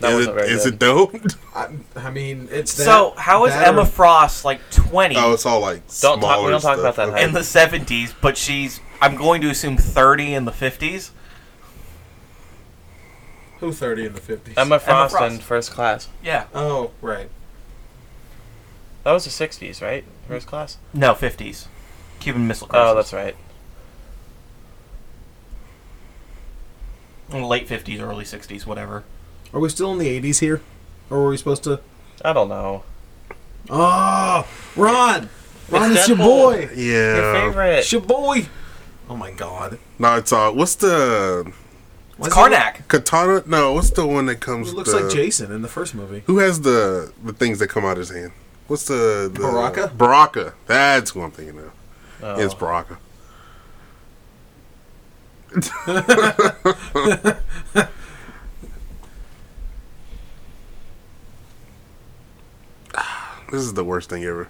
Speaker 3: That
Speaker 2: is
Speaker 3: wasn't
Speaker 2: it,
Speaker 3: very
Speaker 2: is
Speaker 3: good.
Speaker 2: it dope?
Speaker 1: I, I mean, it's that,
Speaker 4: so how is
Speaker 1: that
Speaker 4: Emma
Speaker 1: or-
Speaker 4: Frost like twenty
Speaker 2: oh, it's all like
Speaker 3: Don't talk- we
Speaker 2: smaller
Speaker 3: don't talk
Speaker 2: stuff.
Speaker 3: about that.
Speaker 4: in the seventies, but she's I'm going to assume thirty in the fifties?
Speaker 1: who thirty in the fifties?
Speaker 3: Emma Frost,
Speaker 4: Frost.
Speaker 3: in First Class.
Speaker 4: Yeah.
Speaker 1: Oh, right.
Speaker 3: That was the 60s, right? First Class?
Speaker 4: No, fifties. Cuban Missile Crisis.
Speaker 3: Oh, that's right.
Speaker 4: In the late fifties, early sixties, whatever.
Speaker 1: Are we still in the eighties here, or were we supposed to?
Speaker 3: I don't know.
Speaker 1: Oh, Ron, Ron, it's,
Speaker 3: It's
Speaker 1: your
Speaker 3: Deadpool.
Speaker 1: boy,
Speaker 3: Your
Speaker 1: it's
Speaker 2: Yeah.
Speaker 3: favorite.
Speaker 1: your boy. Oh my God,
Speaker 2: No, it's uh. What's the
Speaker 1: Why
Speaker 4: It's
Speaker 1: does he
Speaker 4: Karnak.
Speaker 2: katana? No, what's the one that
Speaker 1: look-
Speaker 2: comes?
Speaker 1: He looks
Speaker 2: the-
Speaker 1: like Jason in the first movie.
Speaker 2: Who has the the things that come out of his hand? What's the, the
Speaker 1: Baraka?
Speaker 2: Baraka. That's who I'm thinking of.
Speaker 3: Oh.
Speaker 2: It's Baraka. this is the worst thing ever.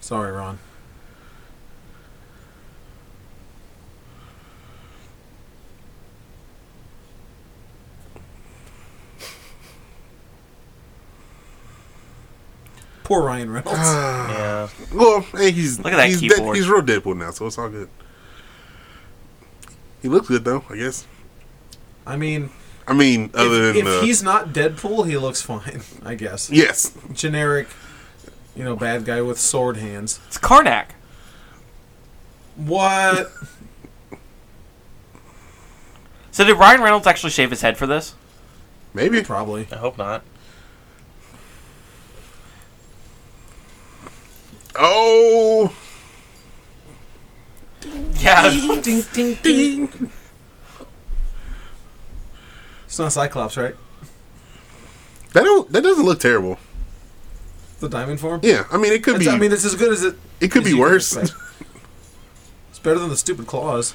Speaker 1: Sorry, Ron. Poor Ryan
Speaker 2: Ah.
Speaker 1: Reynolds.
Speaker 3: yeah.
Speaker 2: Well, hey, he's
Speaker 4: Look at that
Speaker 2: he's,
Speaker 4: keyboard.
Speaker 2: he's real Deadpool now, so it's all good. He looks good though, I guess.
Speaker 1: I mean,
Speaker 2: I mean, other
Speaker 1: if,
Speaker 2: than
Speaker 1: if
Speaker 2: the
Speaker 1: he's not Deadpool, he looks fine. I guess
Speaker 2: yes,
Speaker 1: generic, you know, bad guy with sword hands.
Speaker 4: It's Karnak.
Speaker 1: What?
Speaker 4: So did Ryan Reynolds actually shave his head for this?
Speaker 2: maybe.
Speaker 1: Probably.
Speaker 3: I hope not.
Speaker 2: Oh,
Speaker 4: Yeah.
Speaker 1: It's not Cyclops, right?
Speaker 2: that don't, that doesn't look terrible.
Speaker 1: The diamond form.
Speaker 2: Yeah, I mean, it could
Speaker 1: It's-
Speaker 2: be.
Speaker 1: I mean, it's as good as it.
Speaker 2: it could
Speaker 1: as
Speaker 2: be
Speaker 1: you can
Speaker 2: worse.
Speaker 1: expect. It's better than the stupid claws.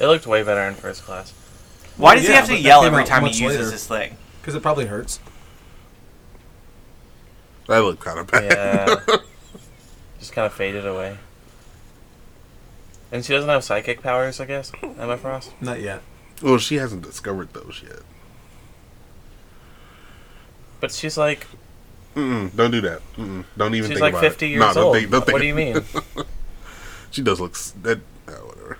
Speaker 3: It looked way better in First Class.
Speaker 4: Why does he
Speaker 1: Yeah,
Speaker 4: have
Speaker 1: but
Speaker 4: to
Speaker 1: that
Speaker 4: yell
Speaker 1: came
Speaker 4: every
Speaker 1: out
Speaker 4: time he
Speaker 1: much
Speaker 4: uses
Speaker 1: later.
Speaker 4: this thing?
Speaker 1: Because it probably hurts.
Speaker 2: that looked kind of bad.
Speaker 3: Yeah. Just kind of faded away. And she doesn't have psychic powers, I guess. Emma Frost.
Speaker 1: Not yet.
Speaker 2: Well, she hasn't discovered those yet.
Speaker 3: But she's like,
Speaker 2: Mm-mm, don't do that. Mm-mm, don't even
Speaker 3: she's
Speaker 2: think
Speaker 3: like
Speaker 2: about
Speaker 3: 50
Speaker 2: it.
Speaker 3: years
Speaker 2: Nah, don't
Speaker 3: old.
Speaker 2: think- don't think-
Speaker 3: what do you mean?
Speaker 2: She does look s- that. ah, whatever.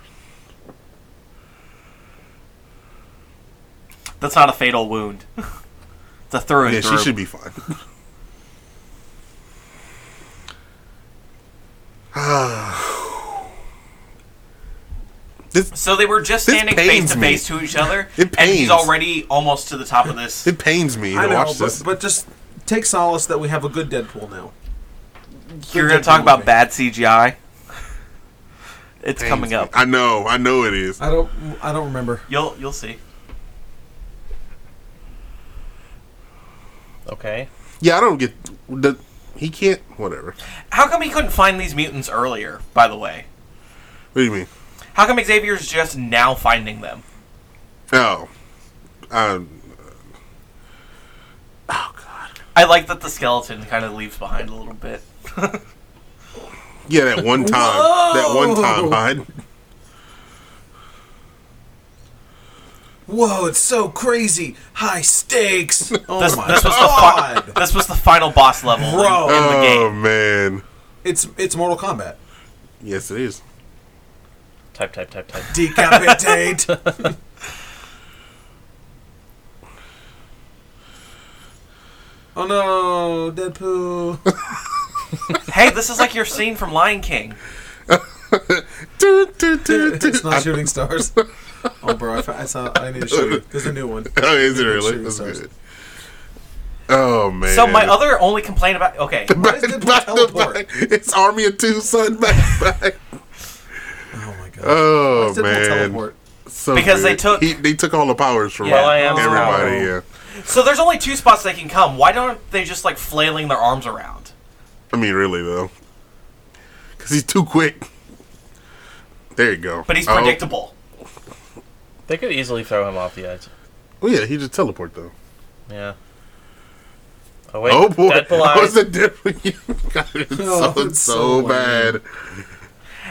Speaker 4: That's not a fatal wound. it's a through and
Speaker 2: Yeah,
Speaker 4: through.
Speaker 2: she should be fine. this
Speaker 4: So they were just
Speaker 2: This
Speaker 4: standing face
Speaker 2: pains
Speaker 4: to
Speaker 2: me.
Speaker 4: face to each other,
Speaker 2: It
Speaker 4: and he's
Speaker 2: pains.
Speaker 4: already almost to the top of this.
Speaker 2: it pains me to
Speaker 1: I know,
Speaker 2: watch
Speaker 1: but,
Speaker 2: this.
Speaker 1: but just take solace that we have a good Deadpool now.
Speaker 4: You're
Speaker 1: Good
Speaker 4: going to talk
Speaker 1: Deadpool
Speaker 4: about
Speaker 1: movie.
Speaker 4: bad CGI. It's coming up.
Speaker 2: I know, I know it is.
Speaker 1: I don't. I don't remember.
Speaker 4: You'll you'll see.
Speaker 3: Okay.
Speaker 2: Yeah, I don't get the he can't whatever.
Speaker 4: How come he couldn't find these mutants earlier? By the way,
Speaker 2: What do you mean?
Speaker 4: how come Xavier's just now finding them?
Speaker 2: Oh. Um oh,
Speaker 4: I like that the skeleton kind of leaves behind a little bit.
Speaker 2: yeah, that one time. that one time hide.
Speaker 1: Whoa! It's so crazy. High stakes. Oh
Speaker 4: This,
Speaker 1: my
Speaker 4: this was the fi-
Speaker 1: god!
Speaker 4: this was the final boss level in-
Speaker 1: Bro.
Speaker 4: in, the
Speaker 2: Oh
Speaker 4: game.
Speaker 2: man.
Speaker 1: It's it's Mortal Kombat.
Speaker 2: Yes it is.
Speaker 3: Type, type, type, type.
Speaker 1: Decapitate. oh no, Deadpool.
Speaker 4: Hey, this is like your scene from Lion King.
Speaker 2: Toot, toot, toot, toot.
Speaker 1: it's not shooting stars. Oh, bro, I, fa- I saw. I need to show you. There's a new one.
Speaker 2: Oh, is it really?
Speaker 1: Shooting
Speaker 2: That's
Speaker 1: stars.
Speaker 2: good. Oh man.
Speaker 4: So my other only complaint about okay,
Speaker 1: Why does Deadpool
Speaker 2: Back to
Speaker 1: teleport?
Speaker 2: back. It's Army of Two, son. Back to back.
Speaker 1: Oh my god.
Speaker 2: Oh
Speaker 1: Deadpool
Speaker 2: man.
Speaker 1: teleport.
Speaker 2: So
Speaker 4: Because they took-
Speaker 2: he, they took all the powers from
Speaker 4: Well, I
Speaker 3: am
Speaker 2: everybody.
Speaker 3: now.
Speaker 2: Yeah,
Speaker 4: so there's only two spots they can come. Why don't they just like flailing their arms around?
Speaker 2: I mean really though, because he's too quick. There you go.
Speaker 4: But he's
Speaker 2: Oh.
Speaker 4: predictable.
Speaker 3: They could easily throw him off the edge.
Speaker 2: Oh yeah, he just teleport though.
Speaker 3: Yeah. Oh wait.
Speaker 2: oh boy,
Speaker 3: Deadpool
Speaker 2: that was
Speaker 3: eyes.
Speaker 2: the difference. God, it's
Speaker 1: Oh,
Speaker 2: so,
Speaker 1: it's so
Speaker 2: so bad.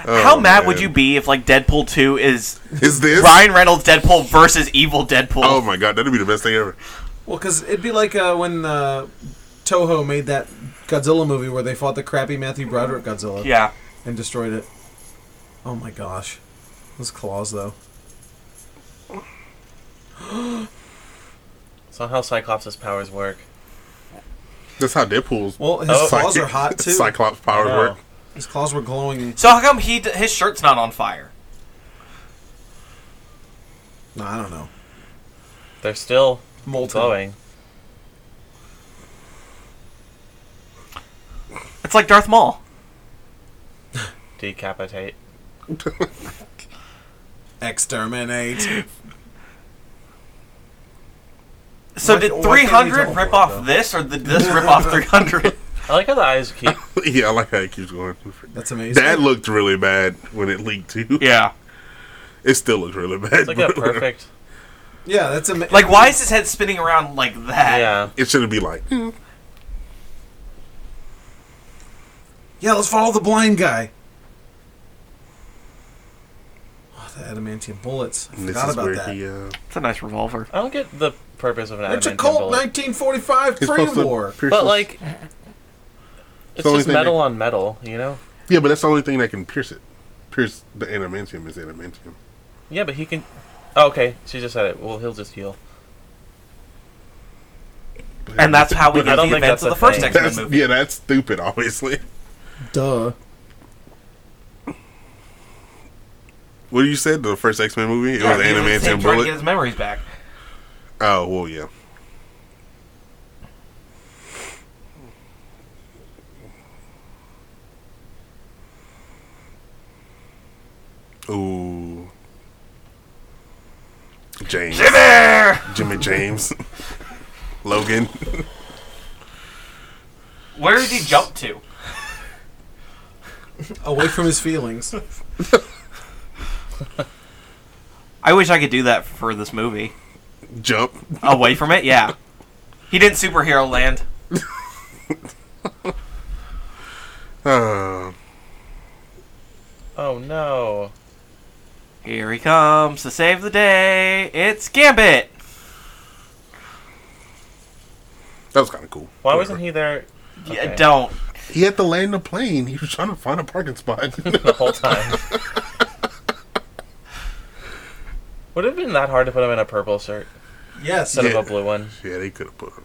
Speaker 4: How
Speaker 2: Oh,
Speaker 4: mad would
Speaker 2: man.
Speaker 4: you be if like Deadpool two is
Speaker 2: Is this?
Speaker 4: Ryan Reynolds Deadpool versus evil Deadpool?
Speaker 2: Oh my god, that'd be the best thing ever.
Speaker 1: Well, because it'd be like uh, when uh, Toho made that Godzilla movie where they fought the crappy Matthew Broderick Godzilla
Speaker 4: yeah.
Speaker 1: and destroyed it. Oh my gosh. Those claws, though.
Speaker 3: It's not how Cyclops' powers work.
Speaker 2: That's how Deadpool's.
Speaker 1: Well, his
Speaker 3: Oh.
Speaker 1: claws
Speaker 2: Psychic-
Speaker 1: are hot, too.
Speaker 2: Cyclops powers
Speaker 3: No.
Speaker 2: work.
Speaker 1: His claws were glowing.
Speaker 4: So how come he d- his shirt's not on fire?
Speaker 1: No, I don't know.
Speaker 3: They're still
Speaker 1: Molten.
Speaker 3: glowing.
Speaker 4: It's like Darth Maul.
Speaker 3: Decapitate.
Speaker 1: Exterminate.
Speaker 4: So
Speaker 1: Why- why
Speaker 4: did
Speaker 1: can't we
Speaker 4: 300
Speaker 1: teleport,
Speaker 4: rip off
Speaker 1: though?
Speaker 4: this, or did this rip off 300?
Speaker 3: I like how the eyes keep.
Speaker 2: yeah, I like how it keeps going.
Speaker 1: That's amazing.
Speaker 2: That looked really bad when it leaked too.
Speaker 4: Yeah.
Speaker 2: It still looks really bad.
Speaker 3: It's like a
Speaker 2: but-
Speaker 3: perfect.
Speaker 1: yeah, that's amazing.
Speaker 4: Like, why is his head spinning around like that?
Speaker 3: Yeah.
Speaker 2: It shouldn't be like.
Speaker 1: Hmm.
Speaker 2: "Mm,
Speaker 1: Yeah, let's follow the blind guy. Oh, the adamantium bullets. I
Speaker 2: This
Speaker 1: forgot
Speaker 2: is
Speaker 1: about
Speaker 2: where
Speaker 1: that.
Speaker 2: he. Uh,
Speaker 4: It's a nice revolver.
Speaker 3: I don't get the purpose of an
Speaker 1: It's a
Speaker 3: adamantium
Speaker 1: Colt
Speaker 3: bullet.
Speaker 1: 1945
Speaker 2: he's supposed to
Speaker 1: pre-war.
Speaker 2: pierce
Speaker 3: But
Speaker 2: his-
Speaker 3: like, it's
Speaker 2: the only
Speaker 3: just
Speaker 2: thing
Speaker 3: metal
Speaker 2: that-
Speaker 3: on metal, you know.
Speaker 2: Yeah, but that's the only thing that can pierce it. Pierce the adamantium is adamantium.
Speaker 3: Yeah, but he can. Oh, okay, she just said it. Well, he'll just heal.
Speaker 4: And that's how we
Speaker 3: But I
Speaker 4: get
Speaker 3: don't
Speaker 4: the
Speaker 3: think that's
Speaker 4: events of
Speaker 3: a
Speaker 4: the first
Speaker 3: thing.
Speaker 4: X-Men
Speaker 2: That's,
Speaker 4: movie.
Speaker 2: yeah, that's stupid. Obviously,
Speaker 1: Duh.
Speaker 2: what you said the first X Men movie, it
Speaker 4: Yeah,
Speaker 2: was
Speaker 4: because it's him
Speaker 2: adamantium
Speaker 4: trying to get
Speaker 2: bullet.
Speaker 4: his memories back.
Speaker 2: Oh well, yeah. Ooh, James, Jimmy James, Logan.
Speaker 4: Where did he jump to?
Speaker 1: Away from his feelings.
Speaker 4: I wish I could do that for this movie.
Speaker 2: jump.
Speaker 4: Away from it, yeah. He didn't superhero land.
Speaker 2: Uh,
Speaker 3: Oh no!
Speaker 4: Here he comes to save the day. It's Gambit.
Speaker 2: that was kind of cool.
Speaker 3: Why wasn't he there
Speaker 4: Yeah,
Speaker 3: Okay.
Speaker 4: don't.
Speaker 2: He had to land the plane. He was trying to find a parking spot.
Speaker 3: the whole time? Would it have been that hard to put him in a purple shirt
Speaker 1: Yes.
Speaker 3: instead
Speaker 2: Yeah.
Speaker 3: of a blue one?
Speaker 2: yeah, they could have put him.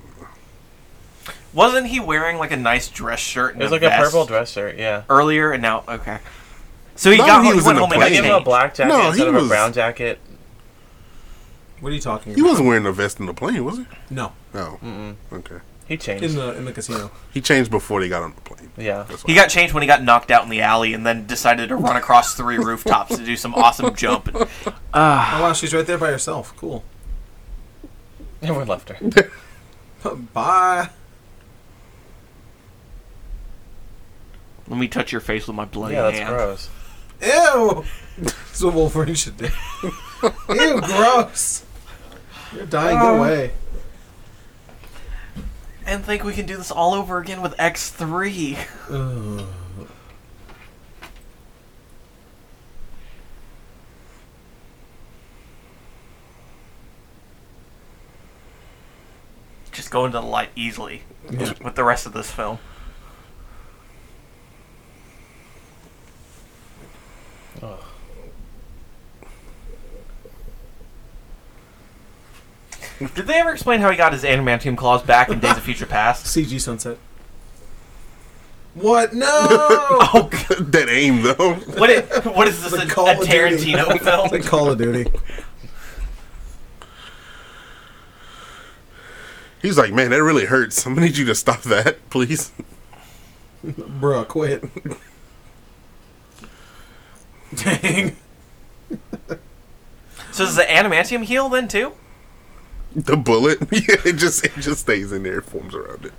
Speaker 4: Wasn't he wearing like a nice dress shirt?
Speaker 3: It
Speaker 4: And
Speaker 3: was like a
Speaker 4: vest
Speaker 3: purple dress shirt. Yeah.
Speaker 4: earlier, and now okay. So he
Speaker 2: No,
Speaker 4: got
Speaker 2: he
Speaker 4: he
Speaker 2: was
Speaker 4: went
Speaker 2: in a
Speaker 4: home and
Speaker 3: I
Speaker 4: got
Speaker 2: plane.
Speaker 3: gave him a
Speaker 4: changed.
Speaker 3: black jacket
Speaker 2: No, he
Speaker 3: instead of
Speaker 2: was-
Speaker 3: a brown jacket.
Speaker 1: What are you talking
Speaker 2: He
Speaker 1: about?
Speaker 2: wasn't wearing a vest in the plane, was he?
Speaker 1: No.
Speaker 2: No. Okay.
Speaker 3: He He changed.
Speaker 1: in the in the casino.
Speaker 2: He changed before they got on the plane.
Speaker 3: yeah.
Speaker 2: That's
Speaker 4: He
Speaker 2: why.
Speaker 4: got changed when he got knocked out in the alley and then decided to run across three rooftops to do some awesome jump. And
Speaker 5: Ah,
Speaker 1: Oh wow, she's right there by herself. Cool.
Speaker 3: Everyone left her.
Speaker 1: Bye.
Speaker 4: let me touch your face with my bloody
Speaker 3: yeah, that's
Speaker 4: hand.
Speaker 3: gross.
Speaker 1: Ew. That's what Wolverine should do. Ew, gross. You're dying.
Speaker 2: Oh.
Speaker 1: Get away.
Speaker 4: And think we can do this all over again with X3.
Speaker 1: Ugh.
Speaker 4: Just go into the light easily
Speaker 1: Yeah.
Speaker 4: with the rest of this film. Did they ever explain how he got his adamantium claws back in Days of Future Past?
Speaker 1: CG sunset. What? No.
Speaker 4: Oh,
Speaker 2: that aim though.
Speaker 4: what is, what is this?
Speaker 1: The
Speaker 4: A, a
Speaker 1: Call of Duty.
Speaker 4: Tarantino
Speaker 1: It's like
Speaker 4: film?
Speaker 1: Call of Duty.
Speaker 2: He's like, man, that really hurts. I'm gonna need you to stop that, please.
Speaker 1: Bruh, quit. Dang.
Speaker 4: So does the adamantium heal then too?
Speaker 2: The bullet, yeah, it just it just stays in there, it forms around it.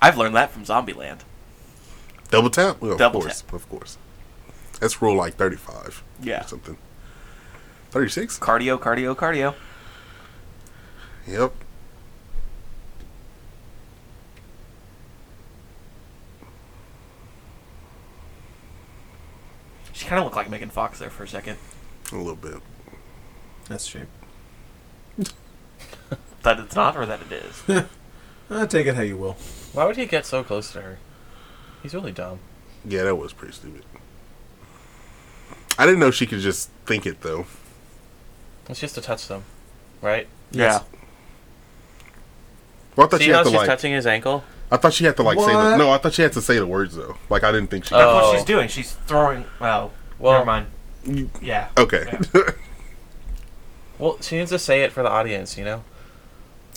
Speaker 4: I've learned that from Zombieland.
Speaker 2: Double tap, well,
Speaker 4: Double
Speaker 2: of course, of course. That's rule like thirty-five,
Speaker 4: Yeah.
Speaker 2: or something. Thirty-six.
Speaker 4: Cardio, cardio, cardio.
Speaker 2: Yep.
Speaker 4: She kind of looked like Megan Fox there for a second.
Speaker 2: A little bit.
Speaker 1: That's a shame.
Speaker 4: That it's not, or that it is.
Speaker 1: Uh, take it how you will.
Speaker 3: Why would he get so close to her? He's really dumb.
Speaker 2: Yeah, that was pretty stupid. I didn't know she could just think it though.
Speaker 3: It's just to touch them, right?
Speaker 1: Yes.
Speaker 2: Well, I thought
Speaker 3: See
Speaker 2: she
Speaker 3: how
Speaker 2: had to
Speaker 3: she's
Speaker 2: like.
Speaker 3: touching his ankle?
Speaker 2: I thought she had to like say the.
Speaker 1: What?
Speaker 2: No, I thought she had to say the words though. Like I didn't think she.
Speaker 4: That's
Speaker 3: Oh.
Speaker 4: what she's doing. She's throwing. Oh,
Speaker 3: Well-
Speaker 4: never mind.
Speaker 2: You-
Speaker 4: Yeah.
Speaker 1: Oh.
Speaker 2: Okay.
Speaker 3: Well, she needs to say it for the audience, you know?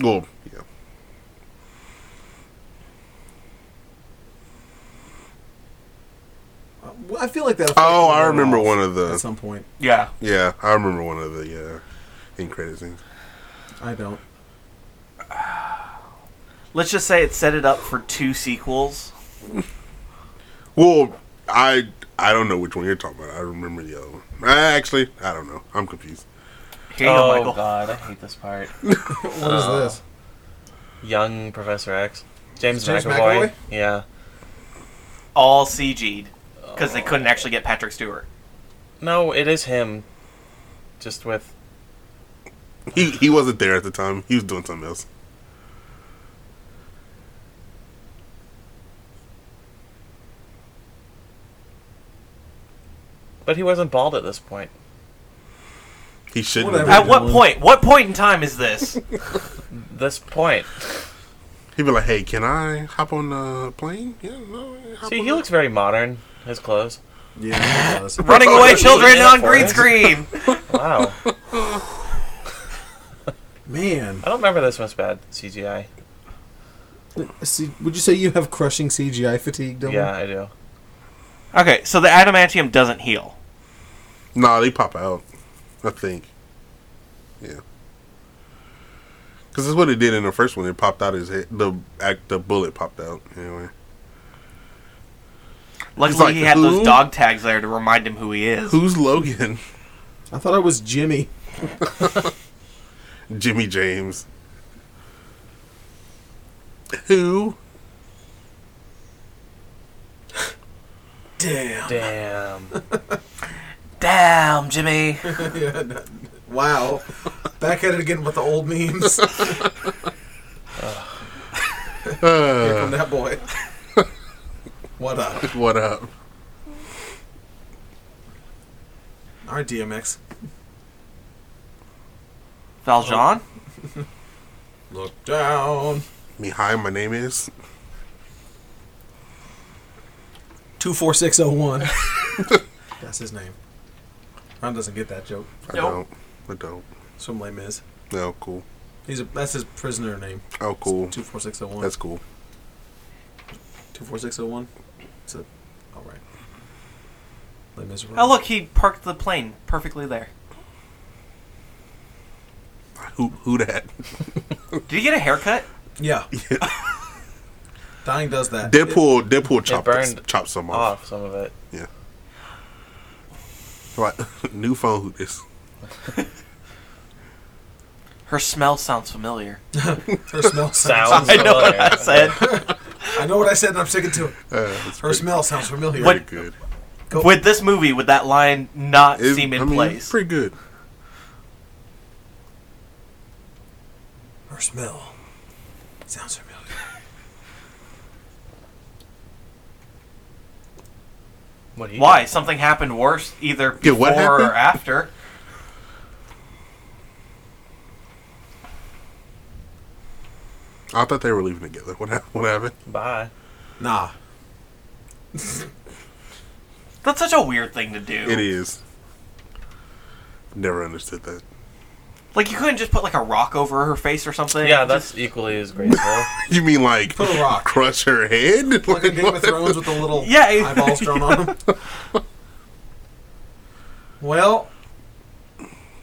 Speaker 2: well, yeah.
Speaker 1: Uh, well, I feel like that.
Speaker 2: Oh, I remember one of
Speaker 1: at
Speaker 2: the.
Speaker 1: some point.
Speaker 4: Yeah.
Speaker 2: Yeah, I remember one of the uh, end credit scenes.
Speaker 1: I don't.
Speaker 4: Let's just say it set it up for two sequels.
Speaker 2: Well, I I don't know which one you're talking about. I remember the other one. Uh, actually, I don't know. I'm confused.
Speaker 4: Here you
Speaker 3: oh,
Speaker 4: go, Michael.
Speaker 3: God, I hate this part.
Speaker 1: What is this?
Speaker 3: Young Professor X. James,
Speaker 1: James
Speaker 3: McAvoy.
Speaker 1: McAvoy?
Speaker 3: Yeah.
Speaker 4: All CG'd because they couldn't actually get Patrick Stewart.
Speaker 3: No, it is him. Just with.
Speaker 2: He he wasn't there at the time. He was doing something else.
Speaker 3: But he wasn't bald at this point.
Speaker 2: He shouldn't.
Speaker 1: Whatever.
Speaker 2: Have
Speaker 4: At
Speaker 2: been.
Speaker 4: what
Speaker 1: Dylan.
Speaker 4: point? What point in time is this?
Speaker 3: This point.
Speaker 2: He'd be like, "Hey, can I hop on the plane?" Yeah, no. hop
Speaker 3: See,
Speaker 2: on
Speaker 3: he
Speaker 2: the-
Speaker 3: looks very modern, his clothes.
Speaker 1: Yeah, it does.
Speaker 4: Running away children
Speaker 3: Yeah,
Speaker 4: on
Speaker 3: for
Speaker 4: green
Speaker 3: us.
Speaker 4: screen.
Speaker 3: Wow. I
Speaker 1: man.
Speaker 3: don't remember this much bad CGI.
Speaker 1: See, would you say you have crushing CGI fatigue, Dylan?
Speaker 3: Yeah, I do.
Speaker 4: Okay, so the adamantium doesn't heal.
Speaker 2: Nah, they pop out. I think. Yeah. Because that's what it did in the first one. It popped out his head. The act, the bullet popped out. Anyway.
Speaker 4: Luckily,
Speaker 2: like,
Speaker 4: he had
Speaker 2: who?
Speaker 4: those dog tags there to remind him who he is.
Speaker 2: Who's Logan?
Speaker 1: I thought it was Jimmy.
Speaker 2: Jimmy James. Who?
Speaker 1: Damn.
Speaker 3: Damn.
Speaker 4: Damn, Jimmy.
Speaker 1: Yeah, no- wow. Back at it again with the old memes. Here
Speaker 2: Uh,
Speaker 1: come that boy. What up?
Speaker 2: what up?
Speaker 1: Our DMX.
Speaker 4: Valjean.
Speaker 1: Look down.
Speaker 2: Me, hi, my name is.
Speaker 1: Two four six zero one. That's his name. Ron doesn't get that joke.
Speaker 2: I
Speaker 4: Nope.
Speaker 2: don't. I don't.
Speaker 1: Swim lame is.
Speaker 2: No, cool.
Speaker 1: He's a, that's his prisoner name.
Speaker 2: Oh, cool.
Speaker 1: Two four six zero one.
Speaker 2: That's cool.
Speaker 1: two four six zero one. It's a, all right. Les Miserables.
Speaker 4: Oh look, he parked the plane perfectly there.
Speaker 2: Who who that?
Speaker 4: Did he get a haircut?
Speaker 1: Yeah. Dying does that.
Speaker 2: Deadpool. Deadpool chopped
Speaker 3: burned
Speaker 2: chopped some off.
Speaker 3: Off some of it.
Speaker 2: Like new phone. Who this?
Speaker 4: Her smell sounds familiar.
Speaker 1: Her smell sounds.
Speaker 3: Sounds.
Speaker 1: I,
Speaker 4: I know what I said.
Speaker 1: know what I said, and I'm sticking to it.
Speaker 2: Uh, it's
Speaker 1: Her
Speaker 2: pretty-
Speaker 1: smell sounds familiar.
Speaker 2: Pretty
Speaker 4: What-
Speaker 2: good.
Speaker 1: Go-
Speaker 4: With this movie, would that line not
Speaker 2: It-
Speaker 4: seem in
Speaker 2: I mean,
Speaker 4: place?
Speaker 2: Pretty good.
Speaker 1: Her smell sounds familiar.
Speaker 3: What do you
Speaker 4: Why? Something happened worse either
Speaker 2: Yeah,
Speaker 4: before
Speaker 2: what
Speaker 4: or
Speaker 2: happened?
Speaker 4: after.
Speaker 2: I thought they were leaving together. What hap- what happened?
Speaker 3: get? Bye.
Speaker 1: Nah.
Speaker 4: That's such a weird thing to do.
Speaker 2: It is. Never understood that.
Speaker 4: Like you couldn't just put like a rock over her face or something.
Speaker 3: Yeah, that's equally as graceful.
Speaker 2: You mean like
Speaker 1: Put a rock.
Speaker 2: crush her head?
Speaker 1: Like in
Speaker 2: Like,
Speaker 1: Game of
Speaker 2: what?
Speaker 1: Thrones with the little
Speaker 4: Yeah, it-
Speaker 1: eyeballs thrown on him. Well,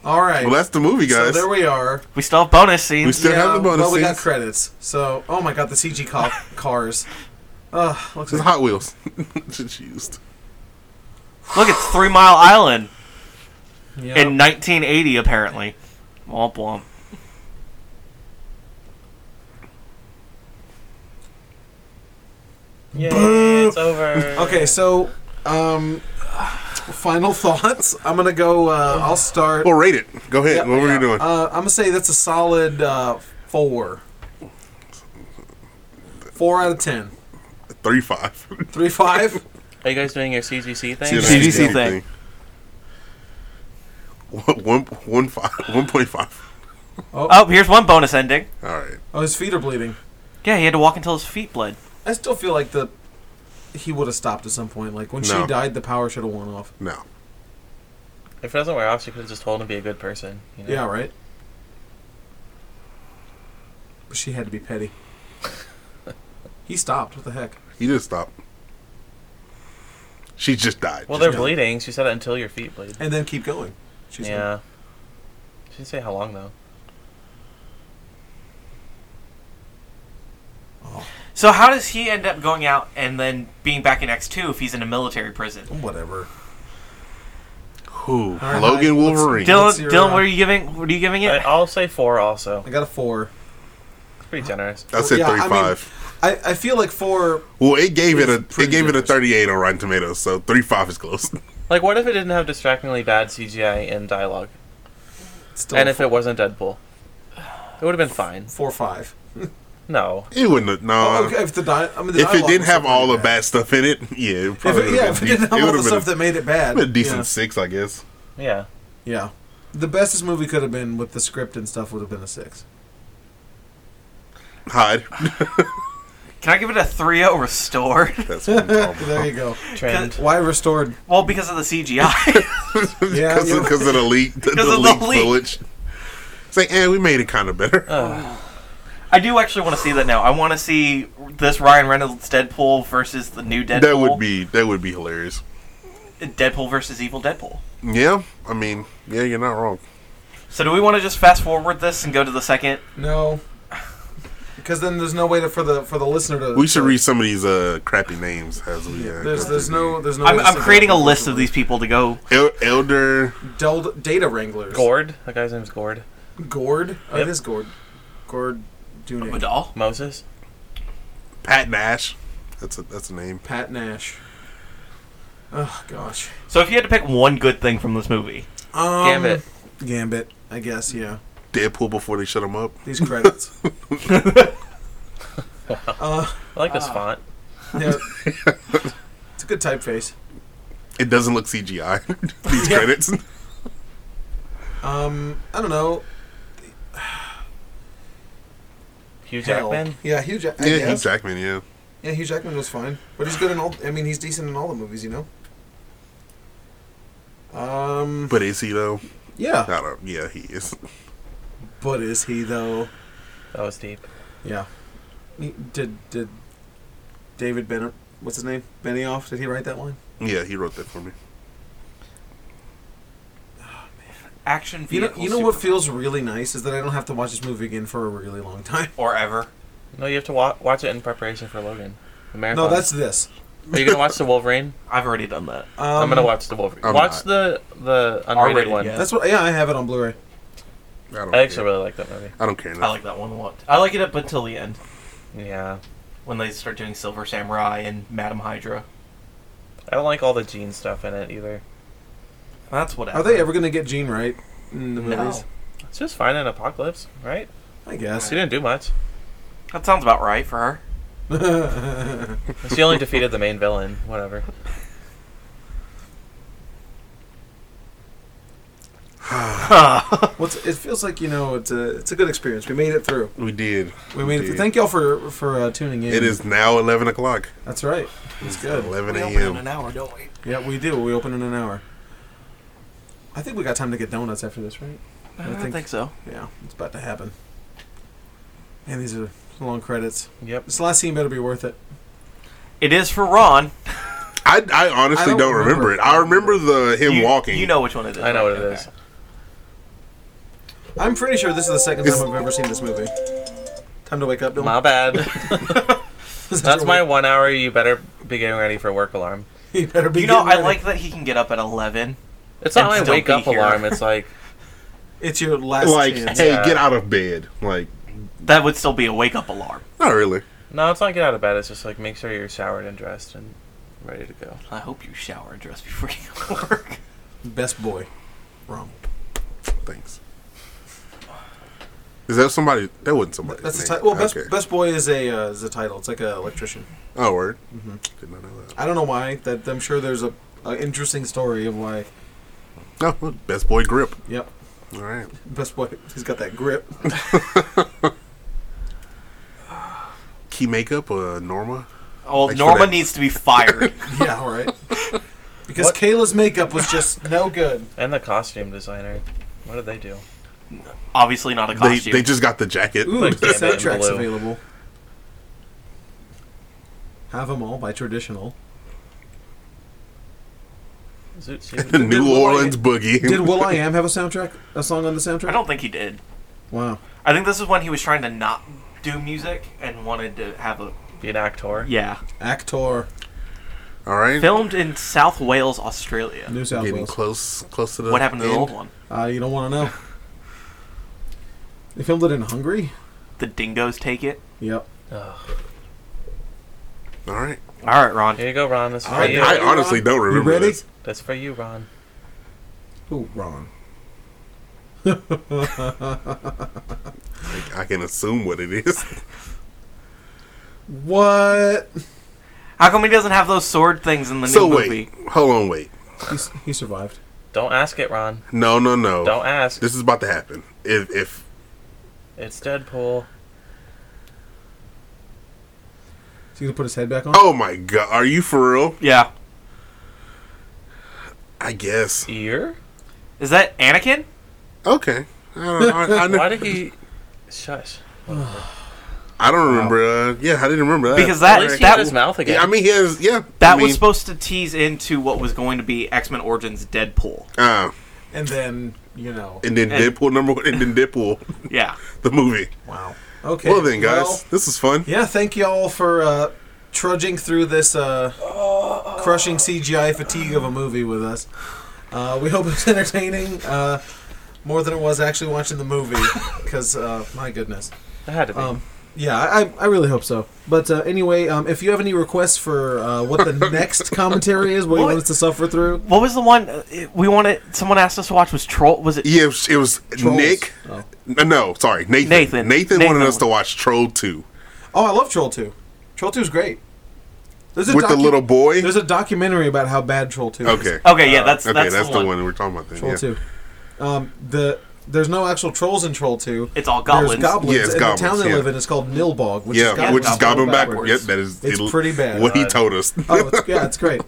Speaker 1: all right.
Speaker 2: Well, that's the movie,
Speaker 1: so
Speaker 2: guys.
Speaker 1: there we are.
Speaker 4: we still have bonus
Speaker 2: we
Speaker 4: scenes.
Speaker 2: still have the bonus
Speaker 1: Well, we got
Speaker 2: scenes.
Speaker 1: credits. So, oh my god, the CG cop cars. Ugh, looks
Speaker 2: It's
Speaker 1: like
Speaker 2: Hot Wheels. Just used.
Speaker 4: Look, it's Three Mile Island
Speaker 1: yeah.
Speaker 4: in 1980 apparently. Womp womp.
Speaker 3: Yay, it's over.
Speaker 1: Okay, so um final thoughts. I'm going to go uh I'll start
Speaker 2: Well, rate it. Go ahead.
Speaker 1: Yeah,
Speaker 2: what were
Speaker 1: yeah.
Speaker 2: you doing?
Speaker 1: Uh, I'm gonna say that's a solid uh, four. Four out of ten.
Speaker 2: Three five.
Speaker 1: Three five.
Speaker 3: Are you guys doing your CGC
Speaker 2: See
Speaker 3: thing?
Speaker 2: you
Speaker 4: CGC
Speaker 2: next
Speaker 4: thing.
Speaker 2: One, one, one five, one point five.
Speaker 4: Oh, here's one bonus ending.
Speaker 2: All right.
Speaker 1: Oh, his feet are bleeding.
Speaker 4: Yeah, he had to walk until his feet bled.
Speaker 1: I still feel like the he would have stopped at some point. Like when she
Speaker 2: No.
Speaker 1: died, the power should have worn off.
Speaker 2: No.
Speaker 3: If it doesn't wear off, you could have just told him to be a good person. You know?
Speaker 1: Yeah, right. But she had to be petty. he stopped. What the heck?
Speaker 2: He just stopped. She just died.
Speaker 3: Well,
Speaker 2: Just
Speaker 3: they're bleeding. She said it until your feet bleed.
Speaker 1: And then keep going. She's like,
Speaker 3: yeah. She didn't say how long though.
Speaker 4: So how does he end up going out and then being back in X2 if he's in a military prison?
Speaker 1: whatever.
Speaker 2: Who?
Speaker 1: right,
Speaker 2: Logan
Speaker 1: Mike, let's- Dylan-
Speaker 2: Wolverine.
Speaker 4: Dylan,
Speaker 1: What's your, Dylan, uh, what
Speaker 4: what
Speaker 1: are
Speaker 4: are you giving? What are you giving
Speaker 3: I,
Speaker 4: it?
Speaker 3: I'll say four also.
Speaker 1: I got a four.
Speaker 3: It's pretty generous.
Speaker 2: I said
Speaker 1: Yeah, I mean-
Speaker 2: thirty-five.
Speaker 1: I, I feel like four.
Speaker 2: well, it gave it a
Speaker 1: It's pretty
Speaker 2: it gave it a
Speaker 1: generous.
Speaker 2: thirty-eight on Rotten Tomatoes, so thirty-five is close.
Speaker 3: Like, what if it didn't have distractingly bad CGI and dialogue,
Speaker 1: Still
Speaker 3: and if
Speaker 1: four,
Speaker 3: it wasn't Deadpool? It would have been fine.
Speaker 1: four five.
Speaker 3: No,
Speaker 2: It wouldn't. have- No.
Speaker 1: oh, okay, if the di- I mean, the
Speaker 2: Uh, If it
Speaker 1: dialogue
Speaker 2: didn't
Speaker 1: was
Speaker 2: have
Speaker 1: not
Speaker 2: all the
Speaker 1: bad.
Speaker 2: bad stuff in it, yeah, it
Speaker 1: If
Speaker 2: probably
Speaker 1: it,
Speaker 2: would
Speaker 1: yeah, if
Speaker 2: have
Speaker 1: it
Speaker 2: been,
Speaker 1: didn't
Speaker 2: de-
Speaker 1: have
Speaker 2: it
Speaker 1: all the
Speaker 2: would have been,
Speaker 1: stuff that made it bad.
Speaker 2: a decent
Speaker 1: yeah.
Speaker 2: six, I guess.
Speaker 3: yeah,
Speaker 1: Yeah. The best this movie could have been with the script and stuff would have been a six.
Speaker 2: Hide.
Speaker 4: Can I give it a 3-0 restored?
Speaker 2: That's what I'm talking
Speaker 1: There
Speaker 2: about.
Speaker 1: you go.
Speaker 3: trend.
Speaker 1: Why restored?
Speaker 4: Well, because of the CGI.
Speaker 1: Yeah,
Speaker 2: Because
Speaker 1: yeah.
Speaker 2: of, 'cause of the leak, the, the
Speaker 4: Because of the
Speaker 2: leak
Speaker 4: leak.
Speaker 2: footage. Say, eh, we made it kind of better.
Speaker 1: Uh,
Speaker 4: I do actually want to see that now. I want to see this Ryan Reynolds Deadpool versus the new Deadpool.
Speaker 2: that would be that would be hilarious.
Speaker 4: Deadpool versus Evil Deadpool.
Speaker 2: Yeah, I mean, yeah, you're not wrong.
Speaker 4: So do we want to just fast forward this and go to the second?
Speaker 1: No. Because then there's no way to, for the for the listener to.
Speaker 2: We should read some of these uh, crappy names as we. Uh,
Speaker 1: There's
Speaker 2: go
Speaker 1: there's
Speaker 2: through
Speaker 1: no there's no.
Speaker 4: I'm,
Speaker 1: way to
Speaker 4: I'm
Speaker 1: say
Speaker 4: creating a
Speaker 1: that.
Speaker 4: list of these people to go.
Speaker 2: the- El- Elder.
Speaker 1: Del- data wranglers.
Speaker 3: Gord, that guy's name's Gord.
Speaker 1: Gord. Oh,
Speaker 3: Yep.
Speaker 1: It is Gord. Gord. Dune.
Speaker 4: Madal.
Speaker 3: Moses,
Speaker 2: Pat Nash. That's a that's a name.
Speaker 1: Pat Nash. Oh gosh.
Speaker 4: So if you had to pick one good thing from this movie,
Speaker 1: Um,
Speaker 3: Gambit.
Speaker 1: Gambit. I guess yeah.
Speaker 2: Deadpool before they shut him up.
Speaker 1: These credits. Uh,
Speaker 3: I like this
Speaker 1: Ah,
Speaker 3: font.
Speaker 1: Yeah. it's a good typeface.
Speaker 2: It doesn't look CGI. these
Speaker 1: Yeah.
Speaker 2: credits.
Speaker 1: Um, I don't know.
Speaker 3: Hugh
Speaker 1: Hell.
Speaker 3: Jackman.
Speaker 1: Yeah, Hugh Jack- I
Speaker 2: Yeah, Hugh
Speaker 1: guess.
Speaker 2: Jackman. Yeah.
Speaker 1: Yeah, Hugh Jackman was fine, but he's good in all. I mean, he's decent in all the movies, you know. Um.
Speaker 2: But is he though?
Speaker 1: Yeah.
Speaker 2: I don't. Yeah, he is.
Speaker 1: But is he though?
Speaker 3: That was deep.
Speaker 1: Yeah. He- Did did David Ben what's his name Benioff? Did he write that line?
Speaker 2: Yeah, he wrote that for me.
Speaker 4: Action
Speaker 1: You know,
Speaker 4: vehicle.
Speaker 1: you know what
Speaker 4: superpower.
Speaker 1: feels really nice is that I don't have to watch this movie again for a really long time.
Speaker 4: or ever.
Speaker 3: No, you have to wa- watch it in preparation for Logan. The marathon.
Speaker 1: No, that's this.
Speaker 3: Are you gonna watch the Wolverine?
Speaker 4: I've already done that.
Speaker 1: Um,
Speaker 3: I'm gonna watch the Wolverine.
Speaker 2: I'm
Speaker 3: watch
Speaker 2: not.
Speaker 3: the the unrated
Speaker 4: R-rated,
Speaker 3: one.
Speaker 4: yeah.
Speaker 1: That's what. Yeah, I have it on Blu-ray.
Speaker 2: I don't.
Speaker 3: I actually
Speaker 2: care.
Speaker 3: really like that movie.
Speaker 2: I don't care.
Speaker 4: I
Speaker 2: Enough.
Speaker 4: like that one a lot. I like it up until the end
Speaker 3: Yeah,
Speaker 4: when they start doing Silver Samurai and Madam Hydra.
Speaker 3: I don't like all the Jean stuff in it either.
Speaker 4: That's whatever.
Speaker 1: Are they ever gonna get Gene right in the
Speaker 4: Uh-huh. No.
Speaker 1: movies?
Speaker 3: It's just fine in Apocalypse, right?
Speaker 1: I guess.
Speaker 3: She didn't do much.
Speaker 4: That sounds about right for her.
Speaker 1: That's
Speaker 3: She only defeated the main villain. Whatever.
Speaker 1: What's it feels like you know it's a it's a good experience. We made it through.
Speaker 2: we did.
Speaker 1: We made it through.
Speaker 2: did.
Speaker 1: Thank y'all for for uh, tuning in.
Speaker 2: It is now eleven o'clock.
Speaker 1: That's right. It's good.
Speaker 2: Eleven
Speaker 4: We open in
Speaker 2: a.m.
Speaker 4: an hour, don't we?
Speaker 1: Yeah, we do. We open in an hour. I think we got time to get donuts after this, right?
Speaker 4: I
Speaker 1: don't
Speaker 4: don't
Speaker 1: think
Speaker 4: think, so.
Speaker 1: Yeah, it's about to happen. Man, these are long credits.
Speaker 3: Yep.
Speaker 1: This last scene better be worth it.
Speaker 4: It is for Ron.
Speaker 2: I, I honestly
Speaker 1: I don't
Speaker 2: don't, remember
Speaker 1: remember.
Speaker 2: it. I remember the him
Speaker 4: you,
Speaker 2: walking.
Speaker 4: You know which one it is.
Speaker 3: I know what
Speaker 4: right?
Speaker 3: it
Speaker 4: Okay.
Speaker 3: is.
Speaker 1: I'm pretty sure this is the second
Speaker 2: It's-
Speaker 1: time I've ever seen this movie. Time to wake up, Dylan.
Speaker 3: My bad.
Speaker 1: Is that
Speaker 3: That's
Speaker 1: your
Speaker 3: my
Speaker 1: wake-
Speaker 3: one hour. You better be getting ready for work alarm.
Speaker 1: You better be.
Speaker 4: You know,
Speaker 1: getting
Speaker 4: I
Speaker 1: ready.
Speaker 4: like that he can get up at 11.
Speaker 3: It's not
Speaker 4: And
Speaker 3: my
Speaker 4: still
Speaker 3: wake
Speaker 4: be
Speaker 3: up
Speaker 4: here.
Speaker 3: alarm. It's like
Speaker 1: It's your last
Speaker 2: like,
Speaker 1: chance.
Speaker 2: hey,
Speaker 3: Yeah.
Speaker 2: get out of bed. Like,
Speaker 4: That would still be a wake up alarm.
Speaker 2: not really.
Speaker 3: no, it's not get out of bed. It's just like make sure you're showered and dressed and ready to go.
Speaker 4: I hope you shower and dress before you go to work.
Speaker 1: Best boy. Wrong.
Speaker 2: Thanks. Is that somebody? That wasn't somebody.
Speaker 1: That's the
Speaker 2: name.
Speaker 1: title. Well, best
Speaker 2: Okay.
Speaker 1: best boy is a uh, is a title. It's like an electrician.
Speaker 2: Oh, word. Did not know that.
Speaker 1: I don't know why. That I'm sure there's a, a interesting story of why.
Speaker 2: Oh, well, best boy grip.
Speaker 1: Yep.
Speaker 2: All right.
Speaker 1: Best boy. He's got that grip.
Speaker 2: Key makeup. Uh, Norma.
Speaker 4: Well,
Speaker 2: Thanks for
Speaker 4: Norma
Speaker 2: that.
Speaker 4: needs to be fired.
Speaker 1: yeah. All right. Because
Speaker 3: What?
Speaker 1: Kayla's makeup was just no good.
Speaker 3: And the costume designer. What did they do?
Speaker 4: Obviously, not a
Speaker 2: They,
Speaker 4: costume.
Speaker 2: they just got the jacket.
Speaker 1: Ooh,
Speaker 3: Like Gambit in
Speaker 1: soundtracks
Speaker 3: blue.
Speaker 1: available. Have 'em all by traditional.
Speaker 3: Zoot suit.
Speaker 2: The New
Speaker 1: Will I-
Speaker 2: Orleans boogie.
Speaker 1: Did Will I Am have a soundtrack? A song on the soundtrack?
Speaker 4: I don't think he did.
Speaker 1: Wow.
Speaker 4: I think this is when he was trying to not do music and wanted to have a.
Speaker 3: Be an actor.
Speaker 4: Yeah.
Speaker 1: Actor.
Speaker 2: All right.
Speaker 4: Filmed in South Wales, Australia.
Speaker 1: New South
Speaker 2: Getting
Speaker 1: Wales.
Speaker 2: close, close to the.
Speaker 4: What happened to the
Speaker 2: end.
Speaker 4: old one?
Speaker 1: Uh, you don't want to know. They filmed it in Hungary?
Speaker 4: The dingoes take it.
Speaker 1: Yep.
Speaker 3: Ugh.
Speaker 2: All right.
Speaker 4: All right, Ron.
Speaker 3: Here you go, Ron. That's for
Speaker 1: All right,
Speaker 3: you.
Speaker 1: now-
Speaker 2: I honestly don't
Speaker 1: You
Speaker 2: remember
Speaker 1: ready?
Speaker 2: this.
Speaker 3: That's for you, Ron.
Speaker 1: Ooh, wrong.
Speaker 2: Like, I can assume what it is.
Speaker 1: What?
Speaker 4: How come he doesn't have those sword things in the
Speaker 2: so
Speaker 4: new
Speaker 2: wait,
Speaker 4: movie?
Speaker 2: hold on, wait.
Speaker 1: He, s- he survived.
Speaker 3: Don't ask it, Ron.
Speaker 2: No, no, no.
Speaker 3: Don't ask.
Speaker 2: This is about to happen. If, if
Speaker 3: It's Deadpool.
Speaker 1: He's going to put his head back on?
Speaker 2: oh my god, are you for real?
Speaker 4: Yeah.
Speaker 2: I guess.
Speaker 3: Ear?
Speaker 4: Is that Anakin?
Speaker 2: Okay. I don't, I, I, kn-
Speaker 3: Why did he? Shush.
Speaker 2: I don't remember. Uh, yeah, I didn't remember that.
Speaker 4: Because
Speaker 3: At
Speaker 4: that
Speaker 3: least he
Speaker 4: that
Speaker 3: had his mouth again.
Speaker 2: yeah, I mean, he has. Yeah,
Speaker 4: that
Speaker 2: I mean,
Speaker 4: was supposed to tease into what was going to be X Men Origins Deadpool.
Speaker 2: Uh,
Speaker 1: And then, you know.
Speaker 2: and then
Speaker 4: And-
Speaker 2: Deadpool number one, and then Deadpool
Speaker 4: Yeah.
Speaker 2: the movie.
Speaker 1: Wow. Okay.
Speaker 2: Well then, guys,
Speaker 1: well,
Speaker 2: this is fun.
Speaker 1: yeah, thank you all for uh, trudging through this uh, crushing CGI fatigue of a movie with us. Uh, we hope it's entertaining uh, more than it was actually watching the movie. Because, uh, my goodness.
Speaker 3: That had to be.
Speaker 1: Um, yeah, I, I- I really hope so. But uh, anyway, um, if you have any requests for uh, what the next commentary is, what you
Speaker 4: What?
Speaker 1: want us to suffer through,
Speaker 4: What was the one uh, we wanted? Someone asked us to watch was Troll. Was it?
Speaker 2: Yeah, it was, it was
Speaker 1: Trolls.
Speaker 2: Nick.
Speaker 1: Oh.
Speaker 2: n- No, sorry, Nathan. Nathan
Speaker 4: Nathan. Nathan
Speaker 2: wanted us
Speaker 4: wanted-
Speaker 2: to watch Troll Two
Speaker 1: Oh, I love Troll Two. Troll Two is great. There's a
Speaker 2: with the
Speaker 1: docu-
Speaker 2: little boy.
Speaker 1: There's a documentary about how bad Troll Two. is.
Speaker 2: Okay.
Speaker 4: Okay, yeah, that's
Speaker 2: Uh, Okay,
Speaker 4: that's,
Speaker 2: that's,
Speaker 4: the,
Speaker 2: the,
Speaker 4: one.
Speaker 2: one. we're talking about. Then,
Speaker 1: Troll
Speaker 2: yeah.
Speaker 1: Two. Um, the there's no actual trolls in Troll Two.
Speaker 4: It's all
Speaker 1: There's
Speaker 4: goblins.
Speaker 1: goblins.
Speaker 2: Yeah, it's
Speaker 1: and
Speaker 2: goblins,
Speaker 1: the town they
Speaker 2: yeah.
Speaker 1: live in is called Nilbog, which
Speaker 2: yeah,
Speaker 1: is goblin,
Speaker 2: which is
Speaker 4: goblin
Speaker 2: Goblin backward.
Speaker 4: backwards.
Speaker 2: Yep, that is.
Speaker 1: It's pretty bad.
Speaker 2: What he
Speaker 3: Uh,
Speaker 2: told us.
Speaker 1: Oh, it's, yeah, it's great.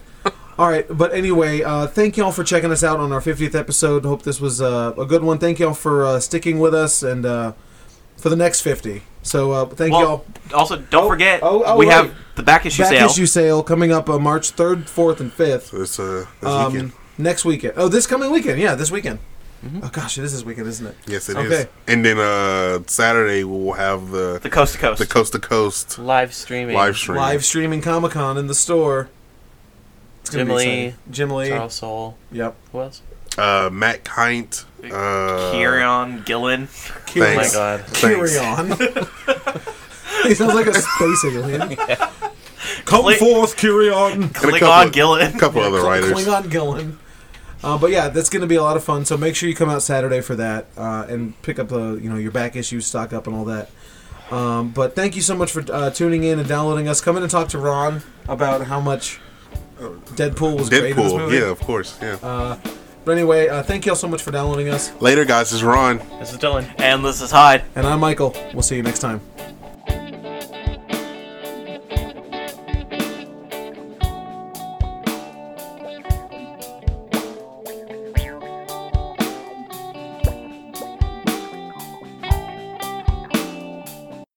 Speaker 1: All right, but anyway, uh, thank y'all for checking us out on our 50th episode. Hope this was uh, a good one. Thank y'all for uh, sticking with us and uh, for the next 50. So uh, thank y'all.
Speaker 4: Well, also, don't forget,
Speaker 1: oh, oh,
Speaker 4: we
Speaker 1: wait.
Speaker 4: have the back issue
Speaker 1: Back
Speaker 4: sale.
Speaker 1: issue sale coming up uh, March 3rd, 4th, and 5th.
Speaker 2: This uh, this weekend. Mm-hmm.
Speaker 1: Um, next weekend. Oh, this coming weekend. Yeah, this weekend. Oh, gosh, it is this weekend, isn't it?
Speaker 2: Yes, it is.
Speaker 1: okay.
Speaker 2: And then uh, Saturday we'll have the
Speaker 4: The coast to coast.
Speaker 2: the coast to coast
Speaker 3: Live streaming.
Speaker 2: live stream.
Speaker 1: Live streaming Comic Con in the store. It's gonna
Speaker 3: Jim
Speaker 1: be
Speaker 3: Lee.
Speaker 1: exciting. Jim Lee.
Speaker 3: Charles Soul.
Speaker 1: Yep.
Speaker 3: Who else?
Speaker 2: Uh, Matt Kint. Uh,
Speaker 4: Kieran Gillen.
Speaker 3: Oh my
Speaker 2: Thanks.
Speaker 3: god.
Speaker 2: Thanks.
Speaker 1: Carry on. he sounds like a space alien. Come
Speaker 4: Click-
Speaker 1: forth, Kyrion.
Speaker 2: And a
Speaker 4: Click
Speaker 2: couple
Speaker 4: on
Speaker 2: of-
Speaker 4: Gillen.
Speaker 2: A couple other writers.
Speaker 1: Klingon Gillen. Uh, but yeah, that's going to be a lot of fun. So make sure you come out Saturday for that uh, and pick up the you know your back issues, stock up, and all that. Um, but thank you so much for uh, tuning in and downloading us. Come in and talk to Ron about how much Deadpool was great in this
Speaker 2: Oh. Deadpool.
Speaker 1: movie. Uh,
Speaker 2: Yeah, of course. Yeah.
Speaker 1: But anyway, uh, thank you all so much for downloading us.
Speaker 2: Later, guys. It's Ron.
Speaker 3: This is Dylan.
Speaker 4: And this is Hyde.
Speaker 1: And I'm Michael. We'll see you next time.